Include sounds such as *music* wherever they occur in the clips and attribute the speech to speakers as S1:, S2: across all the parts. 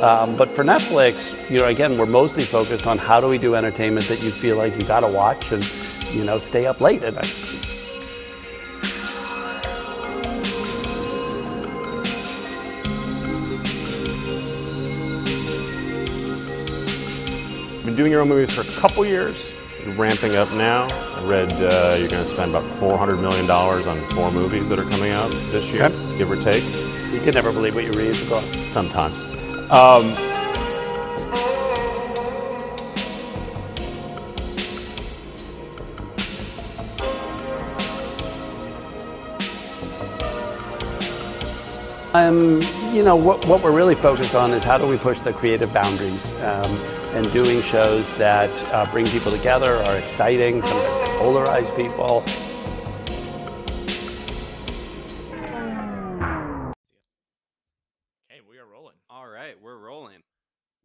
S1: Um, but for Netflix, you know, again, we're mostly focused on how do we do entertainment that you feel like you got to watch and, you know, stay up late at night.
S2: Been doing your own movies for a couple years. You're ramping up now. I read uh, you're going to spend about 400 million dollars on four movies that are coming out this year,
S1: Okay.
S2: give or take.
S1: You can never believe what you read. Go on.
S2: Sometimes. Um,
S1: Um, you know, what, what we're really focused on is how do we push the creative boundaries um, and doing shows that uh, bring people together, are exciting, sometimes polarize people.
S3: Okay, we are rolling.
S4: All right, we're rolling.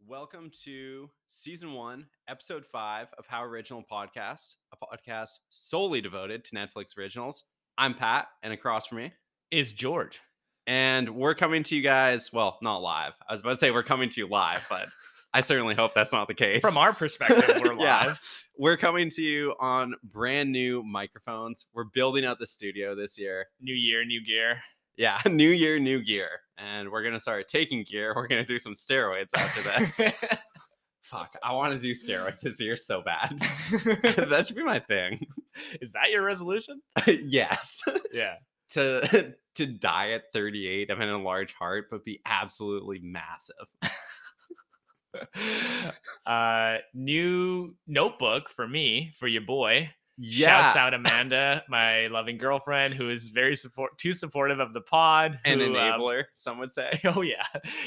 S4: Welcome to season one, episode five of How Original Podcast, a podcast solely devoted to Netflix originals. I'm Pat, and across from me,
S3: Is George?
S4: and we're coming to you guys. Well, not live. I was about to say we're coming to you live, but I certainly hope that's not the case.
S3: From our perspective, we're
S4: *laughs* Yeah.
S3: live.
S4: we're coming to you on brand new microphones. We're building out the studio this year.
S3: New year, new gear.
S4: Yeah, *laughs* new year, new gear. And we're going to start taking gear. We're going to do some steroids after this. *laughs* Fuck, I want to do steroids this year so bad. *laughs* that should be my thing. *laughs*
S3: Is that your resolution?
S4: yes. *laughs*
S3: Yeah.
S4: to *laughs* to die at 38 I'm in a large heart, but be absolutely massive.
S3: Uh, new notebook for me, for your boy. Shouts out Amanda, my loving girlfriend, who is very support too supportive of the pod.
S4: An
S3: who, um,
S4: enabler, some would say.
S3: *laughs* oh yeah,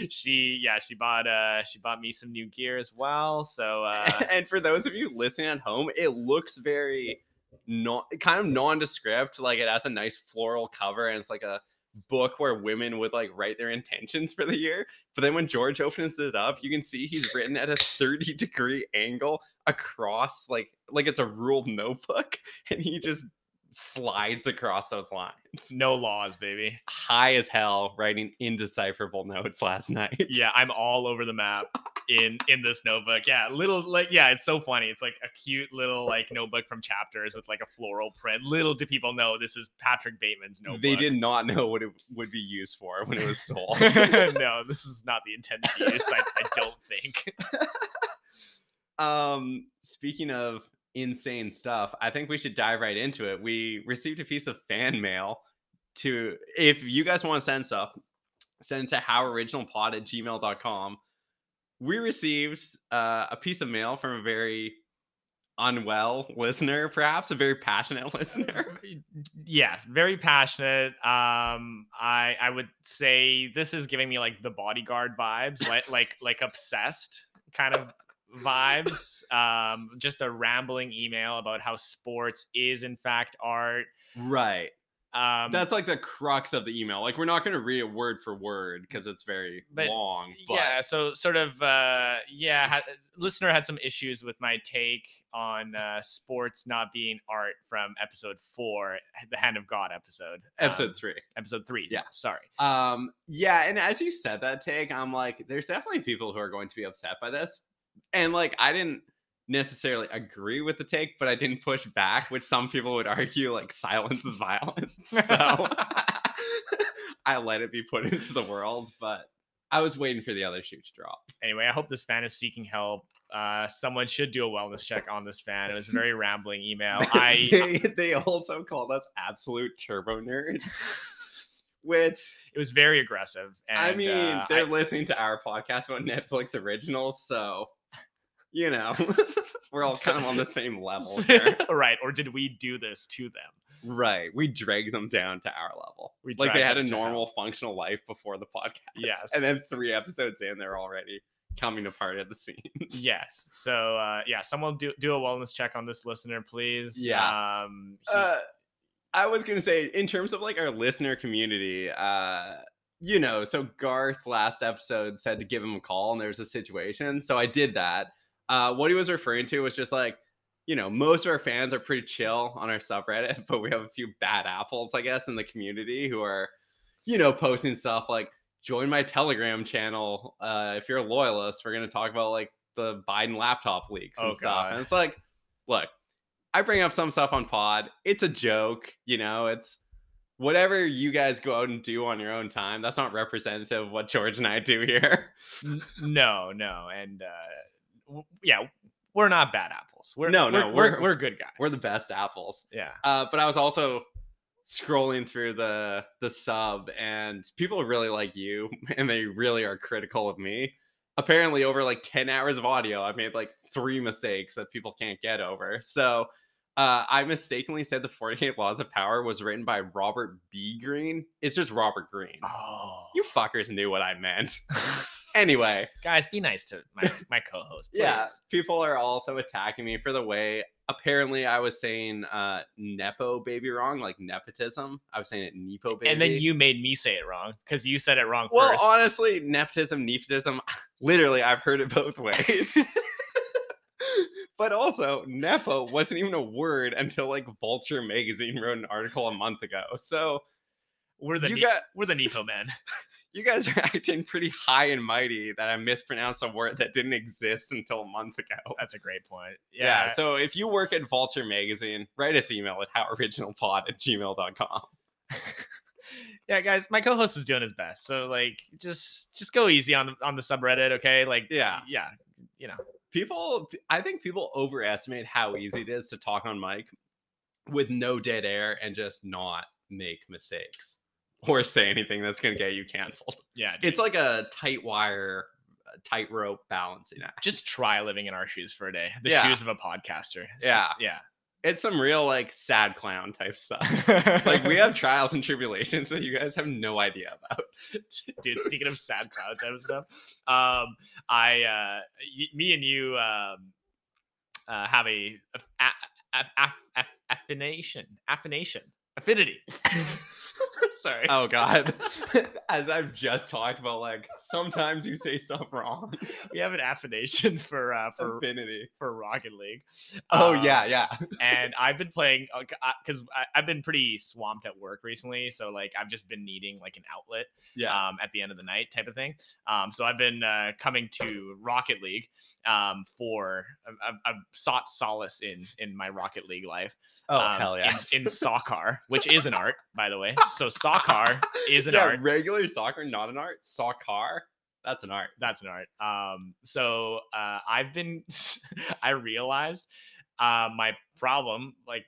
S3: she yeah she bought uh she bought me some new gear as well. So uh,
S4: *laughs* and for those of you listening at home, it looks very non kind of nondescript. Like it has a nice floral cover and it's like a book where women would like write their intentions for the year. But then when George opens it up, you can see he's written at a 30 degree angle across like like it's a ruled notebook *laughs* and he just slides across those lines.
S3: it's no laws, baby.
S4: High as hell writing indecipherable notes last *laughs* night.
S3: yeah i'm all over the map in in this notebook yeah little like yeah it's so funny it's like a cute little like notebook from chapters with like a floral print little do people know this is patrick bateman's notebook
S4: They did not know what it would be used for when it was sold.
S3: *laughs*
S4: *laughs*
S3: no this is not the intended use i, I don't think
S4: Um, speaking of insane stuff, I think we should dive right into it. We received a piece of fan mail to if you guys want to send stuff, send to howoriginalpod at gmail.com. We received uh, a piece of mail from a very unwell listener, perhaps a very passionate *laughs* listener.
S3: yes very passionate um i i would say this is giving me like the bodyguard vibes like like like obsessed kind of vibes um just a rambling email about how sports is in fact art
S4: Right.
S3: um
S4: That's like the crux of the email. Like, we're not going to read it word for word because it's very
S3: But-
S4: long. But
S3: yeah so sort of uh yeah ha- listener had some issues with my take on uh sports not being art from episode four the hand of god episode
S4: episode
S3: um,
S4: three.
S3: episode three
S4: Yeah.
S3: sorry
S4: Um, yeah, and as you said that take, I'm like, there's definitely people who are going to be upset by this. And like I didn't necessarily agree with the take, but I didn't push back, which some people would argue like silence is violence. *laughs* So I let it be put into the world, but I was waiting for the other shoe to drop.
S3: anyway, I hope this fan is seeking help. Uh, someone should do a wellness check on this fan. It was a very rambling
S4: *laughs*
S3: email. I
S4: they, they also called us absolute turbo *laughs* nerds. Which
S3: it was very aggressive. And,
S4: I mean,
S3: uh,
S4: they're
S3: I-
S4: listening to our podcast about *laughs* Netflix originals, so you know, *laughs* we're all kind of on the same level
S3: *laughs*
S4: here.
S3: right. Or did we do this to them?
S4: Right. We drag them down to our level.
S3: We
S4: like they
S3: drag
S4: had a
S3: them down.
S4: normal functional life before the podcast.
S3: Yes.
S4: And then three episodes in, they're already coming apart at the seams.
S3: Yes. So uh, yeah, someone do do a wellness check on this listener, please.
S4: Yeah.
S3: Um, he-
S4: *laughs* Uh, I was gonna say, in terms of like our listener community, uh, you know, so Garth last episode said to give him a call, and there's a situation, so I did that. Uh, what he was referring to was just like, you know, most of our fans are pretty chill on our subreddit, *laughs* but we have a few bad apples, I guess, in the community who are, you know, posting stuff like join my Telegram channel. Uh, if you're a loyalist, we're gonna talk about like the Biden laptop leaks and
S3: Oh,
S4: stuff.
S3: God.
S4: And it's like, look, I bring up some stuff on pod. It's a joke, you know. It's whatever you guys go out and do on your own time. That's not representative of what George and I do here. *laughs*
S3: N- no, no, and uh, w- yeah, we're not bad apples. We're
S4: No,
S3: we're-
S4: no,
S3: we're
S4: we're-
S3: we're, good guys.
S4: We're the best apples.
S3: yeah.
S4: Uh, but I was also scrolling through the the sub, and people really like you, *laughs* and they really are critical of me. Apparently, over like ten hours of audio, I've made like three mistakes that people can't get over. So, uh, I mistakenly said the Forty Eight Laws of Power was written by Robert B. Green. It's just Robert Green.
S3: Oh,
S4: You fuckers knew what I
S3: *laughs*
S4: meant. anyway,
S3: guys, be nice to my
S4: *laughs*
S3: my co-host. Please.
S4: yeah, people are also attacking me for the way apparently I was saying uh nepo baby wrong, like nepotism. I was saying it nepo baby.
S3: and then you made me say it wrong because you said it wrong
S4: well,
S3: first.
S4: honestly, nepotism, nepotism, *laughs* literally I've heard it
S3: *laughs*
S4: both ways. *laughs* but also, nepo wasn't even a word until like Vulture magazine wrote an article a month ago. So
S3: we're the
S4: you
S3: ne-
S4: got
S3: we're the Nepo men.
S4: you guys are *laughs* acting pretty high and mighty that I mispronounced a word that didn't exist until a month ago.
S3: That's a great point.
S4: *laughs* Yeah.
S3: Yeah. so
S4: So if you work at Vulture Magazine, write us email at howoriginalpod at gmail.com.
S3: yeah, guys, my co-host is doing his best. So like, just just go easy on the on the subreddit, okay? Like,
S4: Yeah.
S3: yeah, you know.
S4: People, I think people overestimate how easy it is to talk on mic with no dead air and just not make mistakes or say anything that's going to get you canceled.
S3: Yeah, dude.
S4: It's like a tight wire, a tightrope balancing act.
S3: just try living in our shoes for a day. The
S4: Yeah.
S3: shoes of a podcaster. S-
S4: Yeah. *laughs*
S3: yeah. *laughs*
S4: It's some real like sad clown type stuff. like we have trials and tribulations that you guys have no idea about.
S3: dude. Speaking of sad cloud type of stuff, um, I, uh, y- me and you, um, uh, have a, aff- a- a- a- a- affination, affination, affinity. *laughs*
S4: *laughs*
S3: Sorry.
S4: Oh god. *laughs* As I've just talked about, like sometimes you say stuff wrong.
S3: we have an affination for uh, for
S4: Infinity.
S3: for Rocket League.
S4: Oh
S3: Um,
S4: yeah, yeah.
S3: and I've been playing uh, because I've been pretty swamped at work recently, so like I've just been needing like an outlet.
S4: Yeah.
S3: um, at the end of the night type of thing. Um, so I've been uh, coming to Rocket League um, for I've- I've, I've sought solace in in my Rocket League life.
S4: oh
S3: um,
S4: hell
S3: in-
S4: yeah.
S3: In, soccer, which is an art, by the
S4: *laughs*
S3: way. So soccer is an
S4: yeah,
S3: art.
S4: regular soccer, not an art. Soccer, that's an art.
S3: That's an art. Um, so uh, I've been *laughs* I realized uh, my problem. Like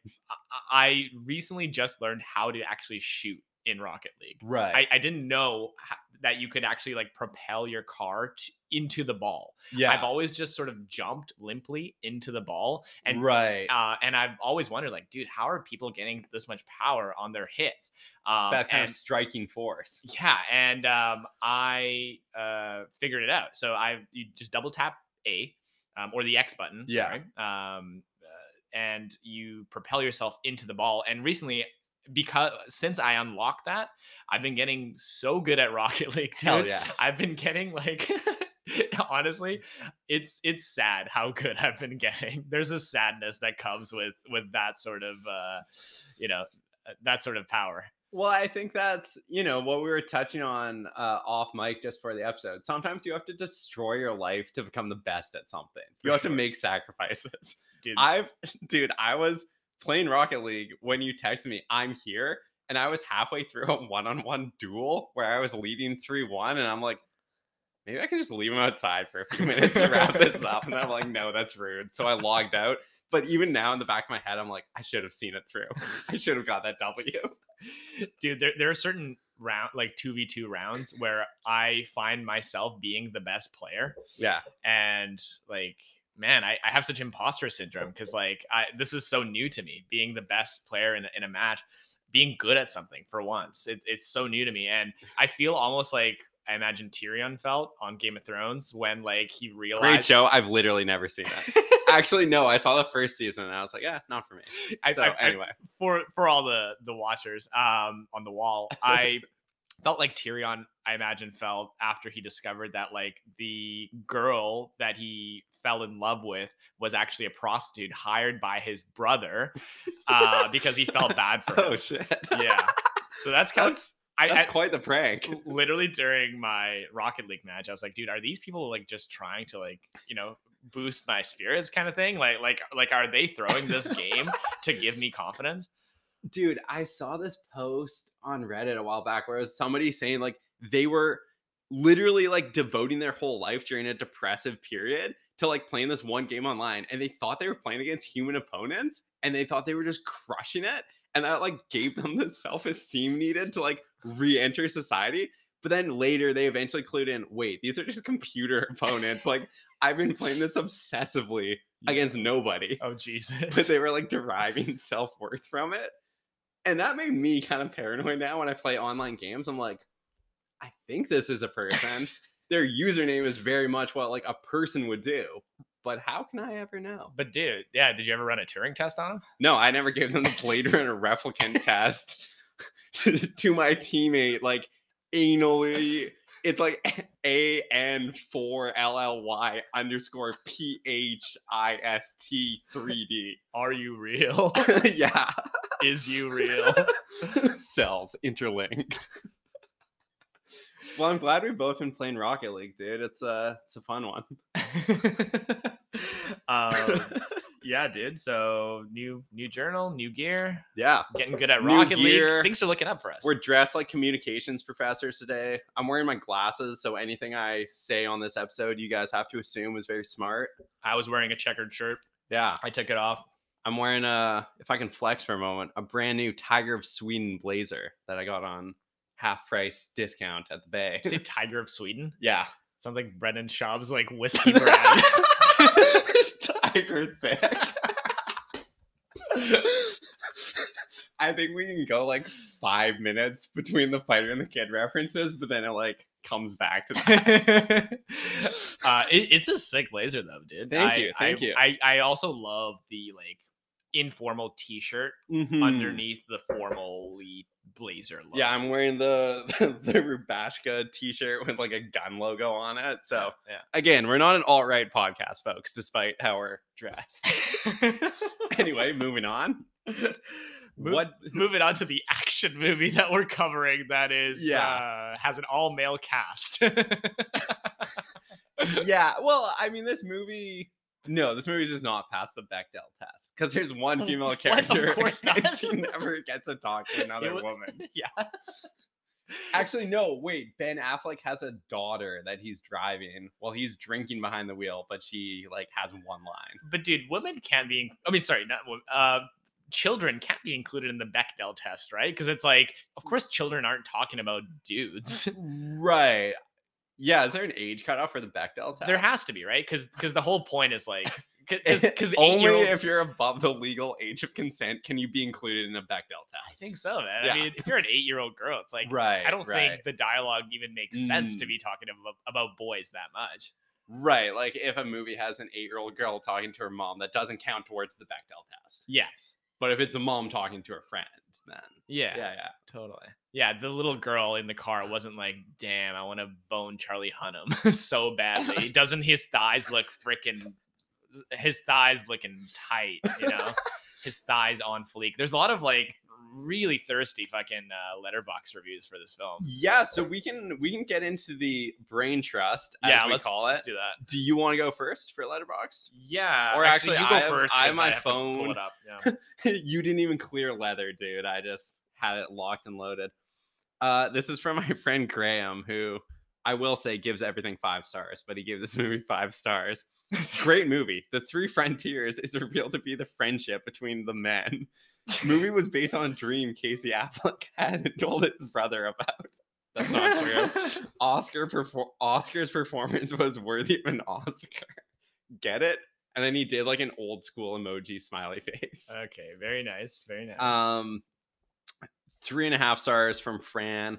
S3: I- I, I recently just learned how to actually shoot in Rocket League.
S4: Right.
S3: I, I didn't know ho- that you could actually like propel your car t- into the ball.
S4: yeah.
S3: I've always just sort of jumped limply into the ball, and
S4: right.
S3: uh, and I've always wondered, like, dude, how are people getting this much power on their hits? Um,
S4: that kind
S3: and-
S4: of striking force.
S3: yeah, and um, I uh, figured it out. So I you just double tap A um, or the X button.
S4: Yeah.
S3: sorry, Um, uh, and you propel yourself into the ball. And recently, because since I unlocked that, I've been getting so good at Rocket *laughs* League. Dude.
S4: Hell yeah.
S3: I've been getting like *laughs* honestly, it's it's sad how good I've been getting. There's a sadness that comes with with that sort of uh, you know uh, that sort of power.
S4: Well, I think that's you know what we were touching on uh, off mic just for the episode. Sometimes you have to destroy your life to become the best at something.
S3: For
S4: you have
S3: sure.
S4: to make sacrifices.
S3: Dude,
S4: I've *laughs* dude, I was playing Rocket League when you texted me, I'm here, and I was halfway through a *laughs* one-on-one duel where I was leading 3-1, and I'm like, maybe I can just leave him outside for a few minutes to wrap this up. And I'm like, no, that's rude. So I logged out. But even now in the back of my head, I'm like, I should have seen it through. *laughs* I should have got that
S3: *laughs*
S4: W.
S3: dude there, there are certain round like 2v2 rounds where i find myself being the best player
S4: Yeah.
S3: and like man i, I have such imposter syndrome because like i this is so new to me being the best player in, a- in a match being good at something for once it, it's so new to me and i feel almost like i imagine tyrion felt on game of thrones when like he
S4: Great
S3: realized
S4: show. I've literally never seen
S3: *laughs*
S4: that. Actually, no, I saw the first season and I was like, yeah, not for me.
S3: I-
S4: so
S3: I- I- *laughs*
S4: anyway.
S3: for for all the the watchers um on the wall
S4: *laughs*
S3: i felt like tyrion i imagine felt after he discovered that like the girl that he fell in love with was actually a prostitute hired by his
S4: *laughs*
S3: brother uh because he felt bad for her
S4: oh shit.
S3: yeah so that's kind of
S4: That's
S3: I,
S4: That's
S3: I-
S4: quite the prank.
S3: literally during my Rocket League match, I was like, dude, are these people like just trying to like, you know, boost my spirits kind of thing? Like, like, like, are they throwing this game to give me confidence?
S4: dude i saw this post on reddit a while back where it was somebody saying like they were literally like devoting their whole life during a depressive period to like playing this one game online and they thought they were playing against human opponents and they thought they were just crushing it and that like gave them the self-esteem needed to like re-enter society but then later they eventually clued in wait these are just computer *laughs* opponents like i've been playing this obsessively against nobody
S3: Oh Jesus!
S4: *laughs* but they were like deriving self worth from it. And that made me kind of paranoid now when I play online games. I'm like, I think this is a person. Their username is very much what like a person would do. But how can I ever know?
S3: *laughs* But dude, yeah, did you ever run a Turing test on him?
S4: No, I never gave them the Blade Runner replicant test *laughs* to my teammate, like anally. It's like A N four L L Y underscore P H I S T three D.
S3: Are you real? *laughs*
S4: *laughs* Yeah.
S3: Is you
S4: *laughs*
S3: real? *laughs*
S4: cells interlinked. well, I'm glad we've both been playing Rocket League, dude. It's a it's a fun *laughs* one.
S3: um,
S4: Oh,
S3: yeah, dude. So new, new journal, new gear,
S4: *laughs* yeah,
S3: getting good at
S4: New
S3: Rocket League.
S4: gear.
S3: Things are looking up for us.
S4: we're dressed like communications professors today. I'm wearing my glasses, so anything I say on this episode, you guys have to assume is very smart.
S3: I was wearing a checkered shirt.
S4: Yeah,
S3: I took it off.
S4: I'm wearing a if I can flex for a moment, a brand new Tiger of Sweden blazer that I got on half price discount at the Bay.
S3: Did you say Tiger of Sweden?
S4: *laughs* yeah.
S3: Sounds like Brendan Schaub's like
S4: *laughs*
S3: whiskey *laughs* brand.
S4: Tiger thick. I think we can go like five minutes between the fighter and the kid references, but then it like comes back to
S3: *laughs*
S4: that.
S3: uh, it- it's a sick blazer though, dude.
S4: Thank
S3: I-
S4: you,
S3: I-
S4: thank you.
S3: I, I also love the like informal T-shirt
S4: Underneath.
S3: underneath the formally blazer look.
S4: Hmm. Yeah, I'm wearing the *laughs* the, Rubashka t-shirt with like a gun logo on it. So
S3: yeah.
S4: again, we're not an alt-right podcast, folks, despite how we're dressed. anyway, moving on.
S3: Move,
S4: What
S3: *laughs* Moving on to the action movie that we're covering, that is
S4: Yeah.
S3: uh, has an all male cast. *laughs*
S4: yeah. Well, I mean, this movie. No, this movie does not pass the Bechdel test because there's one
S3: Oh,
S4: female
S3: *laughs* what? Of
S4: character.
S3: course
S4: *laughs* and
S3: not.
S4: she never gets to talk to another
S3: wa-
S4: woman.
S3: *laughs* yeah.
S4: Actually, no. Wait, Ben Affleck has a daughter that he's driving while he's drinking behind the wheel, but she like has one line.
S3: But dude, women can't be. in- I mean, sorry, not women. Uh, children can't be included in the Bechdel test, right? Because it's like, of course, children aren't talking about
S4: *laughs*
S3: dudes. *laughs*
S4: Right. Yeah. Is there an age cutoff for the Bechdel test?
S3: there has to be, right? Because because the whole point is like, because
S4: *laughs* Because only if you're above the legal age of consent can you be included in a Bechdel
S3: I
S4: test.
S3: think so, man.
S4: Yeah.
S3: I mean, if you're an eight year old girl, it's like.
S4: right.
S3: I don't
S4: right.
S3: think the dialogue even makes sense to
S4: Mm.
S3: be talking about, about boys that much.
S4: Right. Like if a movie has an eight year old girl talking to her mom, that doesn't count towards the Bechdel test.
S3: Yes.
S4: But if it's a mom talking to her friend, then
S3: Yeah,
S4: yeah, yeah.
S3: Totally. Yeah. The little girl in the car wasn't like, damn, I want to bone Charlie Hunnam *laughs* so
S4: *laughs*
S3: badly. Doesn't his thighs look freaking, his thighs looking tight, you know?
S4: *laughs*
S3: his thighs on fleek. There's a lot of like really thirsty fucking uh, letterbox reviews for this film.
S4: Yeah, so we can we can get into the brain trust as
S3: yeah,
S4: we
S3: let's,
S4: call it.
S3: let's do that.
S4: Do you want to go first for Letterboxd?
S3: Yeah.
S4: Or actually,
S3: you go
S4: I have-
S3: first.
S4: I have
S3: 'cause
S4: my
S3: have to pull
S4: phone.
S3: it up.
S4: *laughs*
S3: Yeah.
S4: you didn't even clear leather, dude. I just had it locked and loaded. Uh, this is from *laughs* my friend Graham, who I will say gives everything five stars, but he gave this *laughs* movie five stars. Great movie. The Three Frontiers is revealed to be the friendship between the men. movie was based on a dream Casey Affleck *laughs* had and told his brother about. That's not true. Oscar perfor- Oscar's performance was worthy of an Oscar. Get it? And then he did like an old school emoji smiley face.
S3: Okay. Very nice. Very nice.
S4: Um, three and a half stars from Fran.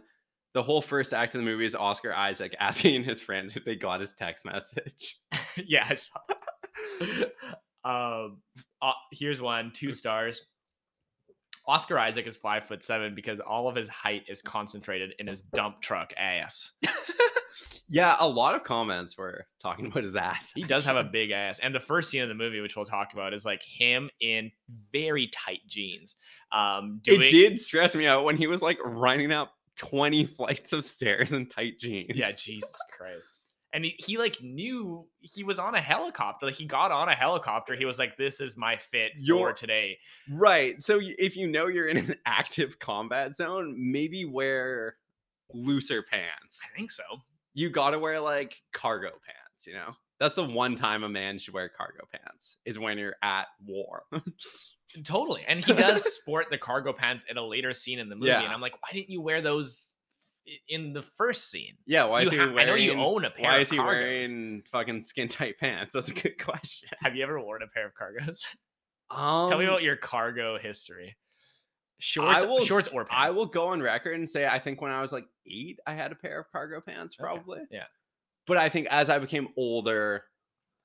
S4: The whole first act of the movie is Oscar Isaac *laughs* asking his friends if they got his text message.
S3: yes. *laughs* um, uh, here's one, two stars. Oscar Isaac is five foot seven because all of his height is concentrated in his dump truck ass.
S4: Yeah, a lot of comments were talking about his ass.
S3: He does have a big ass, and the first scene of the movie, which we'll talk about, is like him in very tight jeans. Um, doing
S4: It did stress me out when he was like running up 20 flights of stairs in tight jeans.
S3: Yeah, Jesus Christ. And he, he like knew he was on a helicopter. Like he got on a helicopter. He was like, "This is my fit for
S4: Your-
S3: today."
S4: Right. So y- if you know you're in an *laughs* active combat zone, maybe wear looser pants.
S3: I think so.
S4: You got to wear like cargo pants, you know? That's the one time a man should wear cargo pants is when you're at war. *laughs*
S3: Totally. And he does sport the cargo pants in a later scene in the movie. And
S4: Yeah.
S3: I'm like, why didn't you wear those i- in the first scene?
S4: yeah, why is
S3: You
S4: he
S3: ha-
S4: wearing
S3: I know you own a pair
S4: Why
S3: of
S4: is he
S3: cargos.
S4: wearing fucking skin tight *laughs* pants? That's a good question.
S3: Have you ever worn a pair of cargos? *laughs*
S4: Um,
S3: Tell me about your cargo history. Shorts,
S4: will-
S3: shorts or pants.
S4: I will go on record and say I think when I was like eight, I had a pair of cargo pants,
S3: Okay,
S4: probably.
S3: yeah.
S4: But I think as I became older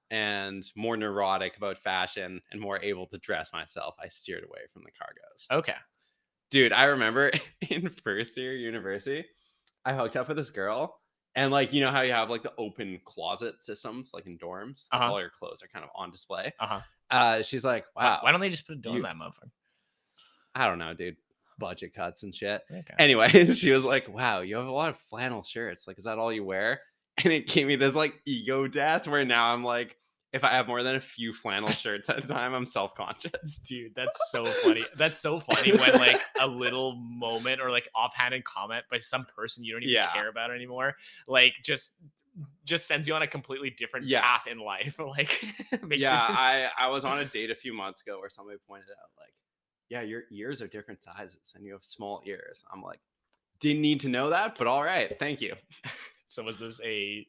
S4: and more neurotic about fashion and more able to dress myself, I steered away from the cargos.
S3: Okay.
S4: Dude, I remember *laughs* in first year university, I hooked up with this girl. And like you know how you have like the open closet systems, like in dorms, like,
S3: Uh-huh.
S4: all your clothes are kind of on display.
S3: Uh-huh.
S4: Uh, she's like,
S3: Why-
S4: "Wow,
S3: Why don't they just put a door in
S4: You-
S3: that motherfucker?
S4: I don't know, dude, budget cuts and shit."
S3: Okay.
S4: Anyways, *laughs* she was like, "Wow, you have a lot of flannel shirts. Like, is that all you wear?" *laughs* And it gave me this like ego death where now I'm like, if I have more than a few flannel shirts at a time, I'm self *laughs* conscious.
S3: Dude, that's so funny. That's so funny when like a little moment or like offhanded comment by some person you don't even
S4: Yeah.
S3: care about anymore, like just just sends you on a completely different
S4: Yeah.
S3: path in life. *laughs* Like makes you- *laughs*
S4: Yeah, I I was on a date a few months ago where somebody pointed out like, yeah, your ears are different sizes and you have small ears. I'm like, didn't need to know that, but all right, thank you.
S3: so was this a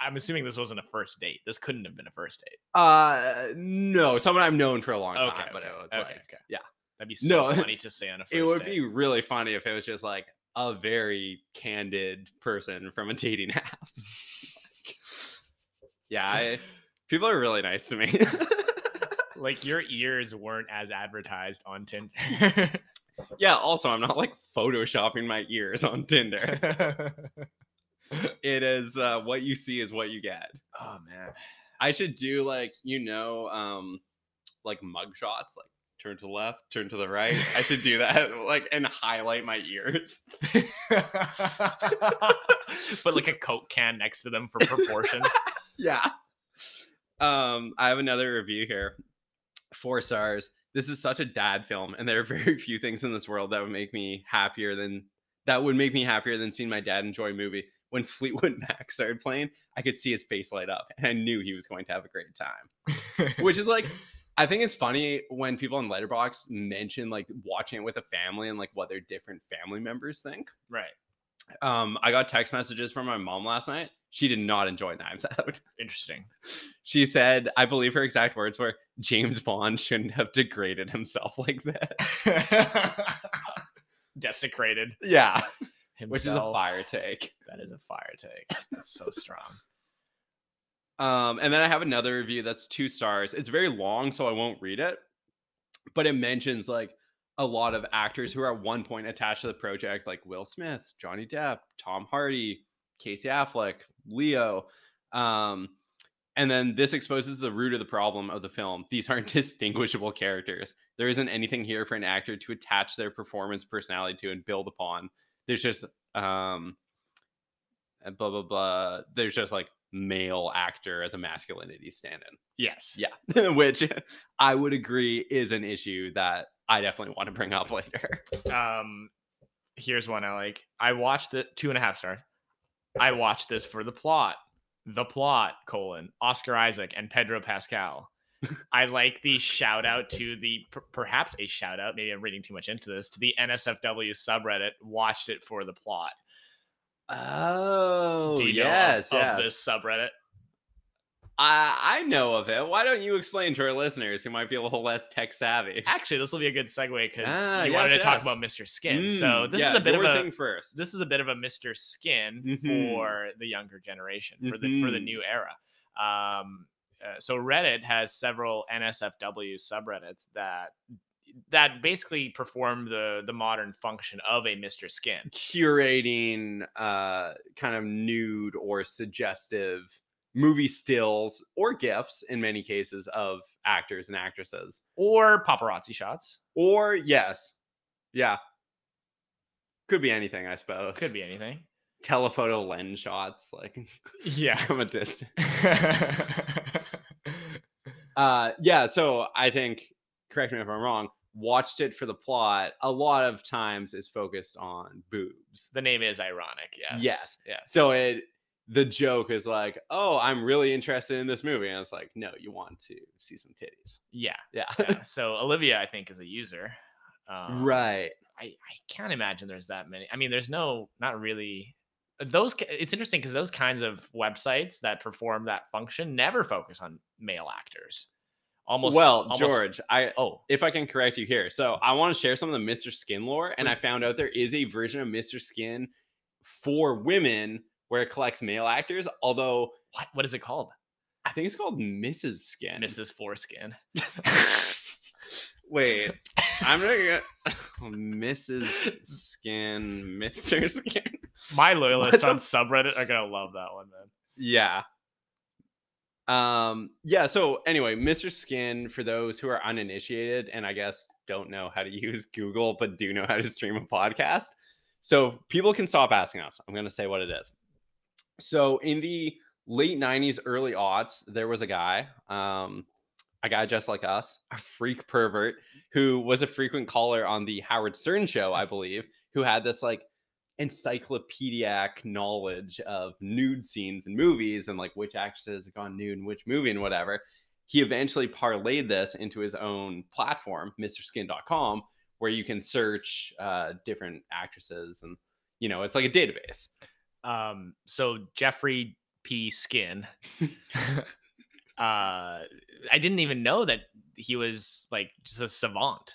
S3: I'm assuming this wasn't a first date. This couldn't have been a first date.
S4: Uh, no, someone I've known for a long
S3: Okay,
S4: time, but
S3: okay,
S4: it was
S3: okay,
S4: like,
S3: okay.
S4: yeah,
S3: That'd be so
S4: *laughs* No,
S3: funny to say on a first
S4: it would
S3: date.
S4: be really funny if it was just like a very candid person from a
S3: *laughs*
S4: dating *laughs* app. Like, yeah, I, people are really nice to me. *laughs*
S3: like your ears weren't as advertised on
S4: *laughs*
S3: Tinder.
S4: yeah, also, I'm not like photoshopping my ears on
S3: *laughs*
S4: Tinder. It is uh, what you see is what you get.
S3: oh man.
S4: I should do like, you know, um, like mug shots, like turn to the left, turn to the right. I should do that, *laughs* like, and highlight
S3: *laughs*
S4: my ears.
S3: Put like a Coke can next to them for proportions.
S4: yeah. Um, I have another review here. Four stars. This is such a dad film, and there are *laughs* very few things in this world that would make me happier than that would make me happier than seeing my dad enjoy a movie. When *laughs* Fleetwood Mac started playing, I could see his face light up, and I knew he was going to have a great time. *laughs* Which is like, I think it's funny when people in Letterbox mention like watching it with a family and like what their different family members think.
S3: right.
S4: Um, I got text messages from my mom last night. She did not enjoy Knives Out. *laughs*
S3: Interesting.
S4: She said, I believe her exact words were, James Bond shouldn't have degraded himself like that. *laughs*
S3: Desecrated.
S4: Yeah.
S3: Himself.
S4: Which is a fire take.
S3: That is a fire take. That's so strong.
S4: Um, and then I have another review that's two stars. It's very long, so I won't read it. But it mentions like a lot of actors who are at one point attached to the project, like Will Smith, Johnny Depp, Tom Hardy, Casey Affleck, Leo. Um, and then this exposes the root of the problem of the film. These aren't *laughs* distinguishable characters. There isn't anything here for an actor to attach their performance personality to and build upon. There's just um and blah blah blah. There's just like male actor as a masculinity stand-in.
S3: Yes.
S4: Yeah. *laughs* Which I would agree is an issue that I definitely want to bring up later.
S3: Um, here's one I like. I watched the two and a half stars. I watched this for the plot. The plot, colon, Oscar Isaac and Pedro
S4: *laughs*
S3: Pascal. I like the shout out to the per- perhaps a shout out, maybe I'm reading too much into this, to the NSFW subreddit, watched it for the plot.
S4: Oh
S3: Do you
S4: yes,
S3: know of- of,
S4: yes.
S3: this subreddit?
S4: I I know of it. Why don't you explain to our listeners who might be a little less tech savvy?
S3: Actually, this will be a good segue because
S4: Ah,
S3: you wanted to
S4: yes,
S3: talk
S4: yes.
S3: about Mr. Skin. so
S4: Mm,
S3: this is
S4: yeah,
S3: a bit of
S4: your
S3: a
S4: thing first.
S3: this is a bit of a Mr. Skin
S4: Mhm.
S3: for the younger generation, for the for the
S4: Mhm.
S3: new era. Um, uh, so Reddit has several NSFW subreddits that that basically perform the the modern function of a Mr. Skin.
S4: Curating uh kind of nude or suggestive movie stills or gifs in many cases of actors and actresses.
S3: Or paparazzi shots.
S4: Or yes. Yeah. Could be anything, I suppose.
S3: Could be anything.
S4: telephoto lens shots, like *laughs*
S3: Yeah.
S4: from a distance. Uh, yeah. So I think, correct me if I'm wrong. Watched it for the plot. A lot of times is focused on boobs.
S3: the name is ironic. Yes.
S4: Yes.
S3: Yes.
S4: So it the joke is like, oh, I'm really interested in this movie, and it's like, no, you want to see some titties.
S3: Yeah.
S4: Yeah.
S3: yeah. So Olivia, I think, is a user. Um,
S4: *laughs* right.
S3: I, I can't imagine there's that many. I mean, there's no, not really. uh, Those ki- it's interesting because those kinds of websites that perform that function never focus on male actors. Almost
S4: well,
S3: almost-
S4: George, I
S3: Oh,
S4: if I can correct you here. So I want to share some of the Mr. Skin lore, and I found out there is a version of Mr. Skin for women where it collects male actors, although
S3: what what is it called?
S4: I think it's called Mrs. Skin.
S3: Mrs. Foreskin.
S4: *laughs* Wait, I'm not gonna *laughs* Mrs. Skin, Mr. Skin.
S3: My
S4: What
S3: loyalists
S4: the
S3: on subreddit are gonna love that one, man.
S4: Yeah. Um, yeah, so anyway, Mr. Skin, for those who are uninitiated and I guess don't know how to *laughs* use Google, but do know how to stream a podcast. So people can stop asking us. I'm gonna say what it is. So in the late 90s, early aughts, there was a guy, um, a guy just like us, a freak pervert, who was a frequent caller on the Howard Stern show, I believe, who had this like encyclopedic knowledge of nude scenes in movies and like which actresses have gone nude in which movie and whatever. He eventually parlayed this into his own platform, MrSkin.com, where you can search uh, different actresses and you know it's like a database.
S3: um so jeffrey p
S4: *laughs*
S3: skin uh i didn't even know that he was like just a savant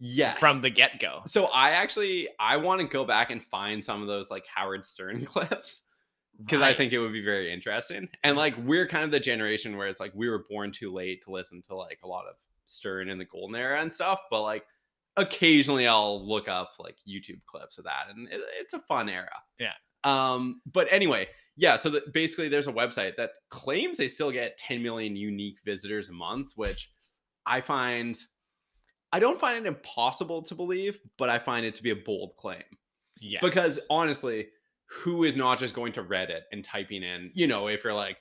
S4: Yes.
S3: from the get-go
S4: so I actually I want to go back and find some of those like Howard Stern *laughs* clips because I
S3: Right. Mm-hmm.
S4: think it would be very interesting. And like we're kind of the generation where it's like we were born too late to listen to like a lot of Stern in the golden era and stuff, but like occasionally I'll look up like YouTube clips of that and it, it's a fun era.
S3: Yeah.
S4: Um but anyway, yeah, so the, basically there's a website that claims they still get 10 million unique visitors a month, which I find I don't find it impossible to believe, but I find it to be a bold claim
S3: yeah
S4: because honestly who is not just going to reddit and typing in you know if you're like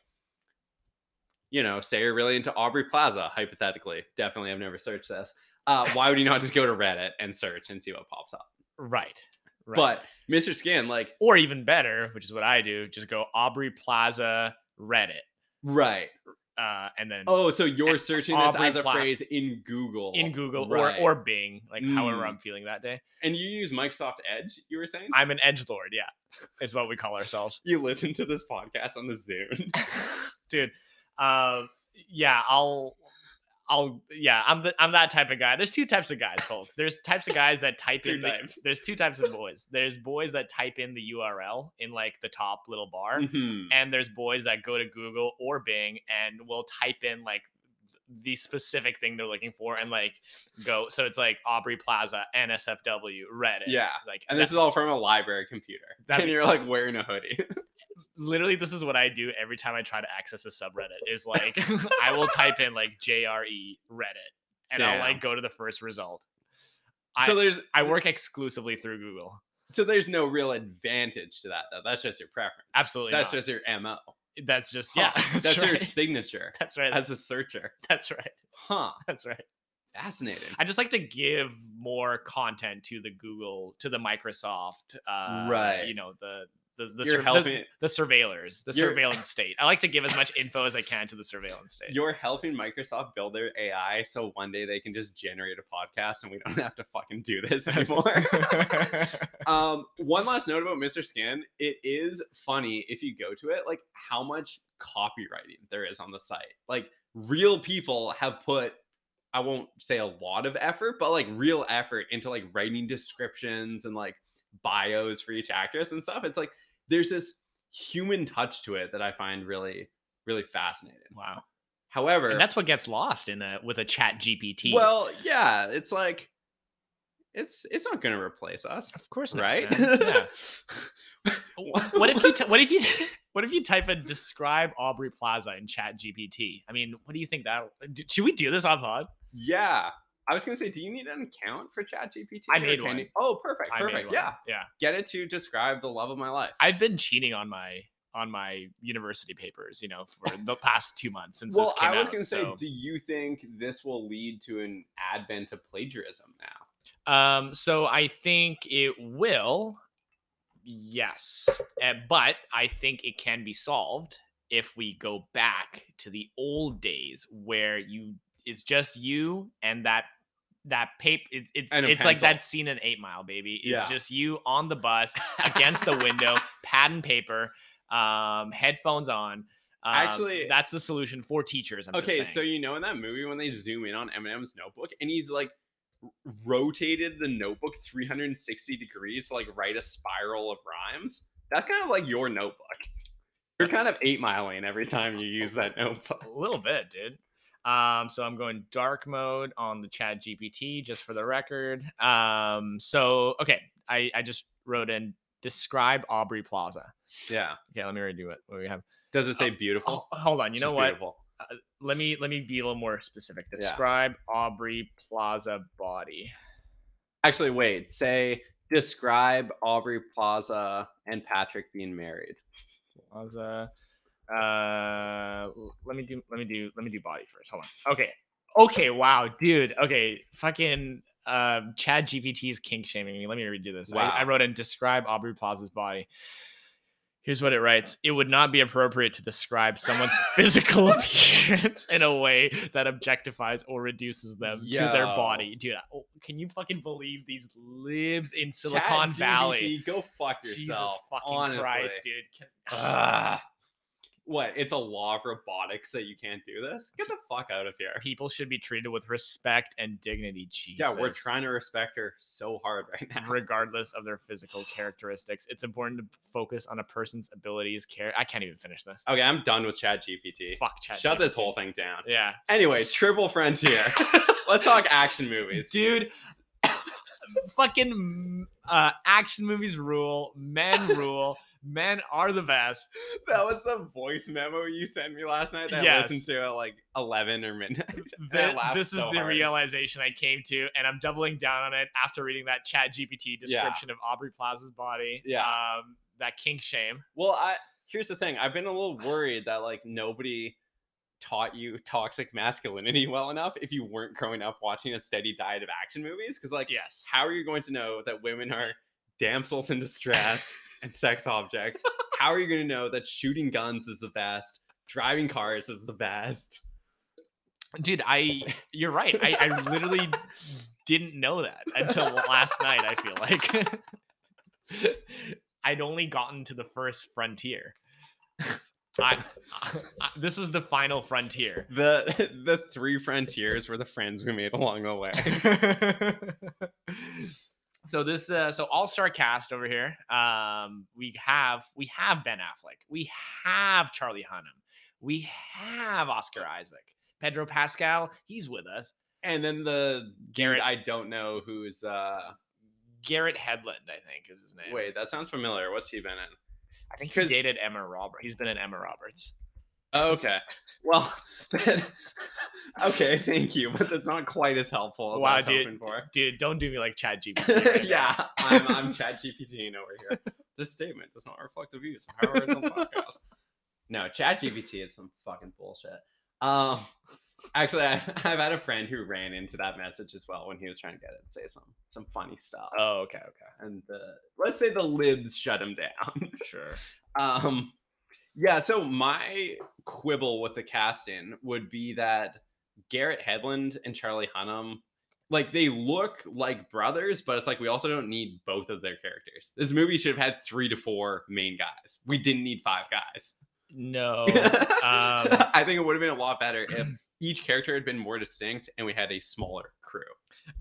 S4: you know say you're really into aubrey plaza hypothetically definitely i've never searched this uh, why would you not just go to reddit and search and see what pops up
S3: right right
S4: but mr skin like
S3: or even better which is what i do just go aubrey plaza reddit
S4: right
S3: uh and then
S4: oh so you're searching this
S3: Aubrey
S4: as a
S3: Plaza.
S4: phrase in google
S3: in google
S4: Right.
S3: or or bing like however
S4: Mm.
S3: i'm feeling that day
S4: and you use microsoft edge you were saying
S3: i'm an edge lord yeah is what we call ourselves
S4: *laughs* you listen to this podcast on
S3: *laughs*
S4: the zoom
S3: dude um yeah i'll i'll yeah i'm the, i'm that type of guy there's two types of guys folks there's types of guys that type
S4: Two
S3: in the-
S4: types.
S3: there's two types of boys there's boys that type in the url in like the top little bar
S4: Mhm.
S3: and there's boys that go to google or bing and will type in like the specific thing they're looking for and like go so it's like aubrey plaza nsfw reddit
S4: yeah
S3: like
S4: and this is all from a library computer
S3: That'd
S4: and
S3: be-
S4: you're like wearing a hoodie *laughs*
S3: literally this is what I do every time I try to access a subreddit
S4: *laughs*
S3: is like I will type in like JRE Reddit and I'll
S4: Damn.
S3: like go to the first result. I
S4: so there's
S3: I work exclusively through Google.
S4: so there's no real advantage to that though. That's just your preference.
S3: Absolutely
S4: That's
S3: not.
S4: just your mo.
S3: That's just
S4: Huh. *laughs*
S3: yeah.
S4: that's,
S3: *laughs* That's,
S4: your
S3: right.
S4: signature
S3: that's right. That's,
S4: as a searcher.
S3: that's right.
S4: Huh?
S3: That's right.
S4: Fascinating.
S3: I just like to give more content to the Google to the Microsoft uh
S4: Right.
S3: you know the the the, sur-
S4: you're
S3: the-
S4: helping.
S3: the surveillors, the
S4: You're-
S3: surveillance state. I like to give as much info as I can to the surveillance state.
S4: You're helping Microsoft build their AI so one day they can just generate a podcast and we don't *laughs* have to fucking do this anymore. um, one last note about Mr. Skin. It is funny if you go to it, like how much copywriting there is on the site. Like real people have put, I won't say a lot of effort, but like real effort into like writing descriptions and like bios for each actress and stuff. It's like there's this human touch to it that I find really, really fascinating.
S3: wow.
S4: However,
S3: And that's what gets lost in a with a chat GPT.
S4: well, yeah, it's like it's it's not gonna replace us,
S3: of course not.
S4: right?
S3: man.
S4: *laughs*
S3: Yeah. Wh- what if you t- what if you *laughs* what if you type in describe Aubrey Plaza in chat GPT? I mean, what do you think that do- should we do this on pod?
S4: Yeah. I was gonna say, do you need an account for ChatGPT?
S3: I
S4: or
S3: made
S4: can
S3: one.
S4: you- Oh, perfect,
S3: I made
S4: perfect.
S3: one.
S4: Yeah,
S3: yeah.
S4: get it to describe the love of my life.
S3: I've been cheating on my on my university papers, you know, for
S4: *laughs*
S3: the past two months since this
S4: well,
S3: came
S4: I was
S3: out,
S4: gonna say,
S3: so-
S4: do you think this will lead to an advent of plagiarism now?
S3: Um, so I think it will. Yes. Uh, but I think it can be solved if we go back to the old days where you it's just you and that that paper it, it's
S4: And a
S3: it's like that
S4: pencil.
S3: scene in 8 Mile baby. It's
S4: Yeah.
S3: just you on the bus against the window, pad and paper, um headphones on. Um,
S4: Actually-
S3: that's the solution for teachers. I'm just
S4: okay, so
S3: saying.
S4: you know in that movie when they zoom in on Eminem's notebook and he's like r- rotated the notebook 360 degrees to like write a spiral of rhymes. That's kind of like your notebook. You're kind of eight miling every time you use
S3: *laughs*
S4: that notebook.
S3: A little bit, dude. Um, so I'm going dark mode on the Chat GPT just for the record. Um, so okay, I, I just wrote in describe Aubrey Plaza.
S4: Yeah.
S3: Okay, let me redo it. What do we have?
S4: Does it say
S3: Oh,
S4: beautiful?
S3: hold on. You
S4: She's
S3: know what?
S4: beautiful.
S3: Let me let me be a little more specific.
S4: Yeah.
S3: Describe Aubrey Plaza body.
S4: Actually, wait. Say describe Aubrey Plaza and Patrick being married.
S3: Plaza. Uh, l- let me do let me do let me do body first. Hold on. Okay. Okay. Wow, dude. Okay. Fucking. Um, Chad GPT is kink shaming me. Let me redo this. I, I
S4: Wow.
S3: wrote and describe Aubrey Plaza's body. Here's what it writes: It would not be appropriate to describe
S4: *laughs*
S3: someone's physical appearance in a way that objectifies or reduces them to their
S4: Yo.
S3: body. Dude, I- oh, can you fucking believe these libs in Silicon Valley?
S4: ChatGPT, Go fuck
S3: Jesus
S4: yourself.
S3: fucking
S4: honestly.
S3: Christ, dude. Can-
S4: Ugh. What? It's a law of robotics that you can't do this? Get the fuck out of here.
S3: people should be treated with respect and dignity. Jesus.
S4: Yeah, we're trying to respect her so hard right now.
S3: Regardless of their physical characteristics, it's important to focus on a person's abilities. Care. I can't even finish this.
S4: Okay, I'm done with Chat GPT.
S3: Fuck chat.
S4: Uh, Shut this whole thing down.
S3: Yeah.
S4: Anyway,
S3: *laughs*
S4: Triple Frontier. Let's talk action movies.
S3: dude. fucking uh, action movies rule. Men rule. Men are the best.
S4: That was the voice memo you sent me last night that
S3: Yes.
S4: I listened to at like 11 or midnight. *laughs* I
S3: Th-
S4: laughed
S3: this is
S4: so
S3: the
S4: hard.
S3: realization I came to, and I'm doubling down on it after reading that Chat GPT description of Aubrey Plaza's body.
S4: Yeah.
S3: Um, that kink shame.
S4: Well, I here's the thing. I've been a little worried that like nobody taught you toxic masculinity well enough if you weren't growing up watching a steady diet of action movies because like
S3: Yes.
S4: how are you going to know that women are damsels in distress and sex objects? How are you going to know that shooting guns is the best? Driving cars is the best.
S3: dude i you're right i, I literally didn't know that until last night i feel like *laughs* i'd only gotten to the first frontier I, I- this was the final frontier
S4: The *laughs* the three frontiers were the friends we made along the way.
S3: so this uh, so all-star cast over here um we have we have ben affleck we have charlie hunnam we have oscar isaac pedro pascal he's with us
S4: And then the
S3: Garrett-
S4: Garrett, I don't know who's uh
S3: Garrett Headland, I think, is his name.
S4: wait, that sounds familiar. What's he been in?
S3: I think he
S4: 'cause-
S3: dated Emma Roberts. He's been in Emma Roberts.
S4: Oh, okay. Well, *laughs* then- okay, thank you, but that's not quite as helpful as I was hoping
S3: dude,
S4: for.
S3: dude, don't do me like Chad GPT. right now.
S4: *laughs* yeah,
S3: *laughs*
S4: I'm, I'm Chad GPTing over here. This statement does not reflect the views of Howard Hill Podcast. No, Chat GPT is some fucking bullshit. Um, actually, I've, I've had a friend who ran into that message as well when he was trying to get it to say some some funny stuff.
S3: Oh, okay, okay,
S4: And the, let's say the libs shut him down.
S3: sure.
S4: *laughs* Um, yeah. So my quibble with the casting would be that Garrett Headland and Charlie Hunnam, like they look like brothers, but it's like we also don't need both of their characters. This movie should have had three to four main guys. We didn't need five
S3: *laughs*
S4: guys. *laughs*
S3: No, Um,
S4: I think it would have been a lot better if each character had been more distinct and we had a smaller crew.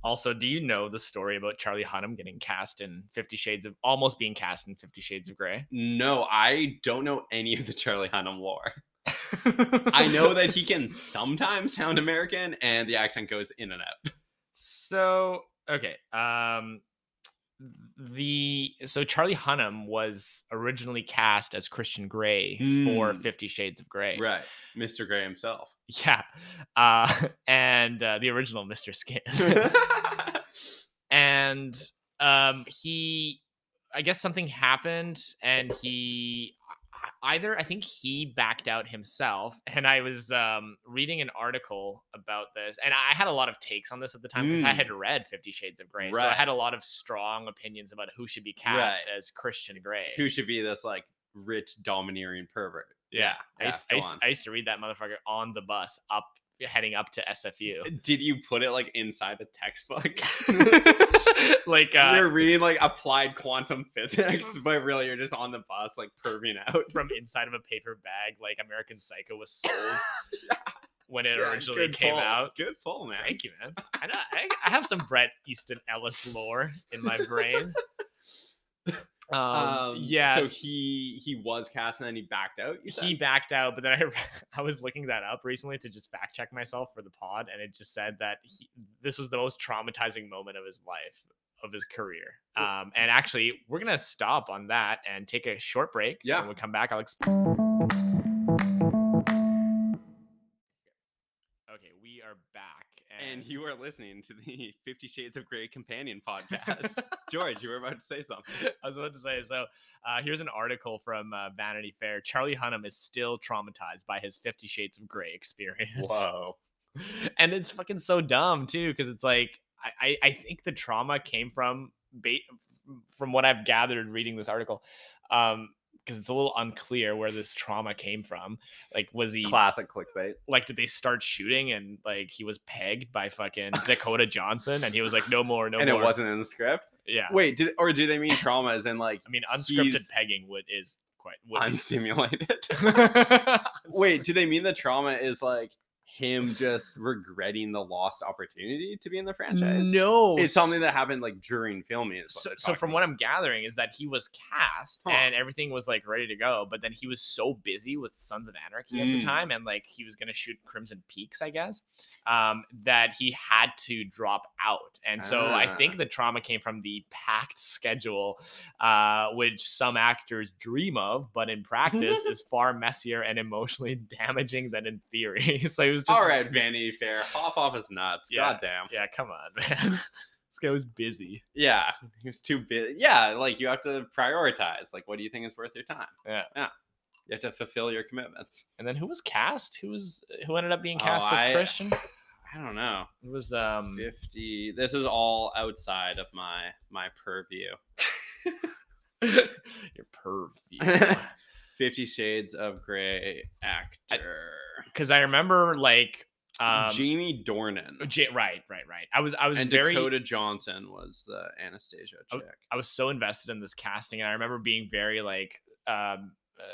S3: Also, do you know the story about Charlie Hunnam getting cast in Fifty Shades of almost being cast in Fifty Shades of Grey?
S4: No, I don't know any of the Charlie Hunnam lore. *laughs* I
S3: *laughs*
S4: know that he can sometimes sound American and the accent goes in and out.
S3: So okay, um, the so Charlie Hunnam was originally cast as Christian Grey for
S4: Mm.
S3: Fifty Shades of Grey.
S4: Right. Mr. Gray himself.
S3: Yeah, uh, *laughs* and uh, the original Mister
S4: *laughs*
S3: Skin. *laughs* and um he i guess something happened and he I- either i think he backed out himself *laughs* and i was um reading an article about this and i had a lot of takes on this at the time because i
S4: Mm.
S3: had read 50 shades of gray so i
S4: Right.
S3: had a lot of strong opinions about who should be cast as christian gray
S4: Who should be this like rich domineering pervert?
S3: yeah, I, used, I,
S4: go
S3: used,
S4: on.
S3: I used to read that motherfucker on the bus up heading up to *laughs* sfu
S4: Did you put it like inside a *laughs* textbook?
S3: like uh
S4: you're reading like applied quantum physics, but really you're just on the bus like perving out.
S3: from inside of a paper bag, like American Psycho was
S4: *laughs*
S3: sold when it
S4: Yeah,
S3: originally
S4: good
S3: came
S4: pull.
S3: out.
S4: Good pull, man.
S3: Thank you, man. I, know, I, I have some Brett Easton Ellis lore in my brain. Um,
S4: *laughs* Um,
S3: yeah,
S4: So he he was cast and then he backed out. You said?
S3: he backed out, but then I I *laughs* was looking that up recently to just fact check myself for the pod, and it just said that he, this was the most traumatizing moment of his life of his career. Um, and actually, we're gonna stop on that and take a short break.
S4: Yeah.
S3: when we come back, I'll
S4: *laughs*
S3: exp- Okay, we are back, *laughs*
S4: and you are listening to the *laughs* Fifty Shades of Grey companion *laughs*
S3: *laughs*
S4: podcast. George, you were about to say something.
S3: I was about to say. So uh, here's an article from uh, Vanity Fair. Charlie Hunnam is still traumatized by his Fifty Shades of Grey experience. *laughs* and it's fucking so dumb too, because it's like I, I I think the trauma came from ba- from what I've gathered reading this article, um, because it's a little unclear where this trauma came from. Like, was he
S4: Classic clickbait.
S3: like did they start shooting and like he was pegged by
S4: *laughs*
S3: fucking Dakota Johnson and he was like no more, no
S4: and
S3: more.
S4: it wasn't in the script.
S3: Yeah.
S4: Wait, do, or do they mean trauma as in like
S3: I mean, unscripted
S4: He's-
S3: pegging would is quite. Would be-
S4: *laughs* unsimulated?
S3: *laughs*
S4: *laughs* Wait, do they mean the trauma is like him just regretting the lost opportunity to be in the franchise?
S3: no.
S4: It's something that happened like during filming. Is what
S3: So,
S4: they're
S3: so
S4: talking
S3: from what
S4: about.
S3: I'm gathering is that he was cast
S4: Huh.
S3: and everything was like ready to go, but then he was so busy with Sons of Anarchy at the
S4: Mm.
S3: time, and like he was gonna shoot Crimson Peaks, I guess, um, that he had to drop out. And so I
S4: Ah.
S3: think the trauma came from the packed schedule, uh, which some actors dream of, but in
S4: *laughs*
S3: practice is far messier and emotionally *laughs* damaging than in theory. *laughs* so he was just
S4: all right, Vanity Fair, hop off his nuts.
S3: Yeah.
S4: Goddamn.
S3: Yeah, come on, man. *laughs* this guy was busy.
S4: Yeah, he was too busy. Yeah, like you have to prioritize. Like, what do you think is worth your time?
S3: Yeah.
S4: yeah. You have to fulfill your commitments.
S3: And then who was cast? Who was who ended up being
S4: Oh,
S3: cast as
S4: I- *laughs*
S3: Christian?
S4: I don't know.
S3: It was um *laughs*
S4: Fifty. This is all outside of my my purview.
S3: your purview.
S4: *laughs* Fifty Shades of Grey actor
S3: Because I remember like um
S4: Jamie Dornan
S3: J- right, right, right. I was I was
S4: and
S3: very
S4: Dakota Johnson was the Anastasia
S3: Oh,
S4: chick.
S3: I was so invested in this casting, and I remember being very like um, uh,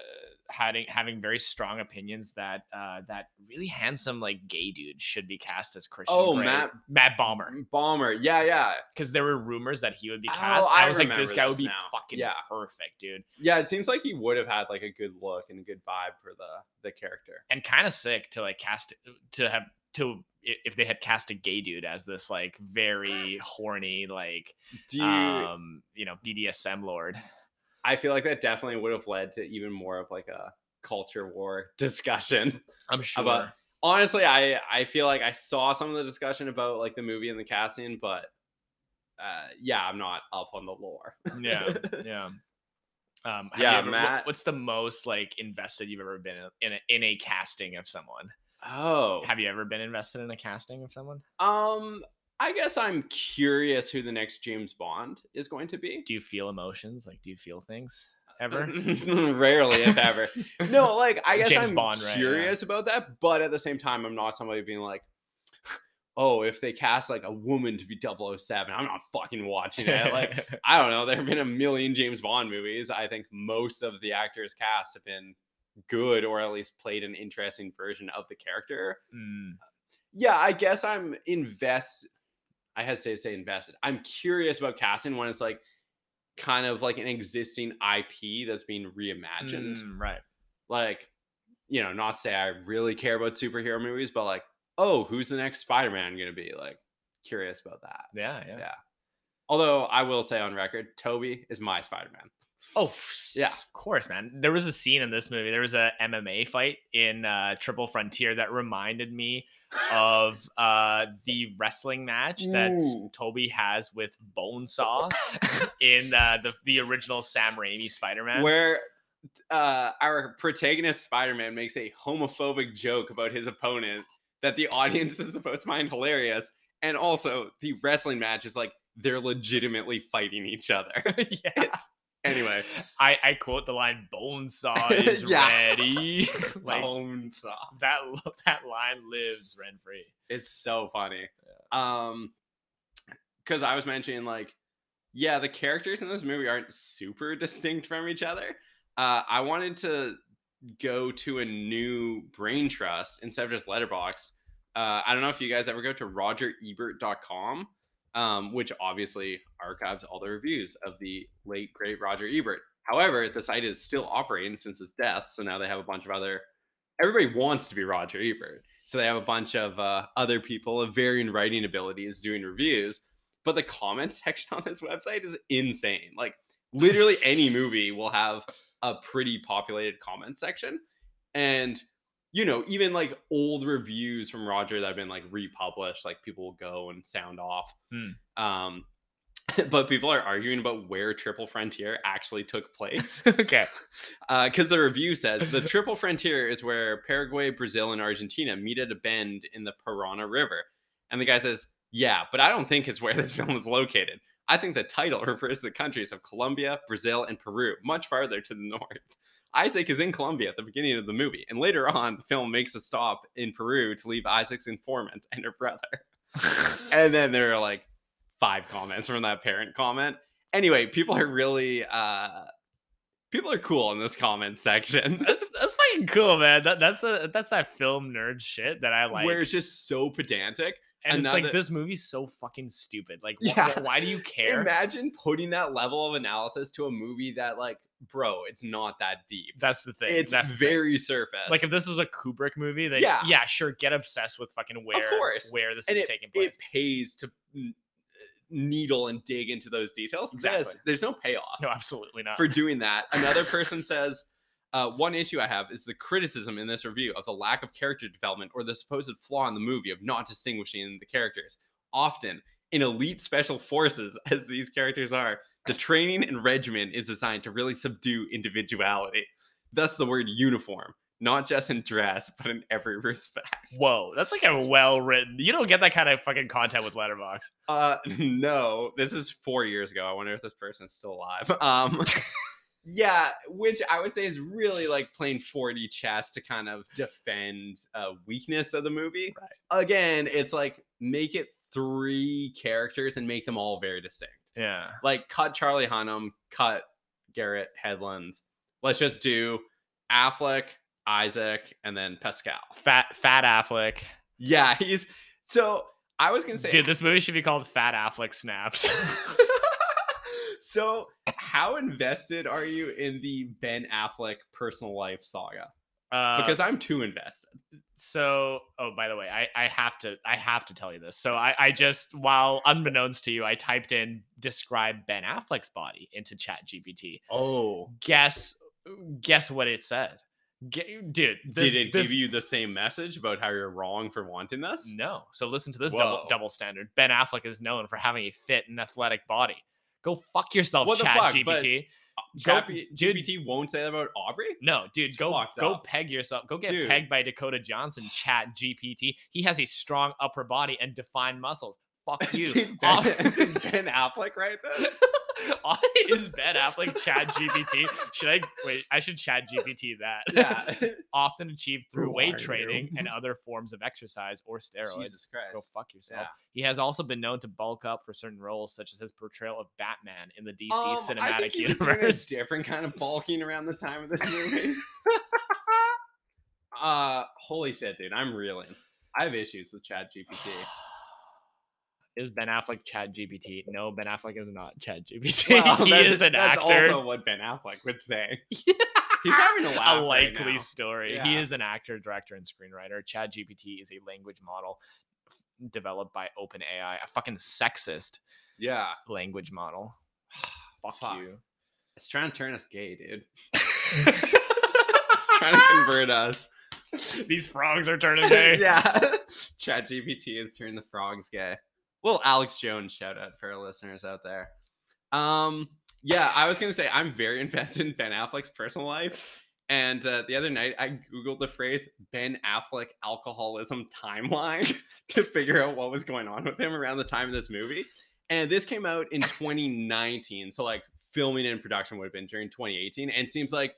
S3: having having very strong opinions that uh, that really handsome like gay dude should be cast as Christian.
S4: Oh,
S3: Grey-
S4: Matt-
S3: Matt Bomber,
S4: Bomber. Yeah, yeah,
S3: because there were rumors that he would be
S4: Oh,
S3: cast. and I,
S4: I
S3: was like, this
S4: remember
S3: guy
S4: this
S3: would be
S4: now.
S3: fucking
S4: Yeah.
S3: perfect, dude,
S4: yeah. It seems like he would have had like a good look and a good vibe for the the character.
S3: and kind of sick to like cast to have to i- if they had cast a gay dude as this like
S4: *laughs*
S3: very horny like
S4: Do you?
S3: um you know BDSM lord.
S4: I feel like that definitely would have led to even more of like a culture war *laughs* discussion.
S3: I'm sure.
S4: About- *laughs* Honestly, I I feel like I saw some of the discussion about like the movie and the casting, but uh yeah, I'm not up on the lore.
S3: yeah yeah um have you
S4: Yeah,
S3: ever- what-
S4: Matt-
S3: what's the most like invested you've ever been in a, in a casting of someone
S4: *laughs* Oh.
S3: have you ever been invested in a casting of someone
S4: Um I guess I'm curious who the next James Bond is going to be.
S3: do you feel emotions like do you feel things ever *laughs*
S4: Rarely, Uh, if ever. *laughs* no, like I guess
S3: James
S4: I'm
S3: Bond, right, yeah.
S4: curious about that, but at the same time, I'm not somebody being like, *sighs* oh, if they cast like a woman to be 007, I'm not fucking watching it. Like,
S3: *laughs*
S4: I don't know. There have been a million James Bond movies. I think most of the actors cast have been good or at least played an interesting version of the character.
S3: Mm,
S4: Yeah, I guess I'm invest. I hesitate to say invested. I'm curious about casting when it's like kind of like an existing IP that's being reimagined
S3: mm, right
S4: like you know not say i really care about superhero movies but like oh who's the next spider-man gonna be like curious about that
S3: yeah yeah,
S4: Yeah. Although I will say on record, Toby is my Spider Man.
S3: Oh, f-
S4: Yeah.
S3: of course, man. There was a scene in this movie. There was a MMA fight in uh, Triple Frontier that reminded me
S4: *laughs*
S3: of uh, the wrestling match that S-
S4: Ooh.
S3: Toby has with Bonesaw in uh, the the original Sam Raimi Spider Man.
S4: Where uh, our protagonist Spider Man makes a homophobic joke about his opponent that the audience is supposed to find hilarious. And also, the wrestling match is like they're legitimately fighting each other. *laughs*
S3: yeah.
S4: anyway,
S3: I, I quote the line
S4: *laughs*
S3: Bonesaw is
S4: Yeah. *laughs*
S3: ready. *laughs* *laughs* like
S4: bone saw.
S3: that l- that line lives rent free.
S4: It's so funny. Um, because I was mentioning like, yeah, the characters in this movie aren't super *laughs* distinct from each other. Uh, I wanted to go to a new brain trust instead of just Letterboxd. Uh, I don't know if you guys ever go to RogerEbert.com, um, which obviously archives all the reviews of the late great Roger Ebert. However, the site is still operating since his death, so now they have a bunch of other. Everybody wants to be Roger Ebert. So they have a bunch of uh, other people of varying writing abilities doing reviews. But the comment *laughs* section on this website is insane. Like literally any movie will have a pretty populated comment section. And you know, even like old reviews from Roger that have been like republished, like people will go and sound off. Um, *laughs* but people are arguing about where Triple Frontier actually took place
S3: okay.
S4: because Uh, the review says the triple frontier is where Paraguay, Brazil, and Argentina meet at a bend in the Parana River. And the guy says, Yeah, but I don't think it's where this *laughs* film is located. I think the title *laughs* refers to the countries of Colombia, Brazil, and Peru, much farther to the *laughs* north. Isaac is in Colombia at the beginning of the movie, and later on, the film makes a stop in Peru to leave Isaac's informant *laughs* and her brother.
S3: *laughs*
S4: and then there are like five comments from that parent comment. Anyway, people are really uh people are cool in this comment section
S3: That's that's fucking cool, man. That, that's the that's that film nerd shit that I like.
S4: *laughs* where it's just so pedantic
S3: and it's like
S4: another-
S3: this movie's so fucking stupid. Like, wh-
S4: Yeah.
S3: wh- why
S4: *laughs*
S3: do you care?
S4: imagine putting that level of analysis to a movie that like bro it's not that deep
S3: That's the thing.
S4: it's
S3: That's the thing.
S4: very surface
S3: like if this was a Kubrick movie, then yeah,
S4: Yeah.
S3: sure, get obsessed with fucking where
S4: course.
S3: where this
S4: And
S3: is
S4: it,
S3: taking place.
S4: it pays to n- needle and dig into those details
S3: Exactly.
S4: this, there's no payoff
S3: no, absolutely not.
S4: for doing that. Another person says, uh, one issue I have is the criticism in this review of the lack of character development or the supposed flaw in the movie of not distinguishing the characters. Often, in elite special forces, *laughs* as these characters are, the training and regimen is designed to really subdue individuality. Thus, the word uniform, not just in dress, but in every *laughs* respect.
S3: Whoa, that's like a well written. You don't get that kind of fucking content with Letterbox.
S4: Uh, *laughs* no, this is four years ago. I wonder if this person's still *laughs* alive. Um, yeah, which I would say is really like playing 40 chess to kind of defend uh, weakness of the movie. Right. Again, it's like make it three characters and make them all very distinct.
S3: Yeah,
S4: Like cut Charlie Hunnam, cut Garrett Headlands. Let's just do Affleck, Isaac, and then Pascal.
S3: fat Fat Affleck.
S4: Yeah, *laughs* he's so. I was gonna say,
S3: Dude, this movie should be called Fat Affleck
S4: *laughs*
S3: Snaps. *laughs*
S4: so how invested are you in the Ben Affleck personal life saga?
S3: Uh,
S4: Because I'm too invested.
S3: so oh by the way i i have to i have to tell you this so i i just while unbeknownst to you i typed in describe ben affleck's body into chat gpt
S4: Oh,
S3: guess guess what it said Gu- dude this,
S4: did it
S3: this-
S4: give you the same message about how you're wrong for wanting this?
S3: no so listen to this double
S4: Whoa.
S3: double standard ben affleck is known for having a fit and athletic body go fuck yourself
S4: What the
S3: chat
S4: fuck, but-
S3: gpt
S4: Uh, Chappy,
S3: dude.
S4: GPT won't say that about Aubrey.
S3: *laughs* No, dude,
S4: It's
S3: go
S4: fucked
S3: go
S4: up.
S3: peg yourself. Go get
S4: Dude.
S3: pegged by Dakota Johnson. Chat GPT. He has a strong upper body and defined muscles.
S4: *laughs*
S3: Fuck you.
S4: Did ben,
S3: All- *laughs*
S4: did Ben Affleck write this?
S3: all is Ben Affleck Chat GPT. Should I wait? I should Chat GPT that. *laughs*
S4: yeah. *laughs*
S3: Often achieved through
S4: Who are
S3: weight
S4: you?
S3: training
S4: *laughs*
S3: and other forms of exercise or steroids.
S4: Jesus Christ.
S3: Go fuck yourself.
S4: Yeah.
S3: He has also been known to bulk up for certain roles, such as his portrayal of Batman in the DC
S4: Um,
S3: cinematic
S4: I think he was doing a
S3: universe. *laughs*
S4: different kind of bulking around the time of this movie. *laughs* uh, holy shit, dude! I'm reeling. I have issues with Chat
S3: *laughs*
S4: GPT.
S3: Is Ben Affleck Chad GPT? No, Ben Affleck is not Chad GPT.
S4: Well,
S3: *laughs* he
S4: that-
S3: is an
S4: that's
S3: actor. *laughs*
S4: also what Ben Affleck would say. He's having *laughs* a laugh.
S3: a
S4: right
S3: likely
S4: now.
S3: story. He
S4: Yeah.
S3: is an actor, director, and screenwriter. Chad GPT is a language model developed by OpenAI. A fucking sexist.
S4: Yeah.
S3: language model. *sighs* Fuck,
S4: Fuck.
S3: you.
S4: It's trying to turn us
S3: *laughs*
S4: gay, dude. *laughs* it's trying to convert us.
S3: These frogs are turning gay.
S4: *laughs* yeah. Chat GPT has turned the frogs gay. Well, Alex Jones shout out for our listeners out there. Um, yeah, I was gonna say I'm very *laughs* invested in Ben Affleck's personal life. And uh, the other night, I googled the phrase "Ben Affleck alcoholism timeline" *laughs* to figure out what was going on with him around the time of this movie. And this came out in 2019, so like filming and production would have been during 2018. And it seems like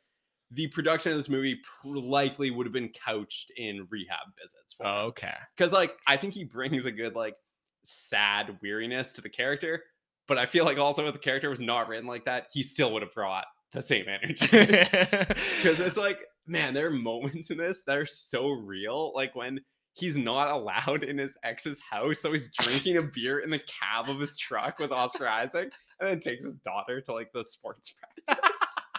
S4: the production of this movie pr- likely would have been couched in rehab visits. for him
S3: Okay.
S4: because like I think he brings a good like sad weariness to the character, but I feel like also if the character was not written like that, he still would have brought the same energy. *laughs* Because it's like, man, there are moments in this that are so real. Like when he's not allowed in his ex's house, so he's drinking a beer in the cab of his truck with Oscar Isaac, and then takes his daughter to like the sports practice.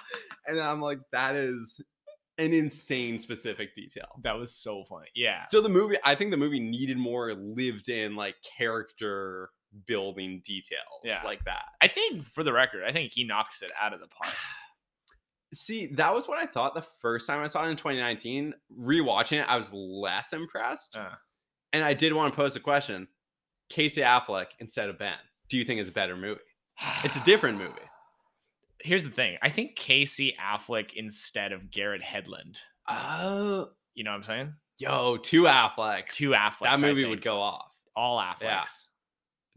S4: *laughs* and I'm like, that is an insane specific detail.
S3: that was so funny. Yeah.
S4: So the movie, I think the movie needed more lived in like character building details
S3: Yeah.
S4: like that.
S3: I think for the record, I think he knocks it out of the
S4: *sighs*
S3: park.
S4: See, that was what I thought the first time I saw it in 2019. Rewatching it, I was less impressed.
S3: Uh.
S4: And I did want to pose a question. Casey Affleck instead of Ben. Do you think it's a better movie? It's a
S3: *sighs*
S4: different movie.
S3: Here's the thing. I think Casey Affleck instead of Garrett Headland.
S4: Oh,
S3: You know what I'm saying?
S4: yo, two Afflecks.
S3: Two Afflecks.
S4: That
S3: I
S4: movie would
S3: think.
S4: go off.
S3: all Afflecks.
S4: Yeah.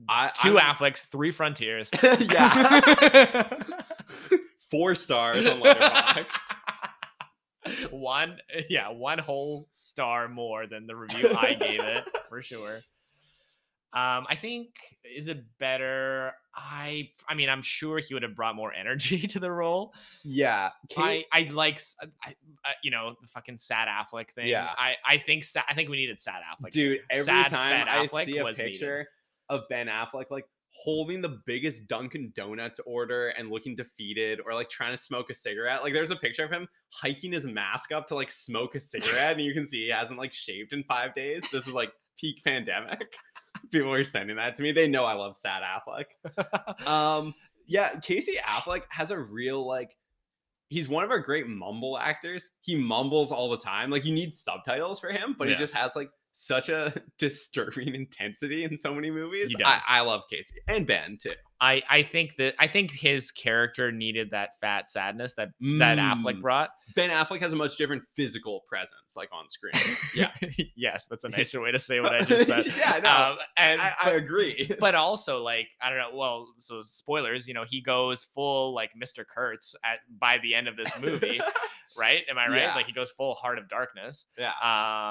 S4: I,
S3: 2
S4: I'm-
S3: Afflecks, three
S4: *laughs*
S3: Frontiers. *laughs*
S4: yeah. Four stars on Letterboxd.
S3: one, yeah, one whole star more than the review I gave it for sure. Um, I think is it better? I, I mean, I'm sure he would have brought more energy *laughs* to the role.
S4: Yeah. Ca-
S3: I, I like, s- I, I- you know, the fucking sad Affleck thing.
S4: Yeah.
S3: I, I think, sa- I think we needed sad Affleck.
S4: dude, every
S3: sad
S4: time
S3: Ben
S4: I
S3: Affleck
S4: see a
S3: was needed.
S4: picture of Ben Affleck like holding the biggest Dunkin' Donuts order and looking defeated or like trying to smoke a cigarette. Like there's a picture of him hiking his mask up to like smoke a cigarette and you can see he hasn't like shaved in 5 days. This is like peak *laughs* pandemic. People are sending that to me. They know I love sad Affleck. *laughs* um yeah, Casey Affleck has a real like he's one of our great mumble actors. He mumbles all the time. Like you need subtitles for him, but
S3: Yeah.
S4: he just has like such a *laughs* disturbing intensity in so many movies.
S3: does.
S4: I, I love Casey and Ben too.
S3: I, I think that, I think his character needed that fat sadness that, that Affleck
S4: Mm.
S3: brought.
S4: Ben Affleck has a much different physical presence, like
S3: *laughs*
S4: on screen. Yeah,
S3: yes,
S4: *laughs*
S3: that's a nicer way to say what I just said.
S4: yeah, no,
S3: um, and
S4: I, I
S3: but,
S4: agree.
S3: *laughs* but also like I don't know. Well, so spoilers. You know, he goes full like Mr. Kurtz at by the end of this
S4: *laughs*
S3: movie, right? Am I right?
S4: Yeah.
S3: Like he goes full Heart of Darkness.
S4: yeah,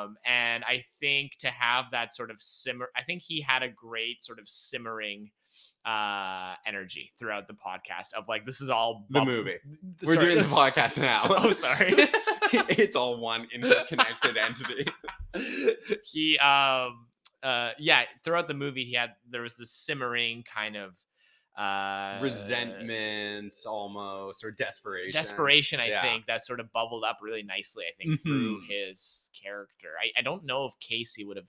S3: Um, and I think to have that sort of simmer, I think he had a great sort of simmering uh energy throughout the podcast of like this is all
S4: the
S3: bub-
S4: movie.
S3: th-
S4: We're
S3: sorry,
S4: *laughs* doing the podcast now.
S3: oh sorry
S4: *laughs* it's all one interconnected entity. Uh,
S3: he um uh yeah throughout the movie he had there was this simmering kind of uh
S4: Resentment, almost, or desperation.
S3: desperation i
S4: Yeah.
S3: think that sort of bubbled up really nicely i think through
S4: Mhm.
S3: his character i, I don't know if casey would have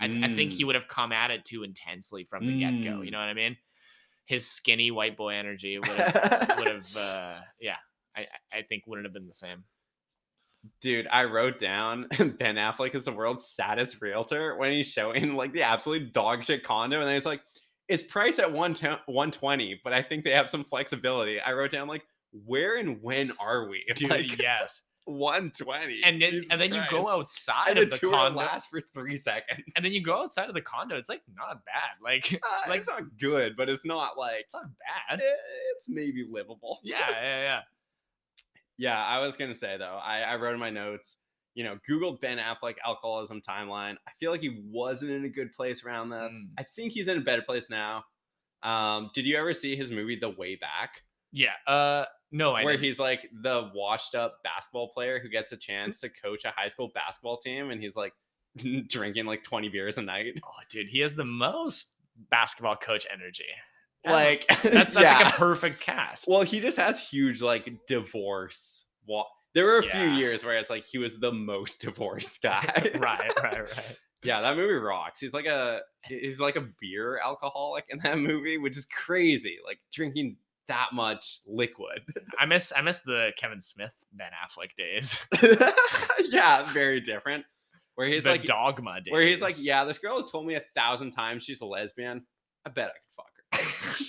S3: I, th- I think he would have come at it too intensely from the get-go you
S4: Mm.
S3: know what i mean his skinny white boy energy would have *laughs* would have
S4: *laughs*
S3: uh yeah I, I I think wouldn't have been the same.
S4: Dude, I wrote down *laughs* Ben Affleck is the world's saddest realtor when he's showing like the absolute dog shit condo, and then he's like, "It's priced at one one twenty, but I think they have some flexibility." I wrote down like, "Where and when are we?" *laughs*
S3: Dude,
S4: like
S3: yes.
S4: one twenty,
S3: And then and then you go outside
S4: and
S3: of
S4: the
S3: the
S4: tour
S3: condo.
S4: lasts for three seconds,
S3: and then you go outside of the condo it's like not bad like *laughs* it's
S4: *laughs* Uh,
S3: like-
S4: it's not good, but it's not like
S3: not
S4: eh,
S3: bad
S4: it's maybe livable.
S3: yeah yeah yeah
S4: Yeah, I was gonna say though, I, I wrote in my notes, you know, Googled Ben Affleck alcoholism timeline. I feel like he wasn't in a good place around this.
S3: Mm.
S4: I think he's in a better place now. Um, did you ever see his movie The Way Back?
S3: yeah uh no i
S4: where
S3: didn't.
S4: he's like the washed up basketball player who gets
S3: *laughs*
S4: a chance to coach a high school basketball team and he's like *laughs* drinking like 20 beers a night.
S3: oh dude he has the most basketball coach energy Yeah.
S4: Like *laughs*
S3: that's that's like a perfect cast
S4: Uh, Well, he just has huge like divorce. Wa- there were a
S3: Yeah. *laughs*
S4: few years where it's like he was the most *laughs* divorced guy.
S3: *laughs* right right right
S4: Yeah, that movie rocks. He's like a he's like a beer alcoholic in that movie, which is crazy. Like drinking that much liquid. *laughs*
S3: I miss I miss the Kevin Smith Ben Affleck days. *laughs*
S4: yeah, very different. Where he's
S3: the
S4: like
S3: dogma days.
S4: where he's like, yeah, this girl has told me a thousand times she's a lesbian. I bet I could fuck
S3: *laughs*
S4: her.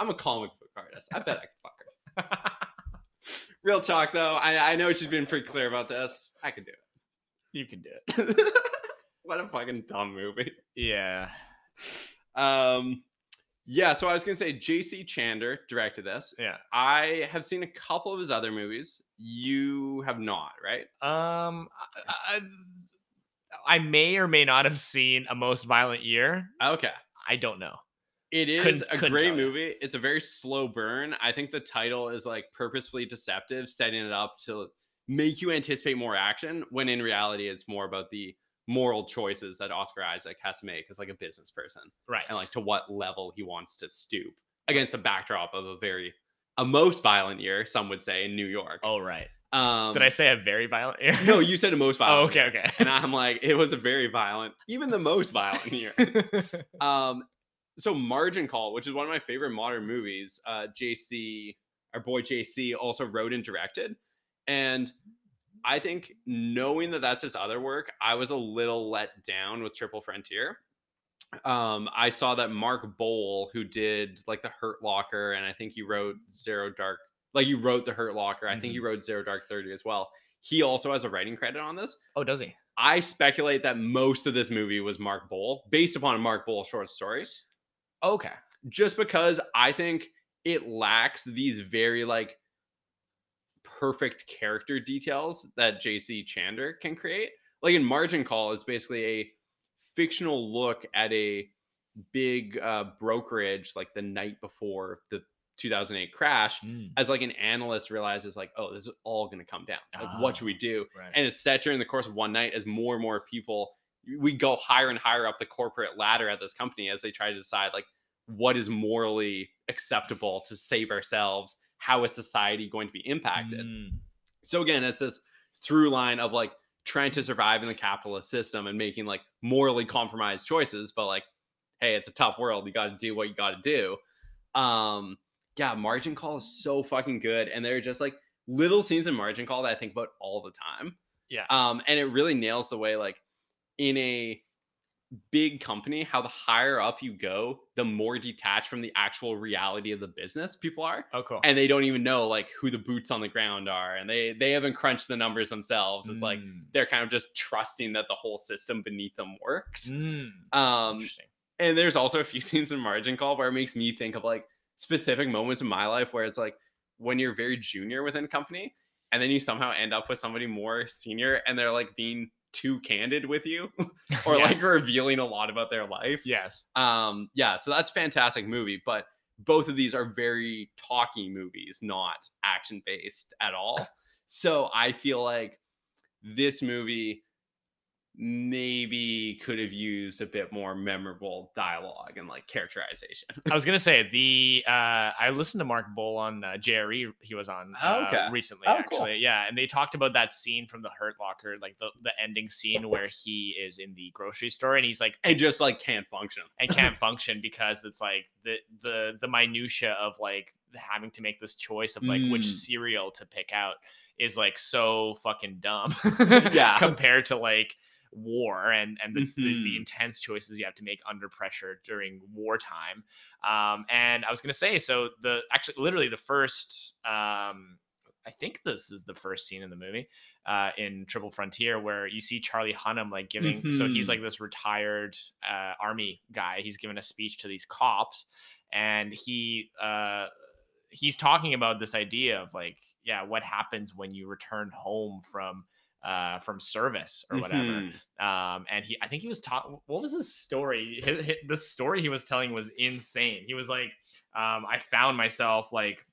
S4: I'm a comic book artist. I bet I could fuck her.
S3: *laughs*
S4: Real talk though, I, I know she's been pretty clear about this. I could do
S3: you can do it. *laughs*
S4: it. *laughs* what a fucking dumb movie.
S3: Yeah.
S4: Um, yeah, so I was gonna say J.C. Chander directed this.
S3: Yeah.
S4: I have seen a couple of his other movies. You have not, right?
S3: Um I, I, I may or may not have seen a most violent year.
S4: Okay.
S3: I don't know.
S4: It is
S3: Couldn't-
S4: a
S3: couldn't
S4: great
S3: tell you.
S4: movie. It's a very slow burn. I think the title is like purposefully deceptive, setting it up to make you anticipate more action when in reality it's more about the moral choices that Oscar Isaac has to make as like a business person
S3: Right.
S4: and like to what level he wants to stoop against the backdrop of a very a most violent year, some would say, in New York.
S3: oh right.
S4: Um,
S3: Did I say a very violent year?
S4: No, you said a
S3: *laughs*
S4: most
S3: Oh,
S4: violent.
S3: okay,
S4: year.
S3: okay.
S4: And I'm like, it was a very violent, even the most violent
S3: *laughs*
S4: year. *laughs* um, so Margin Call, which is one of my favorite modern movies, uh, JC, our boy JC, also wrote and directed, and I think knowing that that's his other work, I was a little let down with Triple Frontier. Um, I saw that Mark Bowl, who did like the Hurt Locker, and I think he wrote Zero Dark, like you wrote the Hurt Locker. I think he wrote Zero Dark Thirty as well. He also has a writing credit on this.
S3: oh, does he?
S4: I speculate that most of this movie was Mark Bowl, based upon a Mark Bowl short story,
S3: Okay.
S4: just because I think it lacks these very like perfect character details that JC Chander can create. Like in Margin Call, it's basically a fictional look at a big uh, brokerage like the night before the 2008 crash
S3: Mm,
S4: as like an analyst realizes like oh this is all going to come down like
S3: Ah.
S4: what should we do
S3: right.
S4: and it's set during the course of one night as more and more people we go higher and higher up the corporate ladder at this company as they try to decide like what is morally acceptable to save ourselves how is society going to be impacted
S3: Mm,
S4: so again it's this through line of like trying to survive in the capitalist system and making like morally compromised choices but like hey it's a tough world you got to do what you got to do um yeah margin call is so fucking good and there are just like little scenes in margin call that i think about all the time
S3: Yeah.
S4: um and it really nails the way like in a big company how the higher up you go the more detached from the actual reality of the business people are
S3: oh, cool.
S4: and they don't even know like who the boots on the ground are and they they haven't crunched the numbers themselves it's like
S3: Mm,
S4: they're kind of just trusting that the whole system beneath them works
S3: mm, *laughs*
S4: um
S3: interesting.
S4: and there's also a few *laughs* scenes in margin call where it makes me think of like specific moments in my life where it's like when you're very junior within a company and then you somehow end up with somebody more senior and they're like being too candid with you *laughs* or
S3: Yes.
S4: like revealing a lot about their life
S3: yes.
S4: um yeah so that's a fantastic movie but both of these are very talky movies not action based at
S3: *laughs*
S4: all so i feel like this movie maybe could have used a bit more memorable dialogue and like characterization *laughs*
S3: I was gonna say the uh, I listened to Mark Bull on uh, JRE. He was on
S4: Oh,
S3: uh,
S4: okay.
S3: recently,
S4: Oh, cool.
S3: actually. Yeah, and they talked about that scene from The Hurt Locker, like the the ending scene where he is in the grocery store and he's like
S4: and just like can't function
S3: and can't function because it's like the the the minutia of like having to make this choice of like which
S4: Mm.
S3: cereal to pick out is like so fucking dumb. *laughs*
S4: Yeah.
S3: compared to like war and and the, the, the
S4: Mhm.
S3: intense choices you have to make under pressure during wartime. Um, and I was gonna say so the actually literally the first um, I think this is the first scene in the movie uh, in Triple Frontier where you see Charlie Hunnam like giving. So he's
S4: Mhm.
S3: like this retired uh, army guy. He's giving a speech to these cops, and he uh, he's talking about this idea of like, yeah, what happens when you return home from uh, from service or whatever
S4: Mhm.
S3: um and he i think he was talking what was his story his, his, the story he was telling was insane he was like um i found myself like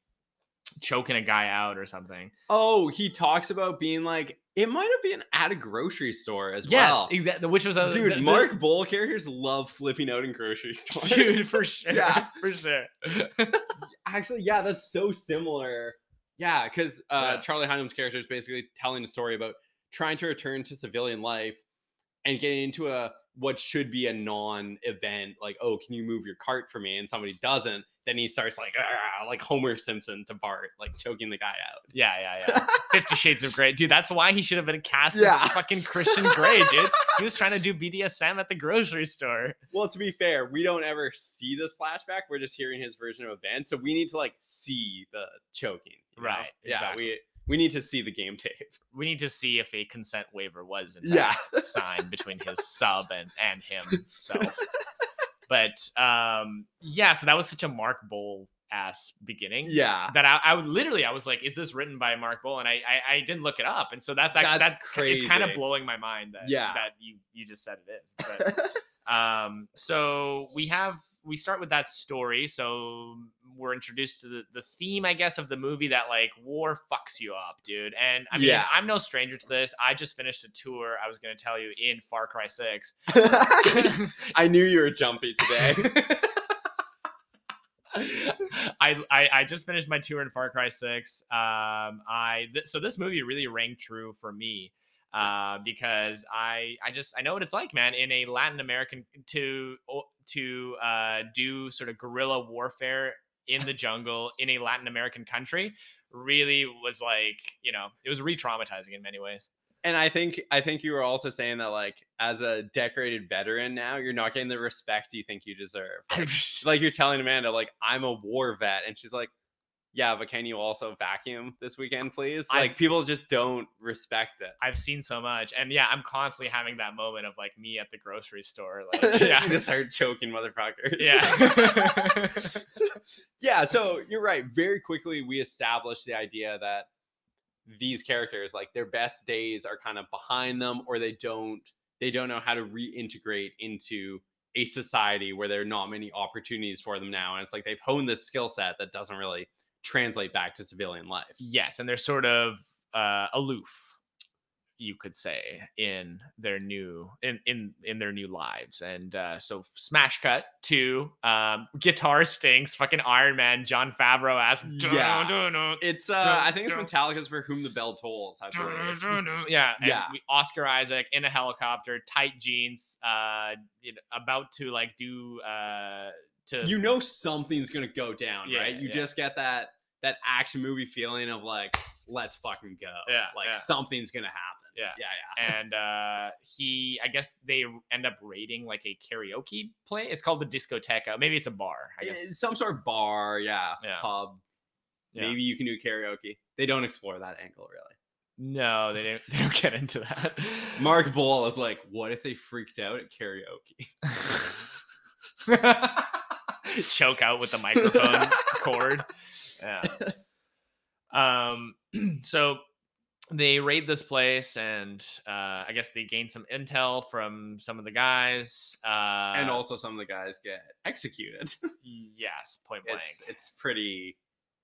S3: choking a guy out or something
S4: oh he talks about being like it might have been at a grocery store as well
S3: yes exactly which was a
S4: dude
S3: the- the-
S4: mark bull characters love flipping out in grocery *laughs*
S3: *laughs*
S4: stores
S3: dude for sure
S4: Yeah.
S3: *laughs* for sure
S4: actually yeah that's so similar yeah because uh,
S3: Yeah.
S4: charlie hunnam's character is basically telling a story about trying to return to civilian life and getting into a what should be a non-event like oh can you move your cart for me and somebody doesn't then he starts like "Ah," like homer simpson to bart like choking the guy out
S3: Yeah, yeah, yeah. Fifty Shades of Grey, dude. That's why he should have been cast
S4: Yeah.
S3: as fucking Christian Grey, dude. He was trying to do BDSM at the grocery store.
S4: well to be fair we don't ever see this flashback we're just hearing his version of events so we need to like see the choking you know?
S3: Right,
S4: yeah
S3: exactly.
S4: we we need to see the game tape
S3: We need to see if a consent waiver was in
S4: yeah
S3: fact signed between his
S4: *laughs*
S3: sub and and himself. But um, yeah, so that was such a Mark Bowl ass beginning.
S4: yeah *laughs*
S3: *laughs* That I, I would- literally I was like, is this written by Mark Bowl? And I I, I didn't look it up, and so that's actually,
S4: That's
S3: that's, ki- It's kind of
S4: crazy.
S3: blowing my mind that
S4: Yeah.
S3: that you you just said it is. But um so we have we start with that story so we're introduced to the, the theme i guess of the movie that like war fucks you up dude and i mean
S4: Yeah.
S3: i'm no stranger to this i just finished a tour i was going to tell you in far cry 6
S4: *laughs* i knew you were jumpy today *laughs*
S3: *laughs* I, I I just finished my tour in Far Cry Six. Um, I th- so this movie really rang true for me, uh, because I I just I know what it's like, man, in a Latin American to o- to uh, do sort of guerrilla warfare in the jungle in a Latin American country. Really was like you know it was re-traumatizing in many ways.
S4: and I think I think you were also saying that like as a decorated veteran now, you're not getting the respect you think you deserve. Like, like you're telling Amanda, like I'm a war vet, and she's like, yeah, but can you also vacuum this weekend, please?
S3: I-
S4: Like people just don't respect it.
S3: I've seen so much, and yeah, I'm constantly having that moment of like me at the grocery store, like *laughs* yeah,
S4: *laughs* you just start choking motherfuckers.
S3: yeah.
S4: *laughs* yeah. So you're right. Very quickly, we established the idea that these characters, like their best days, are kind of behind them, or they don't they don't know how to reintegrate into a society where there are not many opportunities for them now, and it's like they've honed this skill set that doesn't really translate back to civilian life.
S3: Yes, and they're sort of uh, aloof, you could say, in their new in in in their new lives. And uh, so, smash cut to um, guitar stinks, fucking Iron Man, John Favreau ass.
S4: Yeah. It's uh,
S3: Dun,
S4: I think it's
S3: dun.
S4: Metallica's "For Whom the Bell Tolls." I believe.
S3: Yeah, and
S4: Yeah.
S3: We, Oscar Isaac in a helicopter, tight jeans, uh, you know, about to like do uh to
S4: you know something's gonna go down,
S3: Yeah,
S4: right? You
S3: yeah.
S4: just get that that action movie feeling of like, let's fucking go.
S3: Yeah,
S4: Like
S3: yeah.
S4: something's gonna happen.
S3: Yeah.
S4: Yeah,
S3: and uh, he i guess they r- end up raiding like a karaoke play it's called the discoteca maybe it's a bar i
S4: yeah.
S3: guess
S4: It's Eh, Some sort of bar, yeah,
S3: Yeah.
S4: pub.
S3: Yeah.
S4: Maybe you can do karaoke. They don't explore that angle really.
S3: no they didn't they don't *laughs* get into that
S4: Mark Ball is like, what if they freaked out at karaoke?
S3: *laughs* choke out with the microphone cord yeah um *clears throat* so they raid this place and uh i guess they gain some intel from some of the guys uh
S4: and also some of the guys get executed.
S3: yes point *laughs* blank
S4: it's it's pretty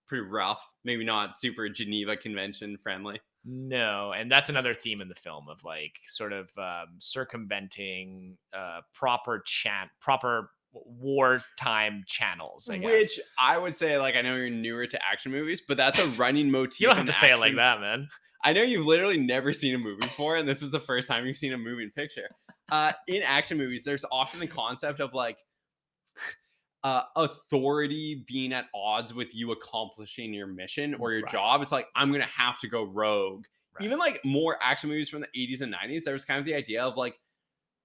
S4: pretty rough. Maybe not super Geneva Convention friendly.
S3: No, and that's another theme in the film of like sort of um, circumventing uh, proper chan proper w- wartime channels. I guess.
S4: Which I would say, like, I know you're newer to action movies,
S3: *laughs*
S4: but that's a running motif.
S3: you don't have
S4: in
S3: to say it like
S4: action-
S3: that, man.
S4: I know you've literally never seen a movie before, and this is the first time you've seen a moving picture. Uh, in action movies, there's often the concept of like *laughs* uh, authority being at odds with you accomplishing your mission or your
S3: Right.
S4: job. It's like I'm gonna have to go rogue.
S3: Right.
S4: Even like more action movies from the 80s and 90s, there was kind of the idea of like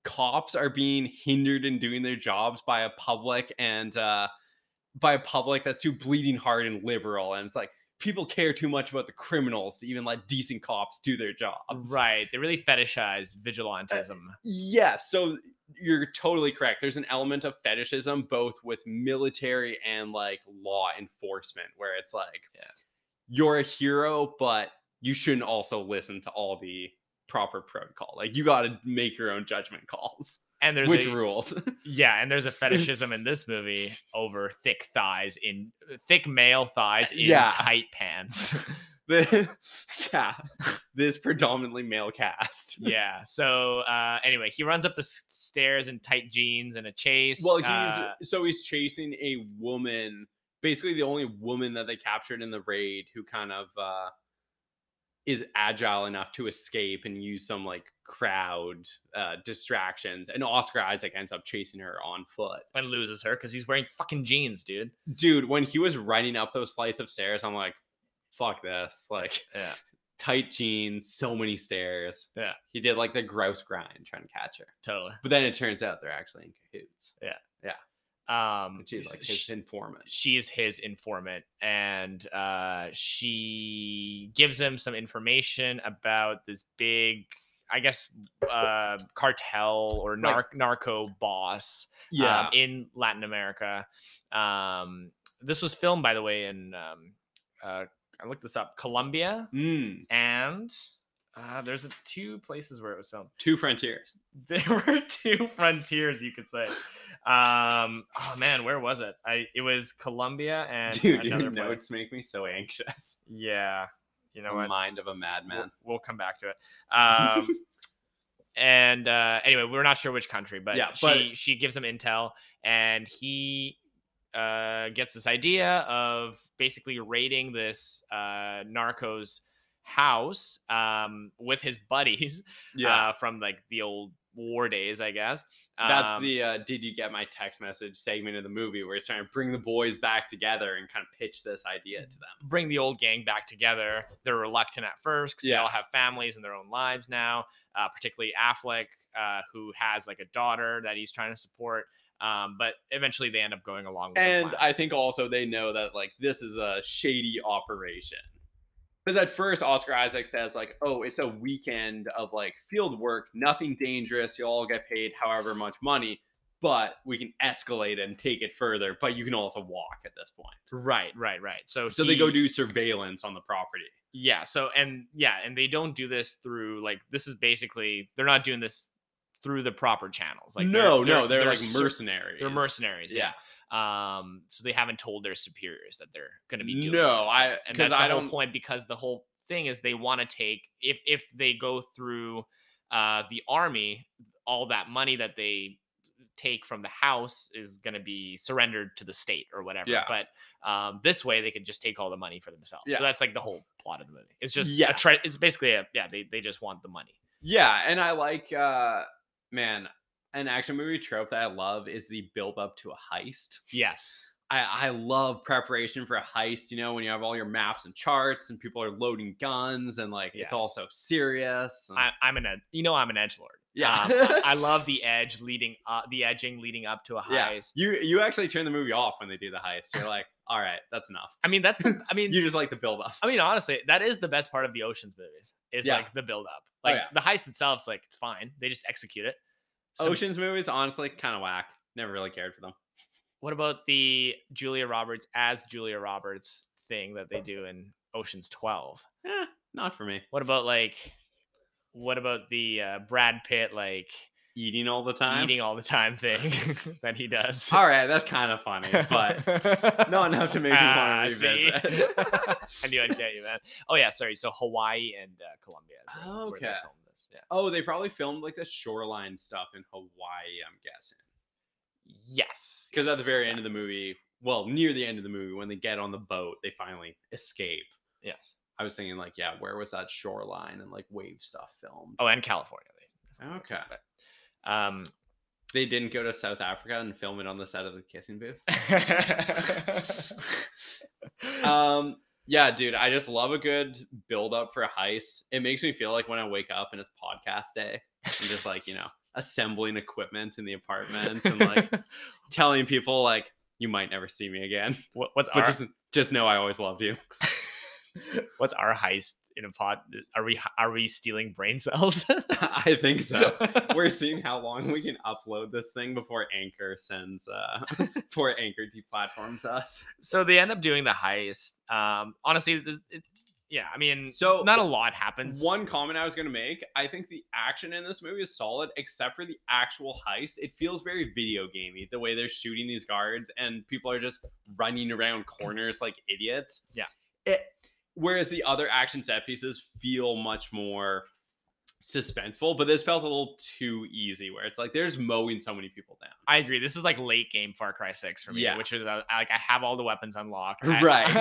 S4: cops are being hindered in doing their jobs by a public and uh, by a public that's too bleeding hard and liberal. And it's like people care too much about the criminals to even let decent cops do their jobs.
S3: Right? They really fetishize vigilantism.
S4: Eh, Yeah, so you're totally correct. There's an element of fetishism both with military and like law enforcement where it's like
S3: Yeah.
S4: you're a hero, but you shouldn't also listen to all the proper protocol. Like you got to make your own judgment calls.
S3: and there's
S4: Which
S3: a,
S4: rules? *laughs*
S3: yeah, and there's a fetishism in this movie over thick thighs in thick male thighs in
S4: Yeah.
S3: tight pants. *laughs*
S4: The- yeah, this predominantly male cast.
S3: yeah. So uh, anyway, he runs up the s- stairs in tight jeans and a chase.
S4: Well, he's
S3: uh,
S4: so he's chasing a woman, basically the only woman that they captured in the raid who kind of uh is agile enough to escape and use some like crowd uh, distractions, and Oscar Isaac ends up chasing her on foot.
S3: and loses her because he's wearing fucking jeans, dude.
S4: Dude, when he was running up those flights of stairs, I'm like, fuck this. Like,
S3: Yeah.
S4: *laughs* tight jeans, so many stairs.
S3: Yeah.
S4: He did like the grouse grind trying to catch her.
S3: Totally.
S4: But then it turns out they're actually in cahoots.
S3: Um,
S4: She's like
S3: sh-
S4: his informant.
S3: she is his informant and uh, she gives him some information about this big i guess uh, cartel or nar-
S4: Like-
S3: narco boss um, in latin america um, this was filmed by the way in um, uh, i looked this up colombia
S4: Mm,
S3: and uh, there's a, two places where it was filmed
S4: two frontiers.
S3: there *laughs* were two frontiers you could say um oh man where was it i it was colombia and
S4: *laughs* Dude,
S3: another
S4: your
S3: place.
S4: notes make me so anxious.
S3: yeah you know
S4: the
S3: what
S4: mind of a
S3: We'll-
S4: madman.
S3: we'll, come back to it
S4: *laughs*
S3: um and uh anyway we're not sure which country but
S4: Yeah,
S3: she
S4: but-
S3: she gives him intel and he uh gets this idea of basically raiding this uh narco's house um with his buddies uh, from like the old war days, I guess.
S4: That's
S3: Um,
S4: the uh, did you get my text message segment of the movie where he's trying to bring the boys back together and kind of pitch this idea to them.
S3: bring the old gang back together. They're reluctant at first because they
S4: Yeah.
S3: all have families and their own lives now. Uh, particularly Affleck, uh, who has like a daughter that he's trying to support. Um, but eventually they end up going along with the
S4: And
S3: plan.
S4: I think also they know that like this is a shady operation. Because at first Oscar Isaac says like, "Oh, it's a weekend of like field work, nothing dangerous. You all get paid however much money, but we can escalate and take it further. But you can also walk at this point."
S3: right, right, right. So
S4: So they go
S3: he-
S4: do surveillance on the property.
S3: yeah so and yeah and they don't do this through like this is basically they're not doing this through the proper channels like they're-
S4: no, no, they're, like
S3: cer-
S4: mercenaries.
S3: they're mercenaries yeah
S4: Yeah.
S3: um so they haven't told their superiors that they're going to be doing
S4: No,
S3: this,
S4: I-
S3: and- and
S4: 'cause
S3: that's the
S4: I
S3: whole
S4: don't-
S3: point because the whole thing is they want to take if if they go through uh the army all that money that they take from the house is going to be surrendered to the state or whatever
S4: Yeah.
S3: but um this way they could just take all the money for themselves
S4: Yeah.
S3: so that's like the whole plot of the movie it's just a
S4: Yes.
S3: tre- it's basically a yeah they, they just want the money
S4: Yeah, and I like uh man, an action movie trope that I love is the build up to a heist.
S3: yes
S4: I, I love preparation for a heist, you know, when you have all your maps and charts and people are loading guns and like it's all
S3: Yes.
S4: so serious. and-
S3: I, i'm an ed- you know i'm an edge lord Um,
S4: Yeah. *laughs*
S3: I, I love the edge leading up the edging leading up to a
S4: yeah.
S3: heist
S4: You you actually turn the movie off when they do the heist. You're like, all right, that's enough.
S3: I mean, that's.
S4: *laughs*
S3: The, I mean,
S4: You just like the build up.
S3: I mean, honestly, that is the best part of the Ocean's movies. Is
S4: Yeah.
S3: like the build up.
S4: Oh,
S3: Like
S4: yeah.
S3: the heist itself's like it's fine. They just execute it. Some-
S4: Ocean's movies, honestly, kind of whack. Never really cared for them.
S3: What about the Julia Roberts as Julia Roberts thing that they do in Ocean's Twelve?
S4: Eh, not for me.
S3: What about like, what about the uh, Brad Pitt like
S4: Eating all the time. *laughs*
S3: eating all the time thing *laughs* that he does? *laughs*
S4: all right, that's kind of funny, but not enough to make me
S3: Ah,
S4: want to
S3: see? *laughs*
S4: revisit.
S3: I knew I'd get you, man. Oh yeah, sorry. So Hawaii and uh, Colombia. is where- where they
S4: Oh, Okay.
S3: filmed this, Yeah.
S4: *laughs* Oh, they probably filmed like the shoreline stuff in Hawaii, I'm guessing.
S3: Yes.
S4: Because at the very end of the movie, well, near the end of the movie, when they get on the boat, they finally escape.
S3: the yes.
S4: I was thinking, like, yeah, where was that shoreline and like wave stuff filmed?
S3: Oh, and California. Oh,
S4: Okay.
S3: they-
S4: *laughs*
S3: Um. *laughs*
S4: They didn't go to South Africa and film it on the set of the kissing booth. Um, yeah, dude, I just love a good build up for a heist. It makes me feel like when I wake up and it's podcast day, I'm just like, you know, assembling equipment in the apartments
S3: *laughs*
S4: and *laughs* like telling people like you might never see me again
S3: What- what's
S4: but
S3: our
S4: just just know i always loved you *laughs*
S3: what's our heist in a pod? Are we are we stealing brain
S4: *laughs*
S3: cells? *laughs*
S4: i think so we're seeing how long we can upload this thing before anchor sends uh *laughs* before anchor deplatforms us
S3: so they end up doing the heist. Um. Honestly, th- it, yeah. I mean,
S4: So,
S3: not a lot happens.
S4: one comment i was gonna make i think the action in this movie is solid except for the actual heist it feels very video gamey the way they're shooting these guards and people are just running around corners like idiots Eh,
S3: Yeah.
S4: it, whereas the other action set pieces feel much more suspenseful, but this felt a little too easy. Where it's like there's mowing so many people down.
S3: I agree. This is like late game Far Cry Six for me,
S4: Yeah.
S3: which is uh, I- like I have all the weapons unlocked. I-
S4: Right.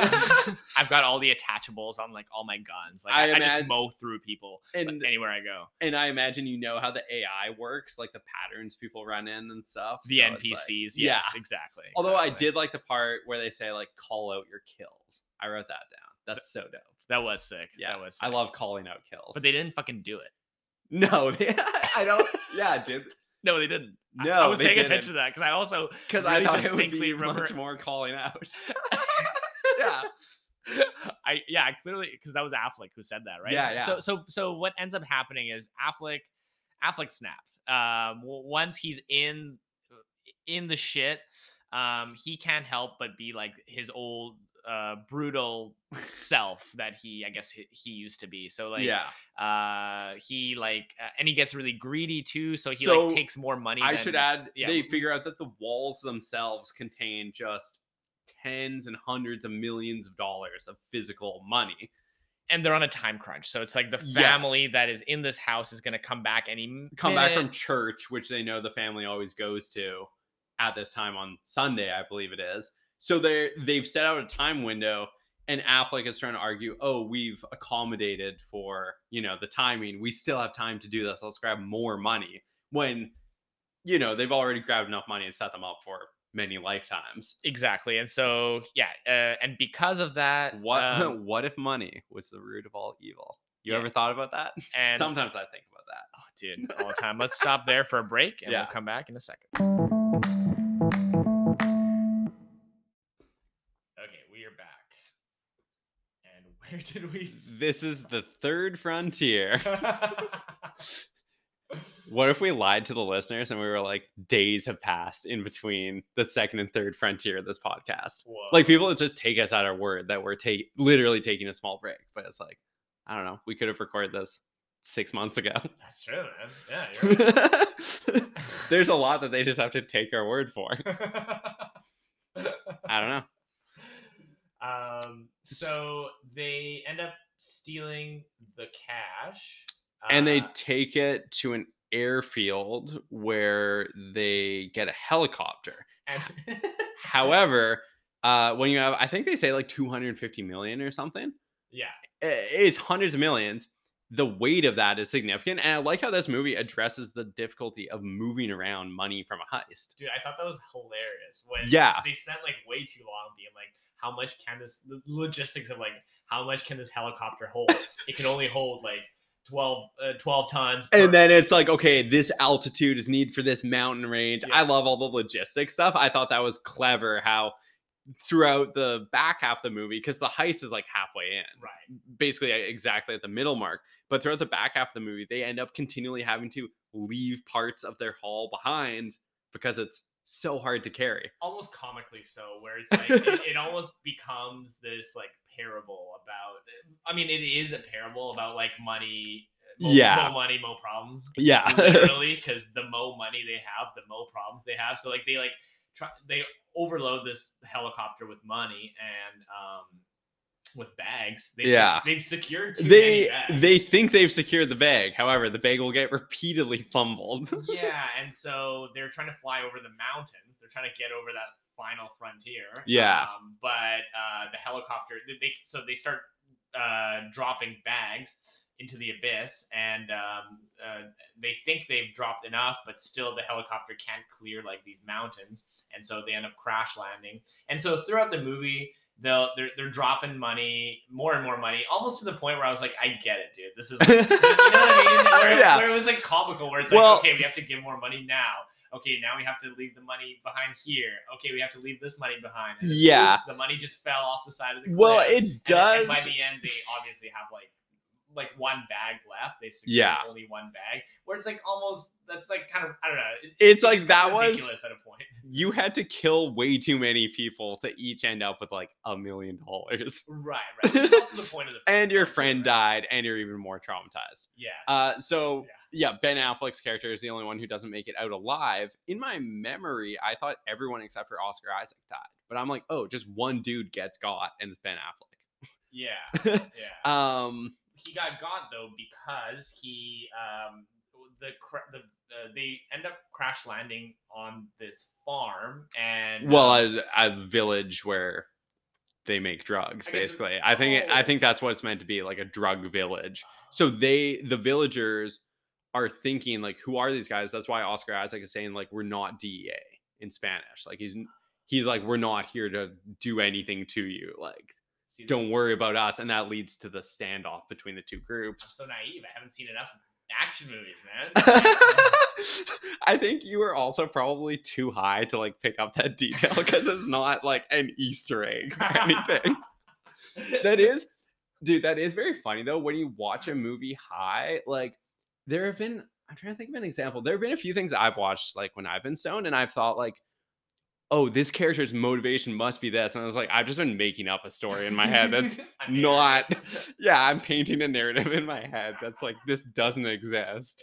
S3: *laughs*
S4: *laughs*
S3: I've got all the attachables on like all my guns. Like
S4: I
S3: I, I just
S4: imagine-
S3: mow through people like,
S4: And
S3: anywhere I go.
S4: and I imagine you know how the AI works, like the patterns people run in and stuff.
S3: The
S4: so it's
S3: NPCs.
S4: like-
S3: yes,
S4: yeah.
S3: exactly.
S4: Although I
S3: exactly.
S4: did like the part where they say like call out your kills. I wrote that down. That's so dope.
S3: That was sick.
S4: Yeah,
S3: that was. Sick.
S4: I love calling out kills.
S3: But they didn't fucking do it.
S4: *laughs* no, they, *laughs* I don't. Yeah, did
S3: No, they didn't. I- I,
S4: No,
S3: was
S4: they
S3: paying
S4: didn't.
S3: attention to that because I also
S4: because
S3: Really
S4: I thought
S3: distinctly
S4: it would be
S3: remember-
S4: much more calling out. *laughs* yeah,
S3: *laughs* I yeah, I clearly because that was Affleck who said that, right?
S4: Yeah,
S3: So-
S4: yeah.
S3: So so so what ends up happening is Affleck Affleck snaps. Um, w- once he's in in the shit, um, he can't help but be like his old uh brutal self that he I guess he, he used to be. So *laughs* like
S4: yeah.
S3: uh he like uh, and he gets really greedy too, so he
S4: So,
S3: like takes more money
S4: I
S3: than-
S4: should add,
S3: yeah.
S4: they figure out that the walls themselves contain just tens and hundreds of millions of dollars of physical money.
S3: and they're on a time crunch. So it's like the
S4: Yes.
S3: family that is in this house is going to come back any
S4: Come back
S3: minute.
S4: from church, which they know the family always goes to at this time on Sunday, I believe it is. So they they've set out a time window, and Affleck is trying to argue, oh, we've accommodated for you know the timing. We still have time to do this. Let's grab more money when you know they've already grabbed enough money and set them up for many lifetimes.
S3: Exactly. And so, yeah. Uh, and because of that,
S4: What *laughs*
S3: um,
S4: what if money was the root of all evil? You
S3: Yeah.
S4: ever thought about that?
S3: and *laughs*
S4: Sometimes I think about that.
S3: oh, dude, all the time. Let's stop there for a break and
S4: Yeah.
S3: we'll come back in a second. Okay, we are back. And *laughs* where did we?
S4: This is the
S3: *laughs*
S4: third frontier.
S3: s-
S4: What if we lied to the listeners and we were like, days have passed in between the second and third frontier of this podcast?
S3: Whoa.
S4: Like people would just take us at our word that we're take literally taking a small break, but it's like, I don't know, we could have recorded this six months ago. *laughs*
S3: That's true, man. Yeah. You're right.
S4: There's a lot that they just have to take our word for. I don't know.
S3: *laughs* um, so they end up stealing the cash.
S4: and they
S3: uh,
S4: take it to an airfield where they get a helicopter.
S3: and *laughs*
S4: However, uh, when you have, I think they say like 250 million or something,
S3: yeah,
S4: i- it's hundreds of millions. The weight of that is significant. And I like how this movie addresses the difficulty of moving around money from a heist.
S3: dude, I thought that was hilarious. When
S4: Yeah.
S3: they spent like way too long being like, how much can this the logistics of like how much can this helicopter
S4: *laughs*
S3: hold? it can only hold like 12, uh, 12 tons. per-
S4: And then it's like, okay, this altitude is need for this mountain range.
S3: Yeah.
S4: I love all the logistics stuff. I thought that was clever how throughout the back half of the movie, because the heist is like halfway in.
S3: *laughs* right.
S4: basically uh, exactly at the middle mark. But throughout the back half of the movie, they end up continually having to leave parts of their haul behind because it's so hard to carry.
S3: almost comically so, where it's like it, it almost becomes this like parable about. I mean, it is a parable about like money. mo- *laughs*
S4: Yeah.
S3: mo money, mo problems.
S4: Yeah. *laughs*
S3: Literally, because the mo money they have, the mo problems they have. So like they like try they overload this helicopter with money and um with bags. They sec-
S4: Yeah.
S3: they've secured too
S4: they
S3: many bags.
S4: they think they've secured the bag. However, the bag will get *laughs* repeatedly fumbled. *laughs*
S3: yeah, and so they're trying to fly over the mountains. They're trying to get over that final frontier.
S4: Yeah. *laughs*
S3: Um, but uh, the helicopter, they, they so they start uh, dropping bags into the abyss, and um, uh, they think they've dropped enough, but still the helicopter can't clear like these mountains, and so they end up crash landing. And so throughout the movie. They'll, they're, they're dropping money, more and more money, almost to the point where I was like, I get it, dude. This is like, you know what I mean? Where,
S4: *laughs* Yeah.
S3: where it was like comical, where it's
S4: Well-
S3: like, okay, we have to give more money now. Okay, now we have to leave the money behind here. Okay, we have to leave this money behind. And then,
S4: Yeah.
S3: oops, the money just fell off the side of the cliff.
S4: well,
S3: And-
S4: it
S3: And, by *laughs*
S4: does.
S3: the end, they obviously have like like one bag left. They secured
S4: Yeah.
S3: only one bag, where it's like almost that's like kind of I don't know. it-
S4: It's like
S3: kinda
S4: that was-
S3: ridiculous at a point, *laughs*
S4: You had to kill way too many people to each end up with like a million dollars. *laughs*
S3: right? Right. Which is also the point of the film,
S4: And your
S3: too,
S4: friend
S3: right?
S4: died, and you're even more traumatized.
S3: Yeah.
S4: Uh, so
S3: Yeah.
S4: yeah, Ben Affleck's character is the only one who doesn't make it out alive. In my memory, I thought everyone except for Oscar Isaac died, but I'm like, oh, just one dude gets got, and it's Ben Affleck. *laughs*
S3: Yeah. yeah.
S4: Um,
S3: he got got though because he um the cra- the uh, they end up crash landing on this farm and
S4: well
S3: uh,
S4: a, a village where they make drugs
S3: I guess it-
S4: basically i think it, i
S3: oh.
S4: think that's what it's meant to be like a drug village so they the villagers are thinking like who are these guys that's why oscar isaac is saying like we're not dea in spanish like he's he's like we're not here to do anything to you like
S3: see, this
S4: don't
S3: is-
S4: worry about us and that leads to the standoff between the two
S3: I'm
S4: groups
S3: so naive. I haven't seen enough action movies, *laughs* man.
S4: *laughs* I think you were also probably too high to like pick up that *laughs* detail because it's not like an Easter egg or anything. that is, dude, that is very funny though. When you watch a movie high, like there have been, I'm trying to think of an example. There have been a few things I've watched like when I've been stoned and I've thought like, oh, this character's motivation must be this. And I was like, I've just been making up a story in my head that's
S3: *laughs* I mean,
S4: not *laughs* yeah i'm painting a narrative in my head that's like this doesn't exist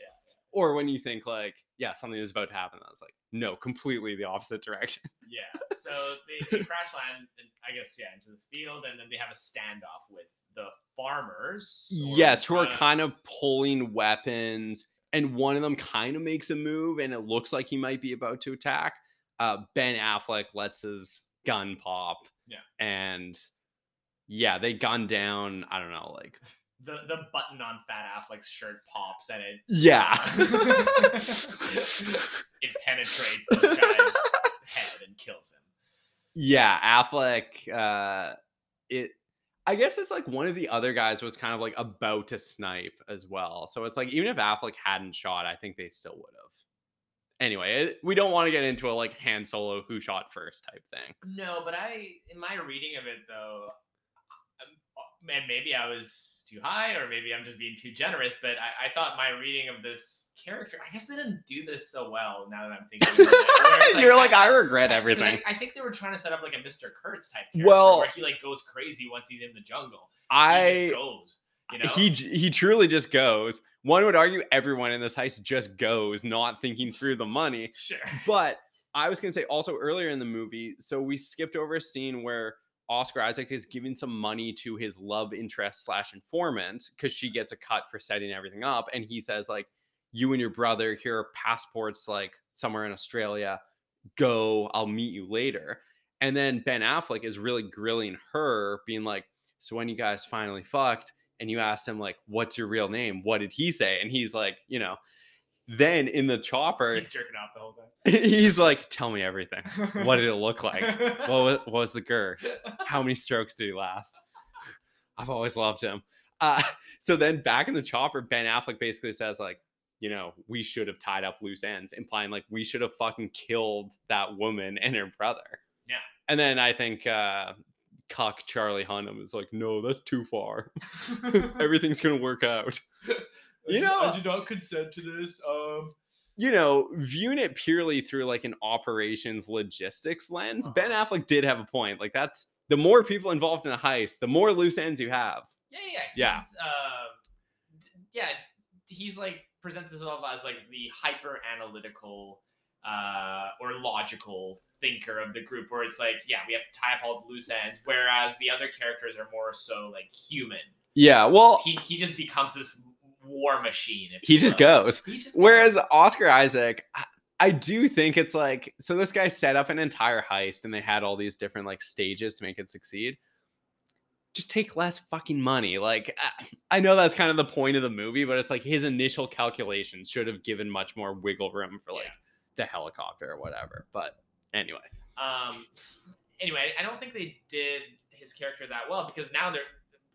S4: or when you think like yeah something is about to happen that's like no completely the opposite direction *laughs*
S3: Yeah. So they, they crash land, and I guess yeah, into this field, and then they have a standoff with the farmers. or
S4: yes who are
S3: the-
S4: kind of pulling weapons and one of them kind of makes a move and it looks like he might be about to attack uh ben affleck lets his gun pop
S3: Yeah.
S4: and yeah they gun down i don't know like
S3: the the button on Fat Affleck's shirt pops, and it
S4: yeah
S3: *laughs*
S4: *laughs*
S3: it penetrates this guy's head and kills him.
S4: yeah affleck uh it i guess it's like one of the other guys was kind of like about to snipe as well so it's like even if affleck hadn't shot i think they still would have anyway it, we don't want to get into a like han solo who shot first type thing
S3: No, but I, in my reading of it though, um, and maybe I was too high, or maybe I'm just being too generous. But I, I thought my reading of this character, I guess they didn't do this so well. Now that I'm thinking, about it, where
S4: *laughs*
S3: it's
S4: you're like i
S3: I-
S4: regret
S3: 'cause I-
S4: everything
S3: I, think they were trying to set up like a Mr. Kurtz type character,
S4: Well-
S3: where he like goes crazy once he's in the jungle. he
S4: *laughs* i
S3: just goes, you know.
S4: he j- he truly just goes one would argue everyone in this heist just goes not thinking through the money
S3: sure. *laughs*
S4: But I was gonna say also earlier in the movie, so we skipped over a scene where Oscar Isaac is giving some money to his love interest slash informant because she gets a cut for setting everything up, and he says like, "You and your brother here are passports like somewhere in Australia. Go, I'll meet you later." And then Ben Affleck is really grilling her, being like, "So when you guys finally fucked?" And you asked him like, "What's your real name?" What did he say? And he's like, you know. Then in the chopper,
S3: He's jerking off the whole time.
S4: he's like, tell me everything.
S3: *laughs*
S4: What did it look like? What was, what was the girth? How many strokes did he last? I've always loved him. Uh, *laughs* so then back in the chopper, Ben Affleck basically says like, you know, we should have tied up loose ends, implying like we should have fucking killed that woman and her brother.
S3: Yeah.
S4: And then I think uh, cock Charlie Hunnam is like, no, that's too far. *laughs* Everything's gonna work out. You
S3: did-
S4: know-
S3: did not consent to this. Um,
S4: you know, viewing it purely through like an operations logistics lens, Ben
S3: Uh-huh.
S4: Affleck did have a point. Like that's the more people involved in a heist, the more loose ends you have.
S3: yeah, yeah,
S4: Yeah.
S3: He's, uh, d- yeah, he's like presents himself as like the hyper analytical uh, or logical thinker of the group, where it's like, yeah, we have to tie up all the loose ends, whereas the other characters are more so like human.
S4: Yeah, well,
S3: He he just becomes this war machine. If
S4: he
S3: you
S4: just
S3: will.
S4: goes.
S3: He just
S4: Whereas Oscar Isaac, I, I do think it's like so this guy set up an entire heist and they had all these different like stages to make it succeed. Just take less fucking money. Like I- I know that's kind of the point of the movie, but it's like his initial calculation should have given much more wiggle room for
S3: Yeah.
S4: like the helicopter or whatever. But anyway,
S3: Um. s- Anyway, I don't think they did his character that well because now they're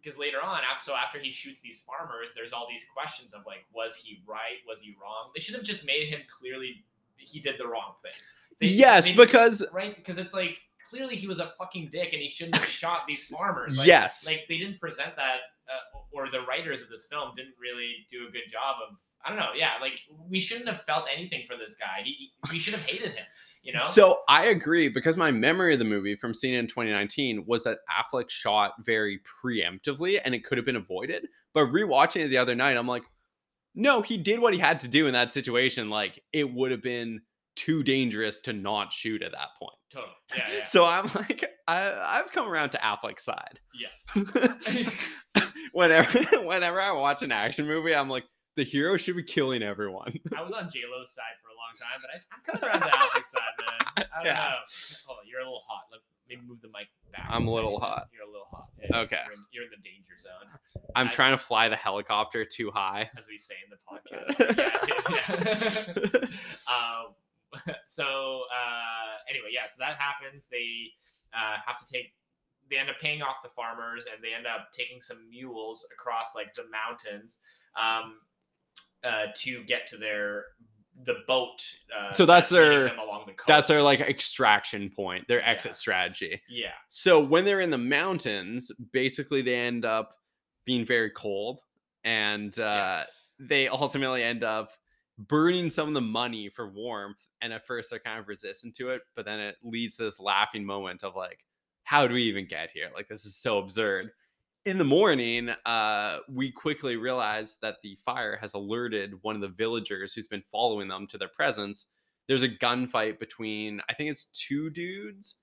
S3: because later on, af- so after he shoots these farmers, there's all these questions of like, was he right? Was he wrong? They should have just made him clearly he did the wrong thing. They-
S4: yes,
S3: they did-
S4: because
S3: right because it's like clearly he was a fucking dick and he shouldn't
S4: *laughs*
S3: have shot these farmers. Like,
S4: yes,
S3: like they didn't present that, uh, or the writers of this film didn't really do a good job of. I don't know. Yeah, like we shouldn't have felt anything for this guy. He we should have hated him. You know.
S4: So I agree because my memory of the movie from seeing it in 2019 was that Affleck shot very preemptively and it could have been avoided. But rewatching it the other night, I'm like, no, he did what he had to do in that situation. Like it would have been too dangerous to not shoot at that point.
S3: totally. Yeah. Yeah.
S4: *laughs*
S3: *laughs*
S4: So I'm like, I, I've come around to Affleck's side.
S3: Yes.
S4: *laughs* whenever *laughs* whenever I watch an action movie, I'm like, the hero should be killing everyone.
S3: I was on J Lo's side for a long time, but I, I'm coming around to Alex's side, man. I don't
S4: Yeah.
S3: know. Hold on, you're a little hot. Let, maybe move the mic back.
S4: I'm a
S3: tiny
S4: little
S3: bit.
S4: hot.
S3: You're a little hot. Yeah,
S4: Okay.
S3: You're in, you're in the danger zone,
S4: I'm
S3: I
S4: trying to fly the helicopter too high.
S3: as we say in the podcast. *laughs* Yeah, dude, yeah. um, *laughs* so uh, anyway, yeah. So that happens. They uh, have to take. They end up paying off the farmers, and they end up taking some mules across like the mountains um, uh, to get to their the boat. Uh,
S4: So that's
S3: leading
S4: their-
S3: them along the coast.
S4: *laughs* That's their like extraction point, their exit
S3: Yes.
S4: strategy.
S3: yeah.
S4: So when they're in the mountains, basically they end up being very cold and uh,
S3: yes.
S4: they ultimately end up burning some of the money for warmth. And at first they're kind of resistant to it, but then it leads to this laughing moment of like, how do we even get here? Like this is so absurd. In the morning, uh, we quickly realize that the fire has alerted one of the villagers who's been following them to their presence. There's a gunfight between, I think it's two dudes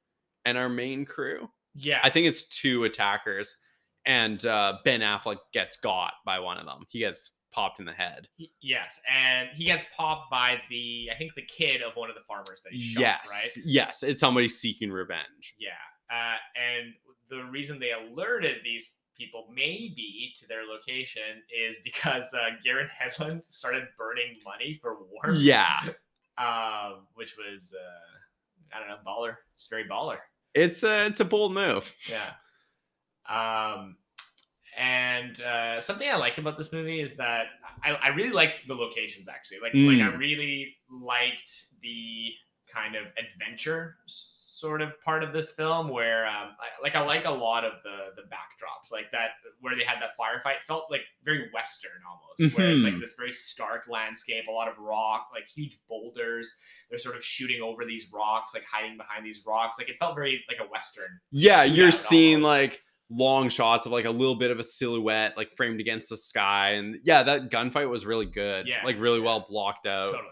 S4: and our main crew.
S3: Yeah.
S4: I think it's two attackers, and uh, Ben Affleck gets got by one of them. He gets popped in the head.
S3: He- Yes, and he gets popped by the I think the kid of one of the farmers that he shot,
S4: yes,
S3: right?
S4: yes, it's somebody seeking revenge.
S3: Yeah, uh, and the reason they alerted these people maybe to their location is because uh, Garen Hedlund started burning money for war.
S4: Yeah,
S3: um, which was uh, I don't know, baller. It's very baller.
S4: it's a it's a bold move.
S3: Yeah. Um, and uh, something I like about this movie is that I, I really like the locations actually. Like, like I
S4: Mm.
S3: really liked the kind of adventure s- sort of part of this film where um, I, like I like a lot of the the backdrops like that where they had that firefight felt like very western almost where it's like
S4: Mhm.
S3: this very stark landscape a lot of rock like huge boulders they're sort of shooting over these rocks like hiding behind these rocks like it felt very like a western
S4: Yeah,
S3: Shootout
S4: you're
S3: and all
S4: seeing
S3: those.
S4: like long shots of like a little bit of a silhouette like framed against the sky and yeah that gunfight was really good
S3: Yeah,
S4: like really
S3: yeah.
S4: well blocked out
S3: totally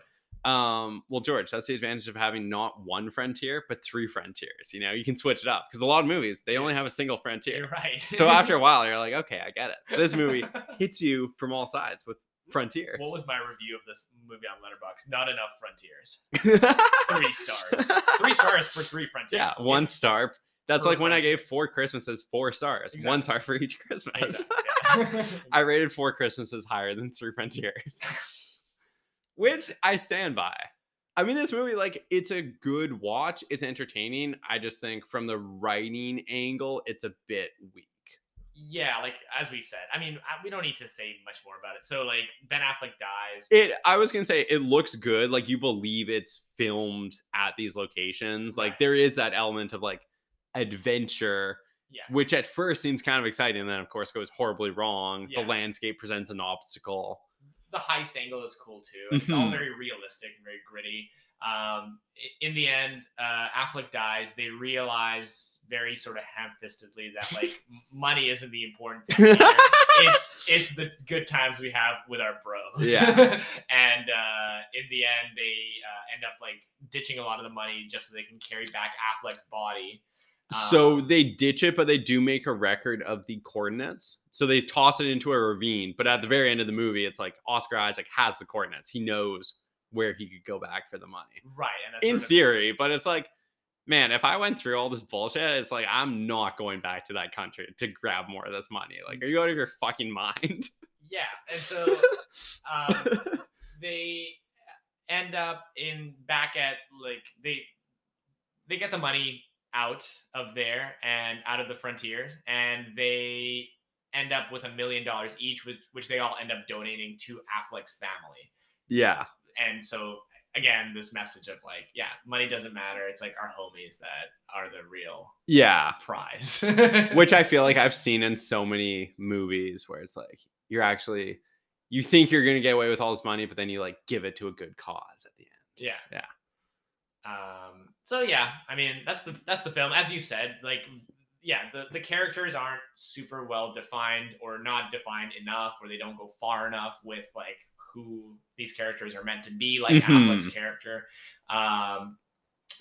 S4: um well george that's the advantage of having not one frontier but three frontiers you know you can switch it up because a lot of movies they only have a single
S3: You're
S4: frontier
S3: *laughs* right.
S4: so after a while you're like okay i get it this
S3: *laughs*
S4: movie hits you from all sides with frontiers
S3: what was my review of this movie on Letterbox? Not enough frontiers.
S4: *laughs*
S3: Three stars. Three stars for three frontiers.
S4: yeah one star that's
S3: For
S4: like when i
S3: Frontier.
S4: gave four christmases four stars
S3: Exactly.
S4: one star for each christmas
S3: Exactly, yeah.
S4: *laughs*
S3: *laughs*
S4: i rated four christmases higher than three frontiers which i stand by i mean this movie like it's a good watch it's entertaining i just think from the writing angle it's a bit weak
S3: yeah, like as we said, I mean, I, we don't need to say much more about it. So like Ben Affleck dies.
S4: it i was gonna say it looks good like you believe it's filmed at these locations like
S3: Right.
S4: there is that element of like adventure
S3: Yes.
S4: which at first seems kind of exciting and then of course goes horribly wrong
S3: Yeah.
S4: the landscape presents an obstacle
S3: the heist angle is cool too. It's all
S4: Mhm.
S3: very realistic and very gritty. Um, i- in the end, uh, Affleck dies. They realize very sort of ham-fistedly that
S4: *laughs*
S3: like m- money isn't the important thing. here. it's it's the good times we have with our bros.
S4: Yeah.
S3: *laughs* and uh, in the end, they uh, end up like ditching a lot of the money just so they can carry back Affleck's body.
S4: So
S3: Um,
S4: they ditch it, but they do make a record of the coordinates. So they toss it into a ravine. But at the very end of the movie, it's like Oscar Isaac has the coordinates. He knows where he could go back for the money.
S3: right, and that's
S4: In
S3: sort of-
S4: theory, but it's like, man, if I went through all this bullshit, it's like I'm not going back to that country to grab more of this money. Like, are you out of your fucking mind? *laughs*
S3: yeah, and *laughs* so um, they end up in back at like they they get the money out of there and out of the frontiers and they end up with a million dollars each which, which they all end up donating to affleck's family
S4: yeah.
S3: and so again this message of like yeah money doesn't matter it's like our homies that are the real
S4: Yeah.
S3: prize *laughs*
S4: which I feel like I've seen in so many movies where it's like you're actually you think you're gonna get away with all this money, but then you like give it to a good cause at the end.
S3: Yeah.
S4: Yeah.
S3: Um, so yeah, I mean that's the that's the film. As you said, like yeah, the, the characters aren't super well defined or not defined enough, or they don't go far enough with like who these characters are meant to be, like
S4: Mm-hmm.
S3: Affleck's character. Um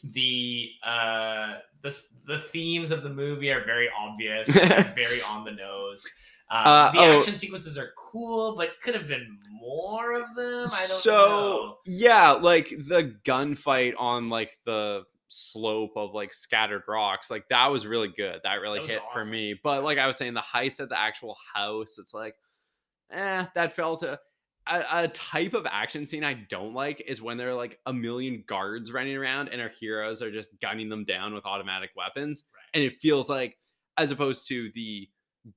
S3: the
S4: *laughs*
S3: uh the, s- the themes of the movie are very obvious and very on the nose Uh,
S4: Uh,
S3: the
S4: oh.
S3: action sequences are cool, but could have been more of them. I don't
S4: so *laughs*
S3: know.
S4: yeah, like the gunfight on like the slope of like scattered rocks, like that was really good. That really
S3: That was
S4: hit for
S3: awesome.
S4: me. But like I was saying, the heist at the actual house, it's like, eh, that fell to a, a type of action scene I don't like is when there are like a million guards running around and our heroes are just gunning them down with automatic weapons, and it feels like as opposed to the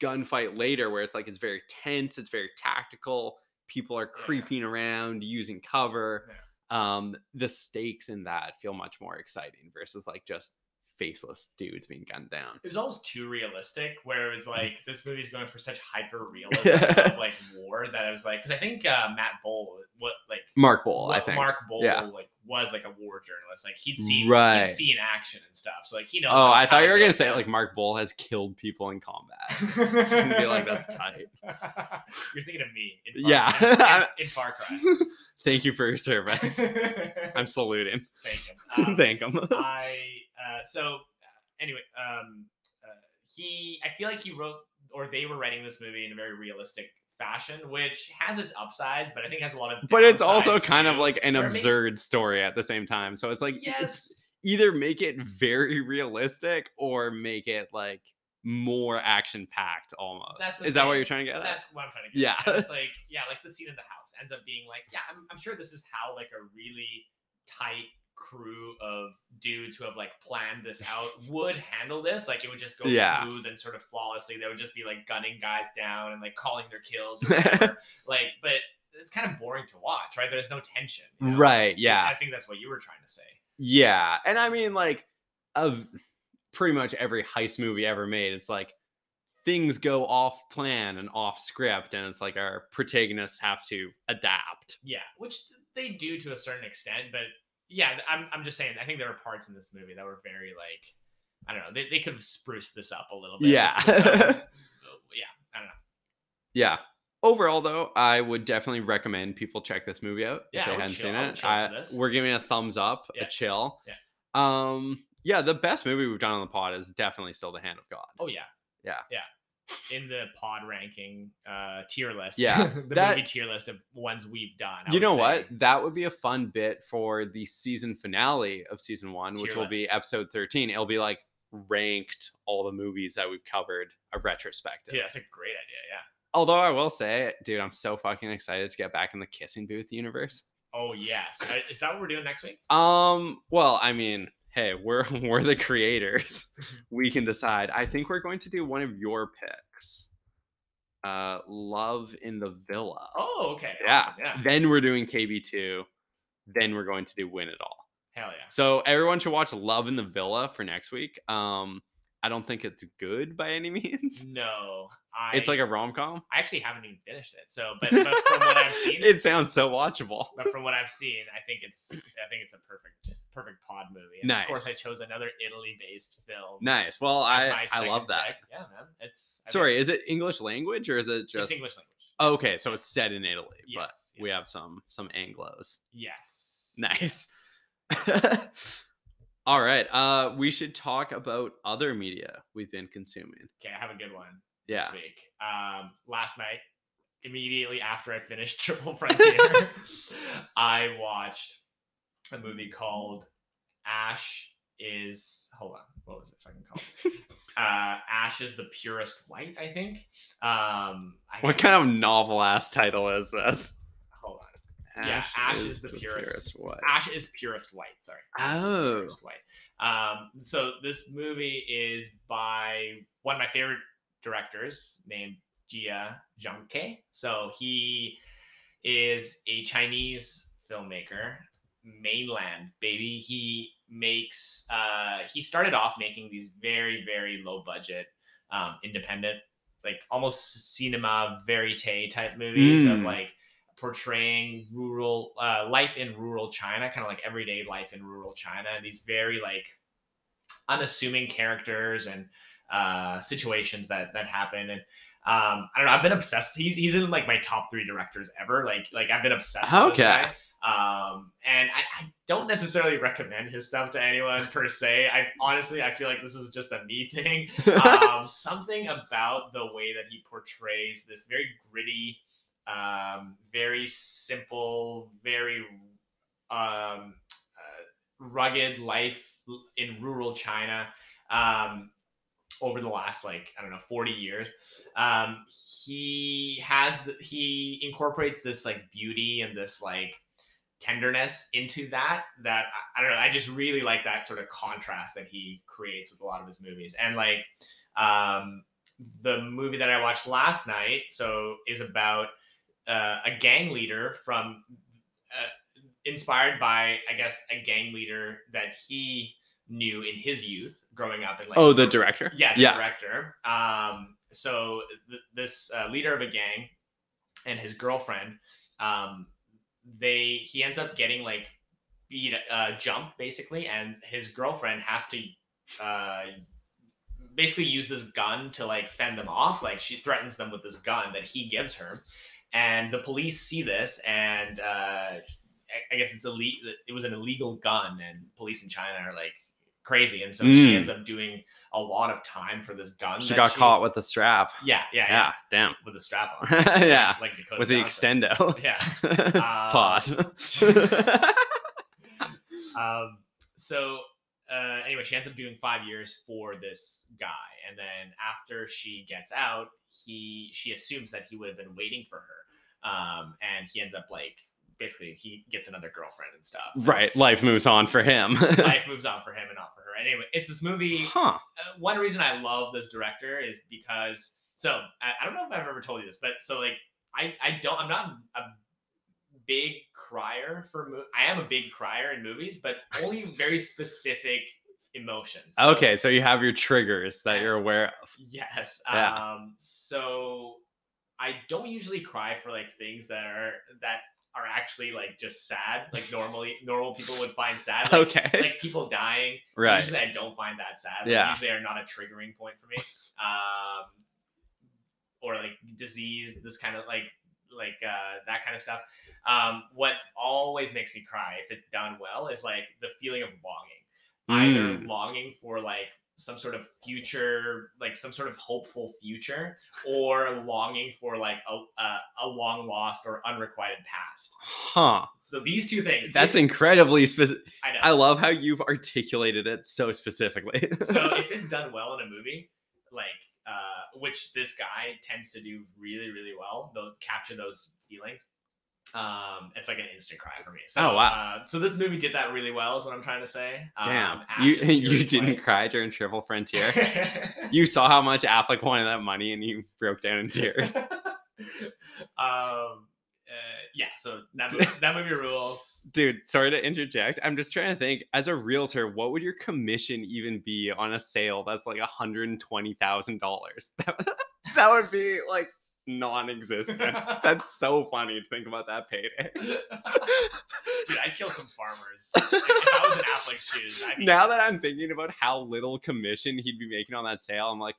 S4: gunfight later where it's like it's very tense, it's very tactical people are
S3: Yeah.
S4: creeping around using cover um the stakes in that feel much more exciting versus like just faceless dudes being gunned down
S3: it was almost too realistic where it was
S4: Mm-hmm.
S3: like this movie's going for such hyper
S4: *laughs*
S3: realism of like war that I was like because I think uh, Matt Bowl what like
S4: mark bowl i
S3: what
S4: think
S3: Mark Bowl
S4: Yeah.
S3: like was like a war journalist like he'd seen
S4: Right.
S3: he'd seen action and stuff so like he knows
S4: oh
S3: like,
S4: i
S3: how
S4: thought you
S3: to
S4: were
S3: go
S4: gonna say
S3: down.
S4: like mark bowl has killed people
S3: *laughs*
S4: in combat it's gonna be like that's tight
S3: You're thinking of me. In
S4: Yeah. *laughs*
S3: Cry, in, in Far Cry.
S4: thank you for
S3: *laughs*
S4: your service i'm saluting
S3: Thank you. Um,
S4: *laughs* thank him
S3: I uh, so uh, anyway, um, uh, he I feel like he wrote or they were writing this movie in a very realistic fashion, which has its upsides, but I think has a lot of.
S4: but it's also
S3: downsides,
S4: kind of
S3: too,
S4: like an
S3: where it makes-
S4: absurd story at the same time so it's like it's-
S3: yes,
S4: either make it *laughs* very realistic or make it like more action packed almost.
S3: That's the
S4: Is that what
S3: thing.
S4: you're trying to get at?
S3: that's what I'm trying to get. at.
S4: Yeah.
S3: And
S4: *laughs*
S3: it's like yeah, like the scene in the house ends up being like yeah, I'm, I'm sure this is how like a really tight crew of dudes who have like planned this
S4: *laughs*
S3: out would handle this. Like it would just go
S4: Yeah.
S3: smooth and sort of flawlessly. They would just be like gunning guys down and like calling their kills. Or
S4: *laughs*
S3: whatever. like, but it's kind of boring to watch, right? There's no tension. you know?
S4: Right. Yeah.
S3: I think that's what you were trying to say.
S4: Yeah. And I mean, like, of pretty much every heist movie ever made, it's like things go off plan and off script, and it's like our protagonists have to adapt.
S3: Yeah, which they do to a certain extent, but yeah, I'm, I'm just saying. I think there were parts in this movie that were very like, I don't know. They, they could have spruced this up a little bit. with *laughs*
S4: Yeah. *laughs*
S3: some- yeah. I don't know.
S4: Yeah. Overall, though, I would definitely recommend people check this movie out
S3: Yeah,
S4: if
S3: I
S4: they
S3: would
S4: hadn't
S3: chill-
S4: seen
S3: I would
S4: it.
S3: chill to
S4: I-
S3: this.
S4: we're giving it a thumbs up,
S3: Yeah.
S4: a chill.
S3: Yeah.
S4: Um. Yeah, the best movie we've done on the pod is definitely still The Hand of God.
S3: Oh yeah.
S4: Yeah.
S3: Yeah. In the pod ranking uh tier list.
S4: Yeah,
S3: *laughs* the
S4: that-
S3: movie tier list of ones we've done. I
S4: you
S3: would
S4: know
S3: say.
S4: what? That would be a fun bit for the season finale of season one, which
S3: Tier
S4: will be
S3: list.
S4: episode 13. It'll be like ranked all the movies that we've covered, a retrospective.
S3: Dude, that's a great idea. Yeah.
S4: Although I will say, dude, I'm so fucking excited to get back in the kissing booth universe.
S3: Oh yes. I- Is that what we're doing next week?
S4: Um, well, I mean, hey, we're *laughs* we're the
S3: *laughs*
S4: creators. we can decide. I think we're going to do one of your picks. Uh Love in the Villa.
S3: Oh okay.
S4: Yeah.
S3: awesome, Yeah.
S4: Then we're doing KB2. Then we're going to do Win It All.
S3: Hell
S4: *laughs*
S3: yeah.
S4: So everyone should watch Love in the Villa for next week. Um, I don't think it's good by any *laughs* means.
S3: No. I
S4: It's like a rom com.
S3: I actually haven't even finished it. So but, but from what
S4: *laughs*
S3: I've seen
S4: it sounds so watchable.
S3: but from what I've seen, I think it's I think it's a perfect perfect pod movie. And Of course, I
S4: Nice.
S3: chose another Italy based film.
S4: Nice. Well,
S3: as my
S4: I I
S3: second
S4: love that.
S3: pick. Yeah, man. It's I think
S4: Sorry, is it English language or is it
S3: it's
S4: just
S3: English language.
S4: okay? So it's set in Italy, but
S3: Yes,
S4: we have
S3: yes.
S4: some some Anglo's. *laughs*
S3: Yes.
S4: Nice. *laughs* All right. Uh, we should talk about other media we've been consuming.
S3: Okay, I have a good one
S4: Yeah.
S3: this week. Um, last night, immediately after I finished *laughs*
S4: *laughs*
S3: Triple Frontier, I watched a movie called Ash is hold on, what was it fucking
S4: *laughs*
S3: called? uh, Ash is the purest white, I think. Um, I
S4: What kind of novel ass title is this?
S3: hold on? Yeah, Ash is the purest.
S4: what?
S3: Ash is purest white. Sorry. Ash is
S4: Oh.
S3: purest white. Um, so this movie is by one of my favorite directors named Jia Zhangke. So he is a Chinese filmmaker, mainland baby. He makes. Uh, he started off making these very very low budget, um, independent, like almost cinema verite type movies of
S4: Mm.
S3: like portraying rural uh, life in rural China, kind of like everyday life in rural China, and these very like unassuming characters and uh, situations that that happen. And um, I don't know, I've been obsessed. He's he's in like my top three directors ever. Like like I've been obsessed. With this
S4: Okay.
S3: guy. Um, and I, I don't necessarily recommend his stuff to anyone per se. I honestly, I feel like this is just a me *laughs* thing.
S4: *laughs*
S3: Um, something about the way that he portrays this very gritty, um, very simple, very um, uh, rugged life in rural China um, over the last like I don't know 40 years. Um, he has the, he incorporates this like beauty and this like tenderness into that that I, I don't know I just really like that sort of contrast that he creates with a lot of his movies and like um the movie that I watched last night so is about uh, a gang leader from uh, inspired by I guess a gang leader that he knew in his youth growing up and like
S4: oh, the director.
S3: yeah, the
S4: yeah.
S3: director. Um, so th- this uh, leader of a gang and his girlfriend, um, they he ends up getting like beat, uh, jumped basically, and his girlfriend has to uh, basically use this gun to like fend them off. Like she threatens them with this gun that he gives her, and the police see this and. Uh, I- I guess it's illegal. It was an illegal gun, and police in China are like crazy, and so she
S4: Mm.
S3: ends up doing a lot of time for this gun.
S4: She
S3: that
S4: got caught with the strap.
S3: Yeah, yeah, yeah,
S4: Yeah, damn.
S3: with the strap on.
S4: *laughs* yeah,
S3: like Dakota
S4: with the
S3: Johnson. *laughs*
S4: extendo.
S3: Yeah.
S4: *laughs*
S3: Uh,
S4: Pause.
S3: *laughs* Um, so uh, anyway, she ends up doing five years for this guy, and then after she gets out, he she assumes that he would have been waiting for her, um, and he ends up like basically he gets another girlfriend and stuff.
S4: right, life moves on for him.
S3: Life moves on for him and not for her. Anyway, it's this movie.
S4: *laughs* huh.
S3: uh, one reason I love this director is because so I, I don't know if I've ever told you this, but so like I I don't I'm not a big crier for mo- I am a big crier in movies, but
S4: *laughs*
S3: only very specific emotions. So-
S4: Okay, so you have your triggers that you're aware of.
S3: Yes.
S4: Yeah.
S3: Um, so I don't usually cry for like things that are that are actually like just sad. Like normally normal people would find sad. Like,
S4: *laughs* okay.
S3: like people dying.
S4: right.
S3: Usually, I don't find that sad. Like,
S4: Yeah.
S3: Usually, are not a triggering point for me. Um, or like disease, this kind of like like uh, that kind of stuff. Um, what always makes me cry, if it's done well, is like the feeling of longing. Either
S4: Mm.
S3: longing for like some sort of future, like some sort of hopeful future, or longing for like a a, a long lost or unrequited past.
S4: Huh.
S3: So these two things.
S4: That's
S3: if-
S4: incredibly specific.
S3: I know.
S4: I love how you've articulated it so specifically.
S3: so
S4: *laughs*
S3: if it's done well in a movie, like uh, which this guy tends to do really, really well, they'll capture those feelings. Um, it's like an instant cry for me. So,
S4: Oh, wow.
S3: Uh, so this movie did that really well, is what I'm trying to say.
S4: Damn,
S3: Um,
S4: you
S3: Ash is
S4: *laughs* you
S3: Fury's
S4: didn't
S3: wife.
S4: cry during Triple Frontier.
S3: *laughs*
S4: you saw how much Affleck wanted that money, and you broke down
S3: *laughs*
S4: in tears.
S3: um, uh, yeah. So that movie, that movie
S4: *laughs*
S3: rules.
S4: Dude, sorry to interject. I'm just trying to think. As a realtor, what would your commission even be on a sale that's like hundred and twenty thousand dollars? *laughs* That would be like non-existent.
S3: *laughs*
S4: That's so funny to think about that payday.
S3: Dude, I'd kill some farmers. Like, if I was in Affleck's shoes, I'd be
S4: now that I'm thinking about how little commission he'd be making on that sale, I'm like,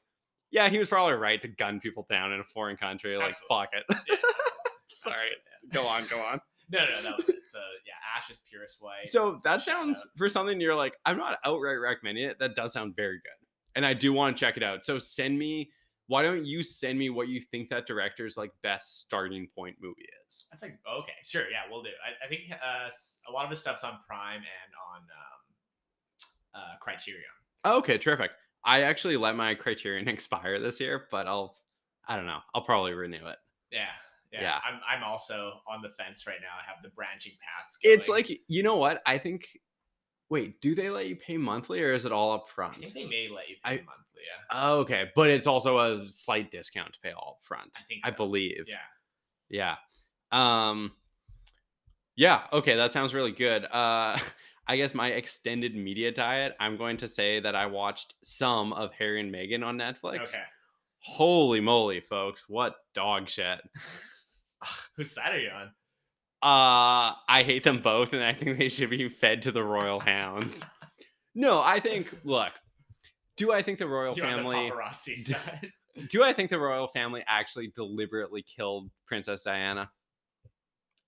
S4: yeah, he was probably right to gun people down in a foreign country. Like,
S3: Absolutely.
S4: fuck it.
S3: Yeah, that's-
S4: Sorry.
S3: that's it, man.
S4: *laughs* Go on, go on.
S3: No, no, that was it. So yeah, Ash is purest white.
S4: So
S3: It's a
S4: that
S3: shout
S4: sounds
S3: out.
S4: for something you're like, I'm not outright recommending it. That does sound very good. And I do want to check it out. So send me, why don't you send me what you think that director's like best starting point movie is?
S3: That's like okay, sure, yeah, we'll do. I, I think uh, s- a lot of his stuff's on Prime and on um, uh, Criterion.
S4: Okay, terrific. I actually let my criterion *laughs* expire this year, but I'll, I don't know, I'll probably renew it.
S3: Yeah, yeah.
S4: Yeah.
S3: I'm I'm also on the fence right now. I have the branching paths.
S4: It's
S3: going.
S4: like, you know what? I think, wait, do they let you pay monthly or is it all up
S3: I
S4: front?
S3: think they may let you
S4: I- Oh,
S3: pay monthly. Yeah,
S4: Okay, but it's also a slight discount to pay all up front.
S3: I think.
S4: I
S3: so.
S4: believe.
S3: Yeah.
S4: Yeah. Um Yeah, okay, that sounds really good. Uh *laughs* I guess my extended media diet, I'm going to say that I watched some of Harry and Meghan on Netflix.
S3: Okay.
S4: Holy moly, folks, what dog shit.
S3: Whose side are you on?
S4: Uh I hate them both and I think they should be fed to the royal hounds. No, I think look, do I think the royal
S3: You're on
S4: family
S3: the paparazzi side. *laughs*
S4: do I think the royal family actually deliberately killed Princess Diana?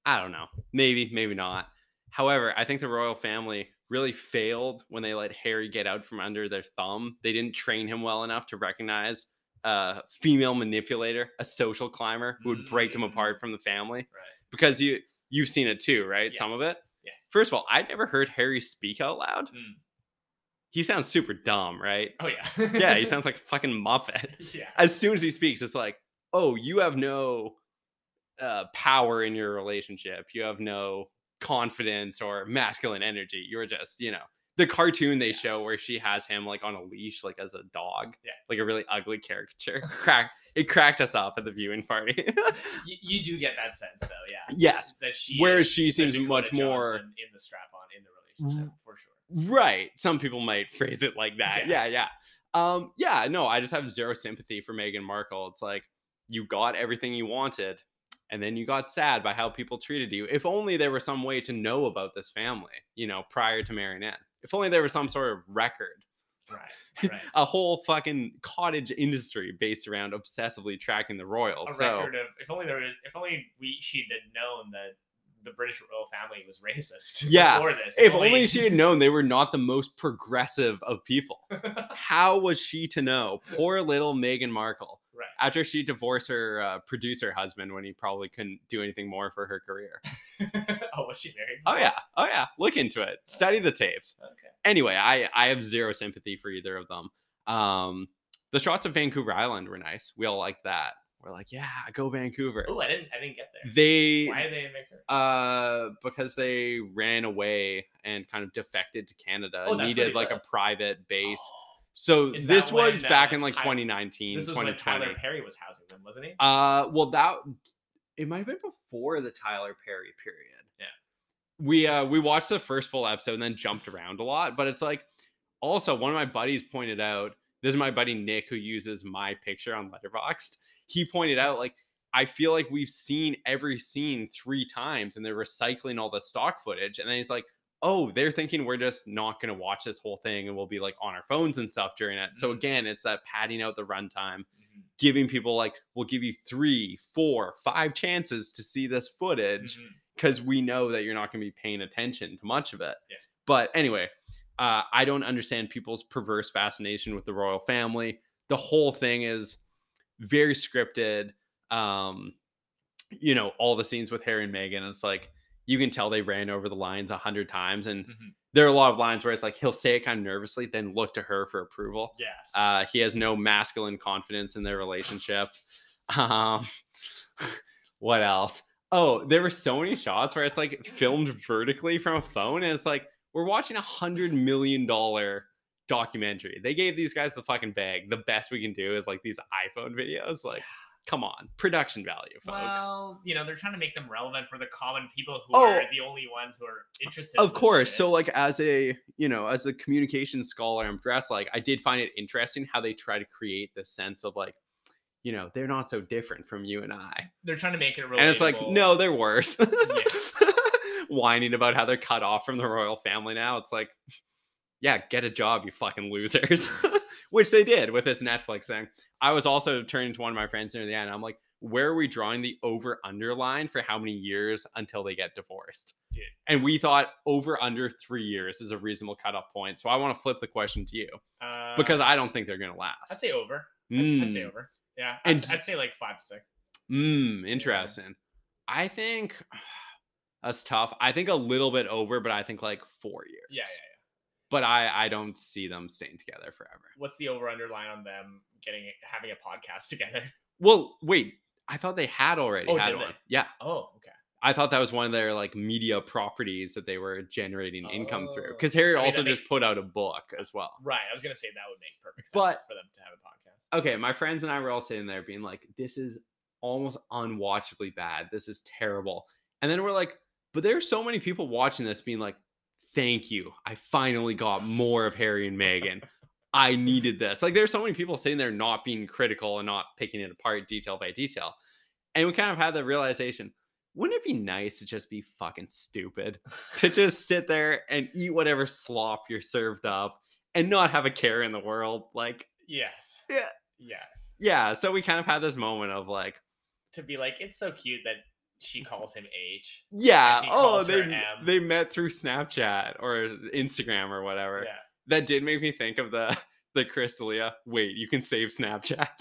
S4: I don't know. Maybe, maybe not. However, I think the royal family really failed when they let Harry get out from under their thumb. They didn't train him well enough to recognize a female manipulator, a social climber who would break him
S3: Mm.
S4: apart from the family.
S3: Right.
S4: Because you you've seen it too, right? Some of
S3: Yes.
S4: it.
S3: Yes.
S4: First of all, I never heard Harry speak out loud.
S3: Mm.
S4: He sounds super
S3: *laughs*
S4: dumb, right?
S3: Oh yeah.
S4: Yeah, he sounds like a fucking
S3: *laughs*
S4: Muppet
S3: Yeah.
S4: as soon as he speaks, it's like, oh, you have no uh, power in your relationship. You have no confidence or masculine energy. You're just, you know, the cartoon they show where she has him like on a leash, like as a dog.
S3: Yeah.
S4: Like a really ugly caricature. Crack it cracked us up at the viewing party. *laughs*
S3: You, you do get that sense though, yeah.
S4: yes.
S3: That she
S4: Whereas
S3: is
S4: she
S3: the
S4: seems
S3: Dakota
S4: much more
S3: Johnson in the strap on in the relationship for sure.
S4: Right. Some people might phrase it like that.
S3: Yeah.
S4: Yeah. yeah, Um, yeah, no, I just have zero sympathy for Meghan Markle. It's like you got everything you wanted, and then you got sad by how people treated you. If only there were some way to know about this family, you know, prior to marrying in. If only there was some sort of record.
S3: *laughs* Right. Right.
S4: A whole fucking cottage industry based around obsessively tracking the royals.
S3: a
S4: so
S3: record of if only there was if only we she'd had known that the British royal family was racist *laughs*
S4: Yeah,
S3: before this.
S4: if only she had known they were not the most progressive of people. How was she to know? Poor little Meghan Markle.
S3: Right.
S4: After she divorced her uh, producer husband when he probably couldn't do anything more for her
S3: *laughs*
S4: career.
S3: *laughs* oh, was she married?
S4: Oh yeah, oh yeah. Look into it. Study the tapes.
S3: Okay.
S4: Anyway, I I have zero sympathy for either of them. Um, the shots of Vancouver Island were nice. We all liked that. We're like, yeah, go Vancouver.
S3: Oh, I didn't. I didn't get there.
S4: They
S3: Why did they make her?
S4: uh because they ran away and kind of defected to Canada
S3: Oh,
S4: and
S3: that's
S4: needed
S3: pretty
S4: like a
S3: good.
S4: private base.
S3: *gasps* Oh,
S4: So
S3: Is
S4: this
S3: that when,
S4: was back
S3: uh,
S4: in like
S3: Tyler-
S4: 2019,
S3: this was when
S4: 2020.
S3: Tyler Perry was housing them, wasn't he?
S4: uh well that it might have been before the Tyler Perry period.
S3: Yeah.
S4: We uh we watched the first full episode and then jumped around a lot, but it's like also one of my buddies pointed out this is my buddy Nick who uses my picture on Letterboxd. He pointed out like I feel like we've seen every scene three times and they're recycling all the stock footage. And then he's like, oh, they're thinking we're just not going to watch this whole thing and we'll be like on our phones and stuff during it. So
S3: Mhm.
S4: again, it's that padding out the runtime,
S3: Mhm.
S4: giving people like, we'll give you three, four, five chances to see this footage
S3: Mhm.
S4: because we know that you're not going to be paying attention to much of it.
S3: Yeah.
S4: But anyway, uh, I don't understand people's perverse fascination with the royal family. The whole thing is very scripted. Um, you know, all the scenes with Harry and Meghan, it's like you can tell they ran over the lines a hundred times. And
S3: Mhm.
S4: there are a lot of lines where it's like he'll say it kind of nervously, then look to her for approval.
S3: Yes.
S4: Uh, he has no masculine confidence in their relationship. *laughs* Um, what else? Oh, there were so many shots where it's like filmed vertically from a phone, and it's like we're watching a hundred million dollar documentary. They gave these guys the fucking bag. The best we can do is like these iPhone videos. Like, come on, production value, folks.
S3: well, you know they're trying to make them relevant for the common people who
S4: Oh.
S3: are the only ones who are interested. in
S4: of
S3: this
S4: course
S3: shit.
S4: so like as a you know as a communication scholar i'm dressed like i did find it interesting how they try to create this sense of like you know they're not so different from you and i
S3: they're trying to make it relatable.
S4: and it's like no they're worse *laughs*
S3: Yeah.
S4: whining about how they're cut off from the royal family now it's like yeah get a job you fucking losers *laughs* which they did with this netflix thing i was also turning to one of my friends near the end i'm like where are we drawing the over underline for how many years until they get divorced
S3: Dude.
S4: and we thought over under three years is a reasonable cutoff point so i want to flip the question to you
S3: Uh,
S4: because i don't think they're going to last
S3: I'd say over. I'd- I'd say
S4: Mm,
S3: over. Yeah, I'd,
S4: And
S3: s- I'd say like five to six.
S4: mm, interesting i think *sighs* that's tough i think a little bit over but i think like four years
S3: Yeah, yeah, yeah.
S4: but I I don't see them staying together forever.
S3: What's the over underline on them getting having a podcast *laughs* together?
S4: Well, wait, I thought they had already
S3: Oh,
S4: had
S3: did
S4: one.
S3: they?
S4: Yeah,
S3: Oh, okay.
S4: I thought that was one of their like media properties that they were generating income through.
S3: Oh.
S4: Because Harry
S3: I mean,
S4: also
S3: that
S4: just put out a book as well.
S3: Right. I was gonna say that would make perfect sense
S4: But-
S3: for them to have a podcast.
S4: Okay, my friends and I were all sitting there being like, "This is almost unwatchably bad. This is terrible." And then we're like, "But there are so many people watching this, being like." Thank you. I finally got more of Harry and Meghan. I needed this. Like there's so many people sitting there not being critical and not picking it apart detail by detail. And we kind of had the realization, wouldn't it be nice to just be fucking stupid? to just sit there and eat whatever slop you're served up and not have a care in the world. Like,
S3: Yes.
S4: Yeah.
S3: Yes.
S4: yeah. So we kind of had this moment of like,
S3: To be like, it's so cute that she
S4: *laughs*
S3: calls him H.
S4: Yeah.
S3: And he
S4: Oh,
S3: calls her
S4: they
S3: M.
S4: they met through Snapchat or Instagram or whatever.
S3: Yeah.
S4: That did make me think of the *laughs* the Chris D'Elia, Wait, you can save
S3: *laughs*
S4: Snapchat. *laughs*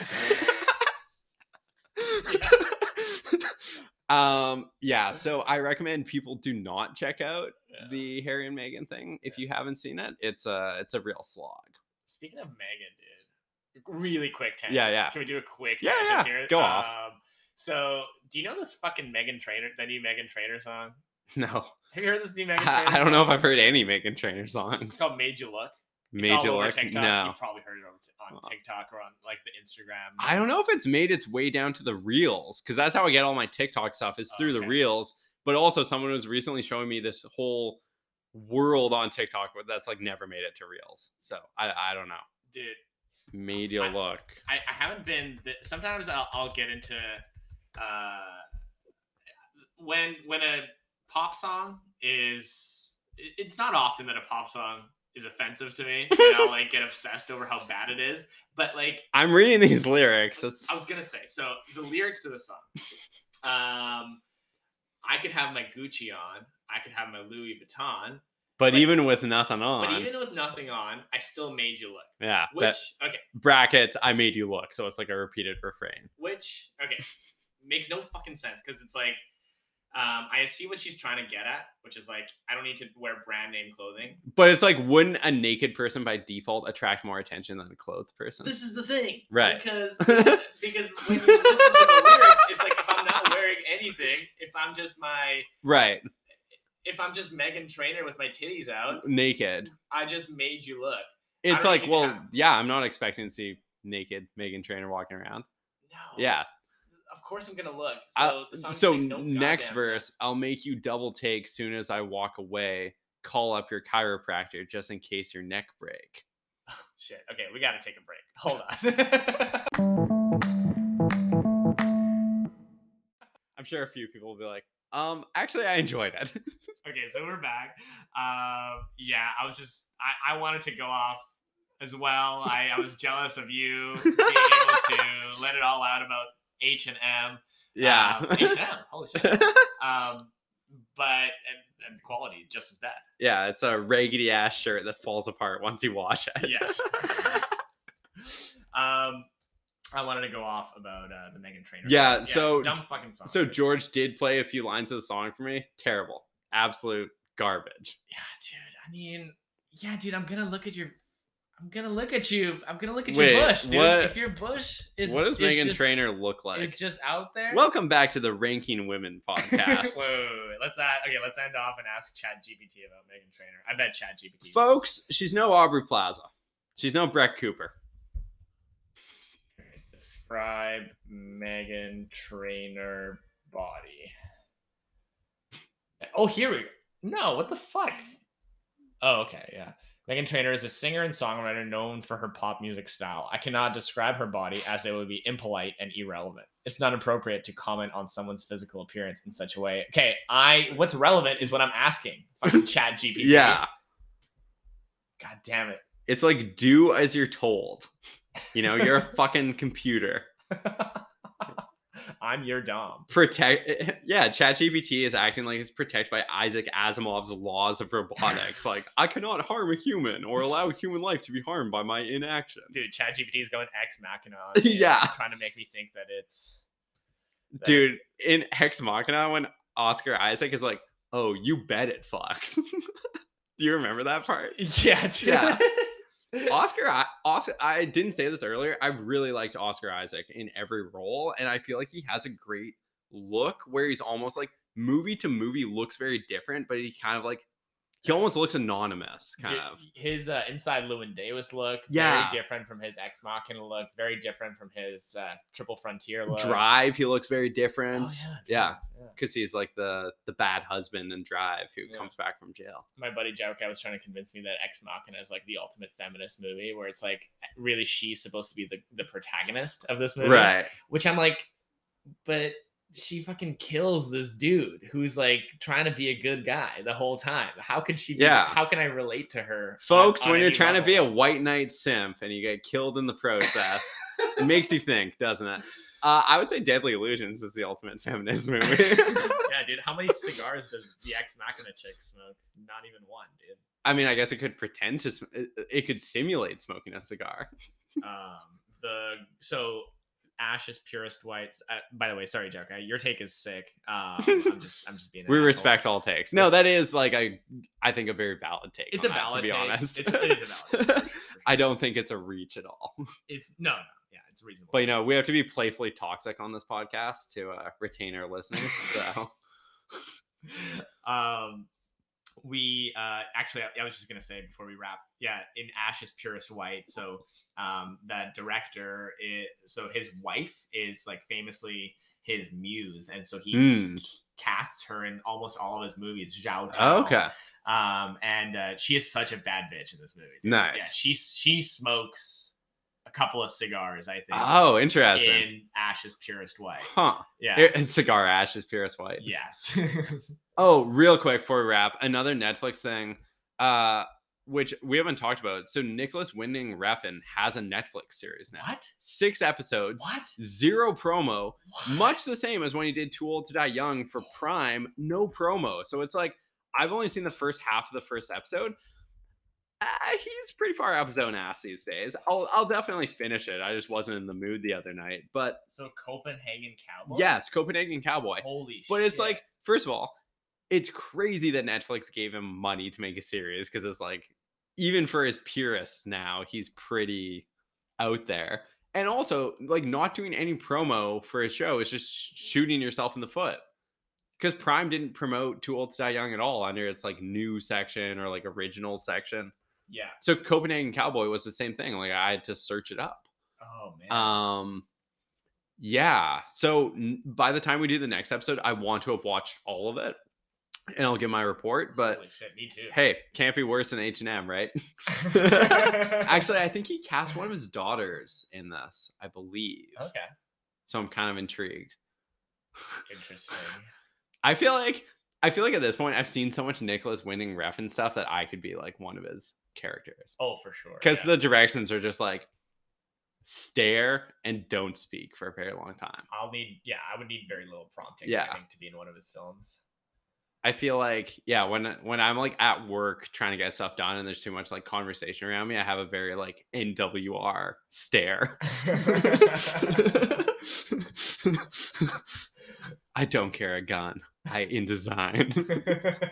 S4: um. Yeah. So I recommend people do not check out
S3: yeah.
S4: the Harry and Meghan thing if you haven't seen it. It's a it's a real slog. *laughs*
S3: Speaking of Megan, dude, really quick tangent.
S4: Yeah, yeah.
S3: Can we do a quick
S4: Yeah,
S3: tangent
S4: yeah,
S3: here?
S4: go off.
S3: Um, so, do you know this fucking Megan Trainer, the new Megan Trainer song?
S4: No,
S3: Have you heard this new Megan Trainer?
S4: *laughs* I, I don't know if I've heard any Megan Trainer songs.
S3: It's called Made You Look. It's
S4: Made
S3: all
S4: you
S3: over
S4: look?
S3: TikTok. You
S4: No.
S3: probably heard it over t- on
S4: Oh.
S3: TikTok or on like the Instagram.
S4: I don't know if it's made its way down to the reels because that's how I get all my TikTok stuff is through
S3: Oh, Okay.
S4: the reels. But also, someone was recently showing me this whole world on TikTok where that's like never made it to reels. So I, I don't know.
S3: dude.
S4: Made you
S3: I-
S4: look.
S3: I, I haven't been. Th- sometimes I'll, I'll get into uh, when when a pop song is. it- It's not often that a pop song is offensive to
S4: *laughs*
S3: me, and I'll like get obsessed over how bad it is. But like
S4: I'm reading these lyrics.
S3: *laughs*
S4: It's,
S3: I was gonna say, so the lyrics to the song. Um, I could have my Gucci on. I could have my Louis Vuitton.
S4: but,
S3: but-
S4: even with nothing on,
S3: But even with nothing on, I still made you look.
S4: yeah,
S3: Which
S4: that
S3: okay,
S4: brackets. I made you look. So it's like a repeated refrain.
S3: which okay *laughs* makes no fucking sense because it's like um, I see what she's trying to get at, which is like I don't need to wear brand name clothing.
S4: But it's like, wouldn't a naked person by default attract more attention than a clothed person?
S3: This is the thing,
S4: Right. *laughs*
S3: Because because when you listen to the lyrics, it's like if I'm not wearing anything, if I'm just my
S4: right,
S3: if I'm just Megan Trainer with my titties out,
S4: naked.
S3: I just made you look.
S4: It's
S3: don't
S4: like,
S3: even
S4: well,
S3: have-
S4: yeah, I'm not expecting to see naked Megan Trainer walking around.
S3: No.
S4: Yeah.
S3: Of course I'm gonna look. So
S4: I-
S3: the
S4: So,
S3: song makes no
S4: next
S3: goddamn
S4: verse,
S3: sense.
S4: I'll make you double take soon as I walk away. Call up your chiropractor just in case your neck break.
S3: Shit. Okay, we gotta take a break. Hold on. *laughs*
S4: I'm sure a few people will be like, um, actually, I enjoyed it.
S3: Okay, so we're back. Um, yeah, I was just I, I wanted to go off as well. I, I was jealous of you being able
S4: *laughs*
S3: to let it all out about H and M.
S4: *laughs*
S3: Um,
S4: yeah.
S3: H and M. Holy shit. Um, but and, and quality just as bad.
S4: *laughs*
S3: *laughs*
S4: yeah, it's a raggedy ass shirt that falls apart once you wash *laughs* it.
S3: Yes. um, I wanted to go off about uh, the Megan Trainor.
S4: Yeah, so-
S3: dumb fucking song.
S4: So
S3: dude.
S4: George did play a few lines of the song for me. Terrible. Absolute garbage.
S3: Yeah, dude. I mean, yeah, dude. I'm gonna look at your. I'm gonna look at you. I'm gonna look at
S4: Wait,
S3: your bush, dude.
S4: what-
S3: If your bush is
S4: what does
S3: is
S4: Megan
S3: just,
S4: Trainer look like?
S3: is just out there. *laughs*
S4: Welcome back to the Ranking *laughs* Women podcast.
S3: Whoa, let's uh, okay. Let's end off and ask Chat GPT about Megan Trainer. I bet Chat GPT.
S4: Folks, she's no Aubrey Plaza. She's no Brett Cooper.
S3: Describe Megan Trainer body. Oh, here we go. No, what the fuck? Oh, okay, yeah. Megan Trainer is a singer and songwriter known for her pop music style. I cannot describe her body as it would be impolite and irrelevant. It's not appropriate to comment on someone's physical appearance in such a way. Okay, I what's relevant is what I'm asking. Fucking Chat GPT.
S4: Yeah.
S3: God damn it. *laughs*
S4: It's like do as you're told. You know,
S3: *laughs*
S4: you're a fucking computer.
S3: I'm your dom.
S4: Protect *laughs* yeah, ChatGPT is acting like it's protected by Isaac Asimov's laws
S3: *laughs*
S4: of robotics. like, I cannot harm a human or allow human life to be harmed by my inaction.
S3: dude, ChatGPT is going ex machina.
S4: *laughs*
S3: on me and
S4: Yeah.
S3: trying to make me think that it's that-
S4: Dude, in Hex Machina when Oscar Isaac is like, Oh, you bet it fucks. *laughs* do you remember that part?
S3: *laughs* Yeah, dude. *laughs*
S4: Yeah. Oscar, I, Oscar, I didn't say this earlier. I really liked Oscar Isaac in every role, and I feel like he has a great look where he's almost like movie to movie looks very different, but he kind of like he almost looks anonymous, kind
S3: Dude,
S4: of.
S3: his uh, inside Lewin Davis look,
S4: Yeah.
S3: very different from his ex machina look, very different from his uh, triple frontier look.
S4: Drive, he looks very
S3: Oh,
S4: different.
S3: yeah,
S4: Yeah.
S3: yeah.
S4: Because he's like the the bad husband in Drive who
S3: Yeah.
S4: comes back from jail.
S3: My buddy Jericho was trying to convince me that Ex Machina is like the ultimate feminist movie, where it's like really she's supposed to be the, the protagonist of this movie,
S4: Right.
S3: Which I'm like, but she fucking kills this dude who's like trying to be a good guy the whole time. How could she? Be,
S4: Yeah.
S3: How can I relate to her, on-
S4: Folks,
S3: on
S4: when you're
S3: any
S4: trying *laughs* to be a
S3: level? *laughs*
S4: white knight simp and you get killed in the process, it makes you think, doesn't it? Uh, I would say Deadly Illusions is the ultimate feminist movie. *laughs*
S3: yeah, dude. How many cigars does the ex machina chick smoke? Not even one, dude.
S4: I mean, I guess it could pretend to, sm- it- it could simulate smoking a cigar.
S3: Um, the so ash is purest whites. Uh, by the way, sorry, Joker. Your take is sick. Um, I'm just, I'm just being. an
S4: *laughs* we
S3: asshole.
S4: respect all takes. No, that is like a, I think a very valid take.
S3: It's
S4: on
S3: a
S4: that,
S3: valid
S4: to be
S3: take.
S4: honest.
S3: It's, it is a
S4: *laughs*
S3: valid. take, for sure.
S4: I don't think it's a reach at all. *laughs*
S3: It's no, no. Yeah, it's reasonable.
S4: But you know, we have to be playfully toxic on this podcast to uh, retain our listeners. *laughs* So
S3: *laughs* um we uh actually I, I was just gonna say before we wrap yeah in ash's purest white so um that director is so his wife is like famously his muse and so he
S4: Hmm.
S3: casts her in almost all of his movies Zhao
S4: Oh.
S3: Tao. um and uh, she is such a bad bitch in this movie dude. yeah
S4: nice.
S3: she she smokes a couple of cigars i think
S4: Oh, interesting.
S3: in ash's purest white
S4: Huh.
S3: yeah
S4: Here- Cigar ash is purest white.
S3: yes *laughs*
S4: Oh, real quick before we wrap, another Netflix thing, uh, which we haven't talked about. So Nicholas Winding Refn has a Netflix series now.
S3: what
S4: Six episodes,
S3: what
S4: zero promo,
S3: What?
S4: much the same as when he did Too Old to Die Young for Prime, no promo. So it's like I've only seen the first half of the first episode. Uh, he's pretty far up his own ass these days. I'll I'll definitely finish it. I just wasn't in the mood the other night. But
S3: So Copenhagen Cowboy.
S4: yes, Copenhagen Cowboy.
S3: Holy.
S4: But it's
S3: shit.
S4: like, first of all, it's crazy that Netflix gave him money to make a series because it's like, even for his purists now, he's pretty out there. And also, like, not doing any promo for his show is just sh- shooting yourself in the foot. Because Prime didn't promote Too Old to Die Young at all under its like new section or like original section.
S3: Yeah.
S4: So Copenhagen Cowboy was the same thing. Like I had to search it up.
S3: Oh man.
S4: Um, yeah. So n- by the time we do the next episode, I want to have watched all of it, and I'll give my report. But
S3: Holy shit. Me *laughs* too.
S4: hey, can't be worse than H and M, right? *laughs* Actually, I think he cast one of his daughters in this, I believe.
S3: Okay.
S4: So I'm kind of intrigued.
S3: Interesting.
S4: I feel like I feel like at this point I've seen so much Nicholas Winning ref and stuff that I could be like one of his characters
S3: Oh, for sure.
S4: because
S3: yeah.
S4: the directions are just like stare and don't speak for a very long time.
S3: I'll need. Yeah, I would need very little prompting.
S4: Yeah.
S3: I think, to be in one of his
S4: *laughs*
S3: films. *laughs*
S4: I feel like yeah, when uh, when I'm like at work trying to get stuff done and there's too much like conversation around me, I have a very like NWR
S3: *laughs*
S4: stare. I don't care a gun. I InDesign.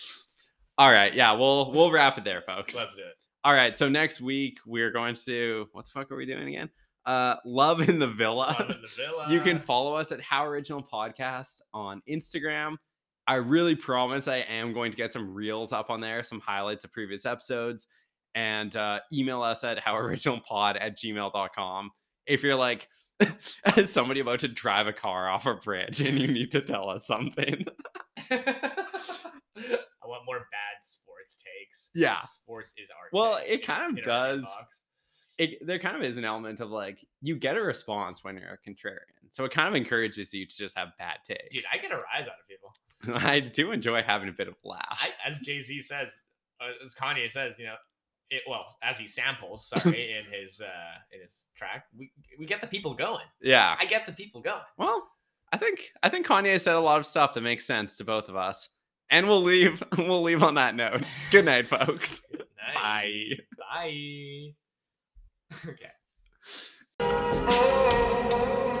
S4: *laughs* All right, yeah, we'll we'll wrap it there, folks.
S3: Let's do it.
S4: All right, so next week we're going to what the fuck are we doing again? Uh, Love in the Villa.
S3: Love in the Villa.
S4: You can follow us at How Original Podcast on Instagram. I really promise I am going to get some reels up on there, some highlights of previous episodes, and uh, email us at howoriginalpod at gmail.com. If you're like *laughs* somebody about to drive a car off a bridge and you need to tell us something.
S3: *laughs*
S4: *laughs*
S3: I want more bad sports takes.
S4: Yeah.
S3: Sports is art.
S4: Well,
S3: takes.
S4: it kind of
S3: Internet
S4: does.
S3: inbox.
S4: It, there kind of is an element of like, you get a response when you're a contrarian. So it kind of encourages you to just have bad takes.
S3: Dude, I get a rise out of people.
S4: *laughs* I, do enjoy having a bit of a laugh.
S3: I, as Jay Z says, uh, as Kanye says, you know, it well as he samples, sorry, in his uh in his track, we we get the people going.
S4: yeah.
S3: I get the people going.
S4: Well, I think I think Kanye said a lot of stuff that makes sense to both of us. And we'll leave *laughs* we'll leave on that note. Good night, folks. Bye.
S3: *laughs* Bye. okay.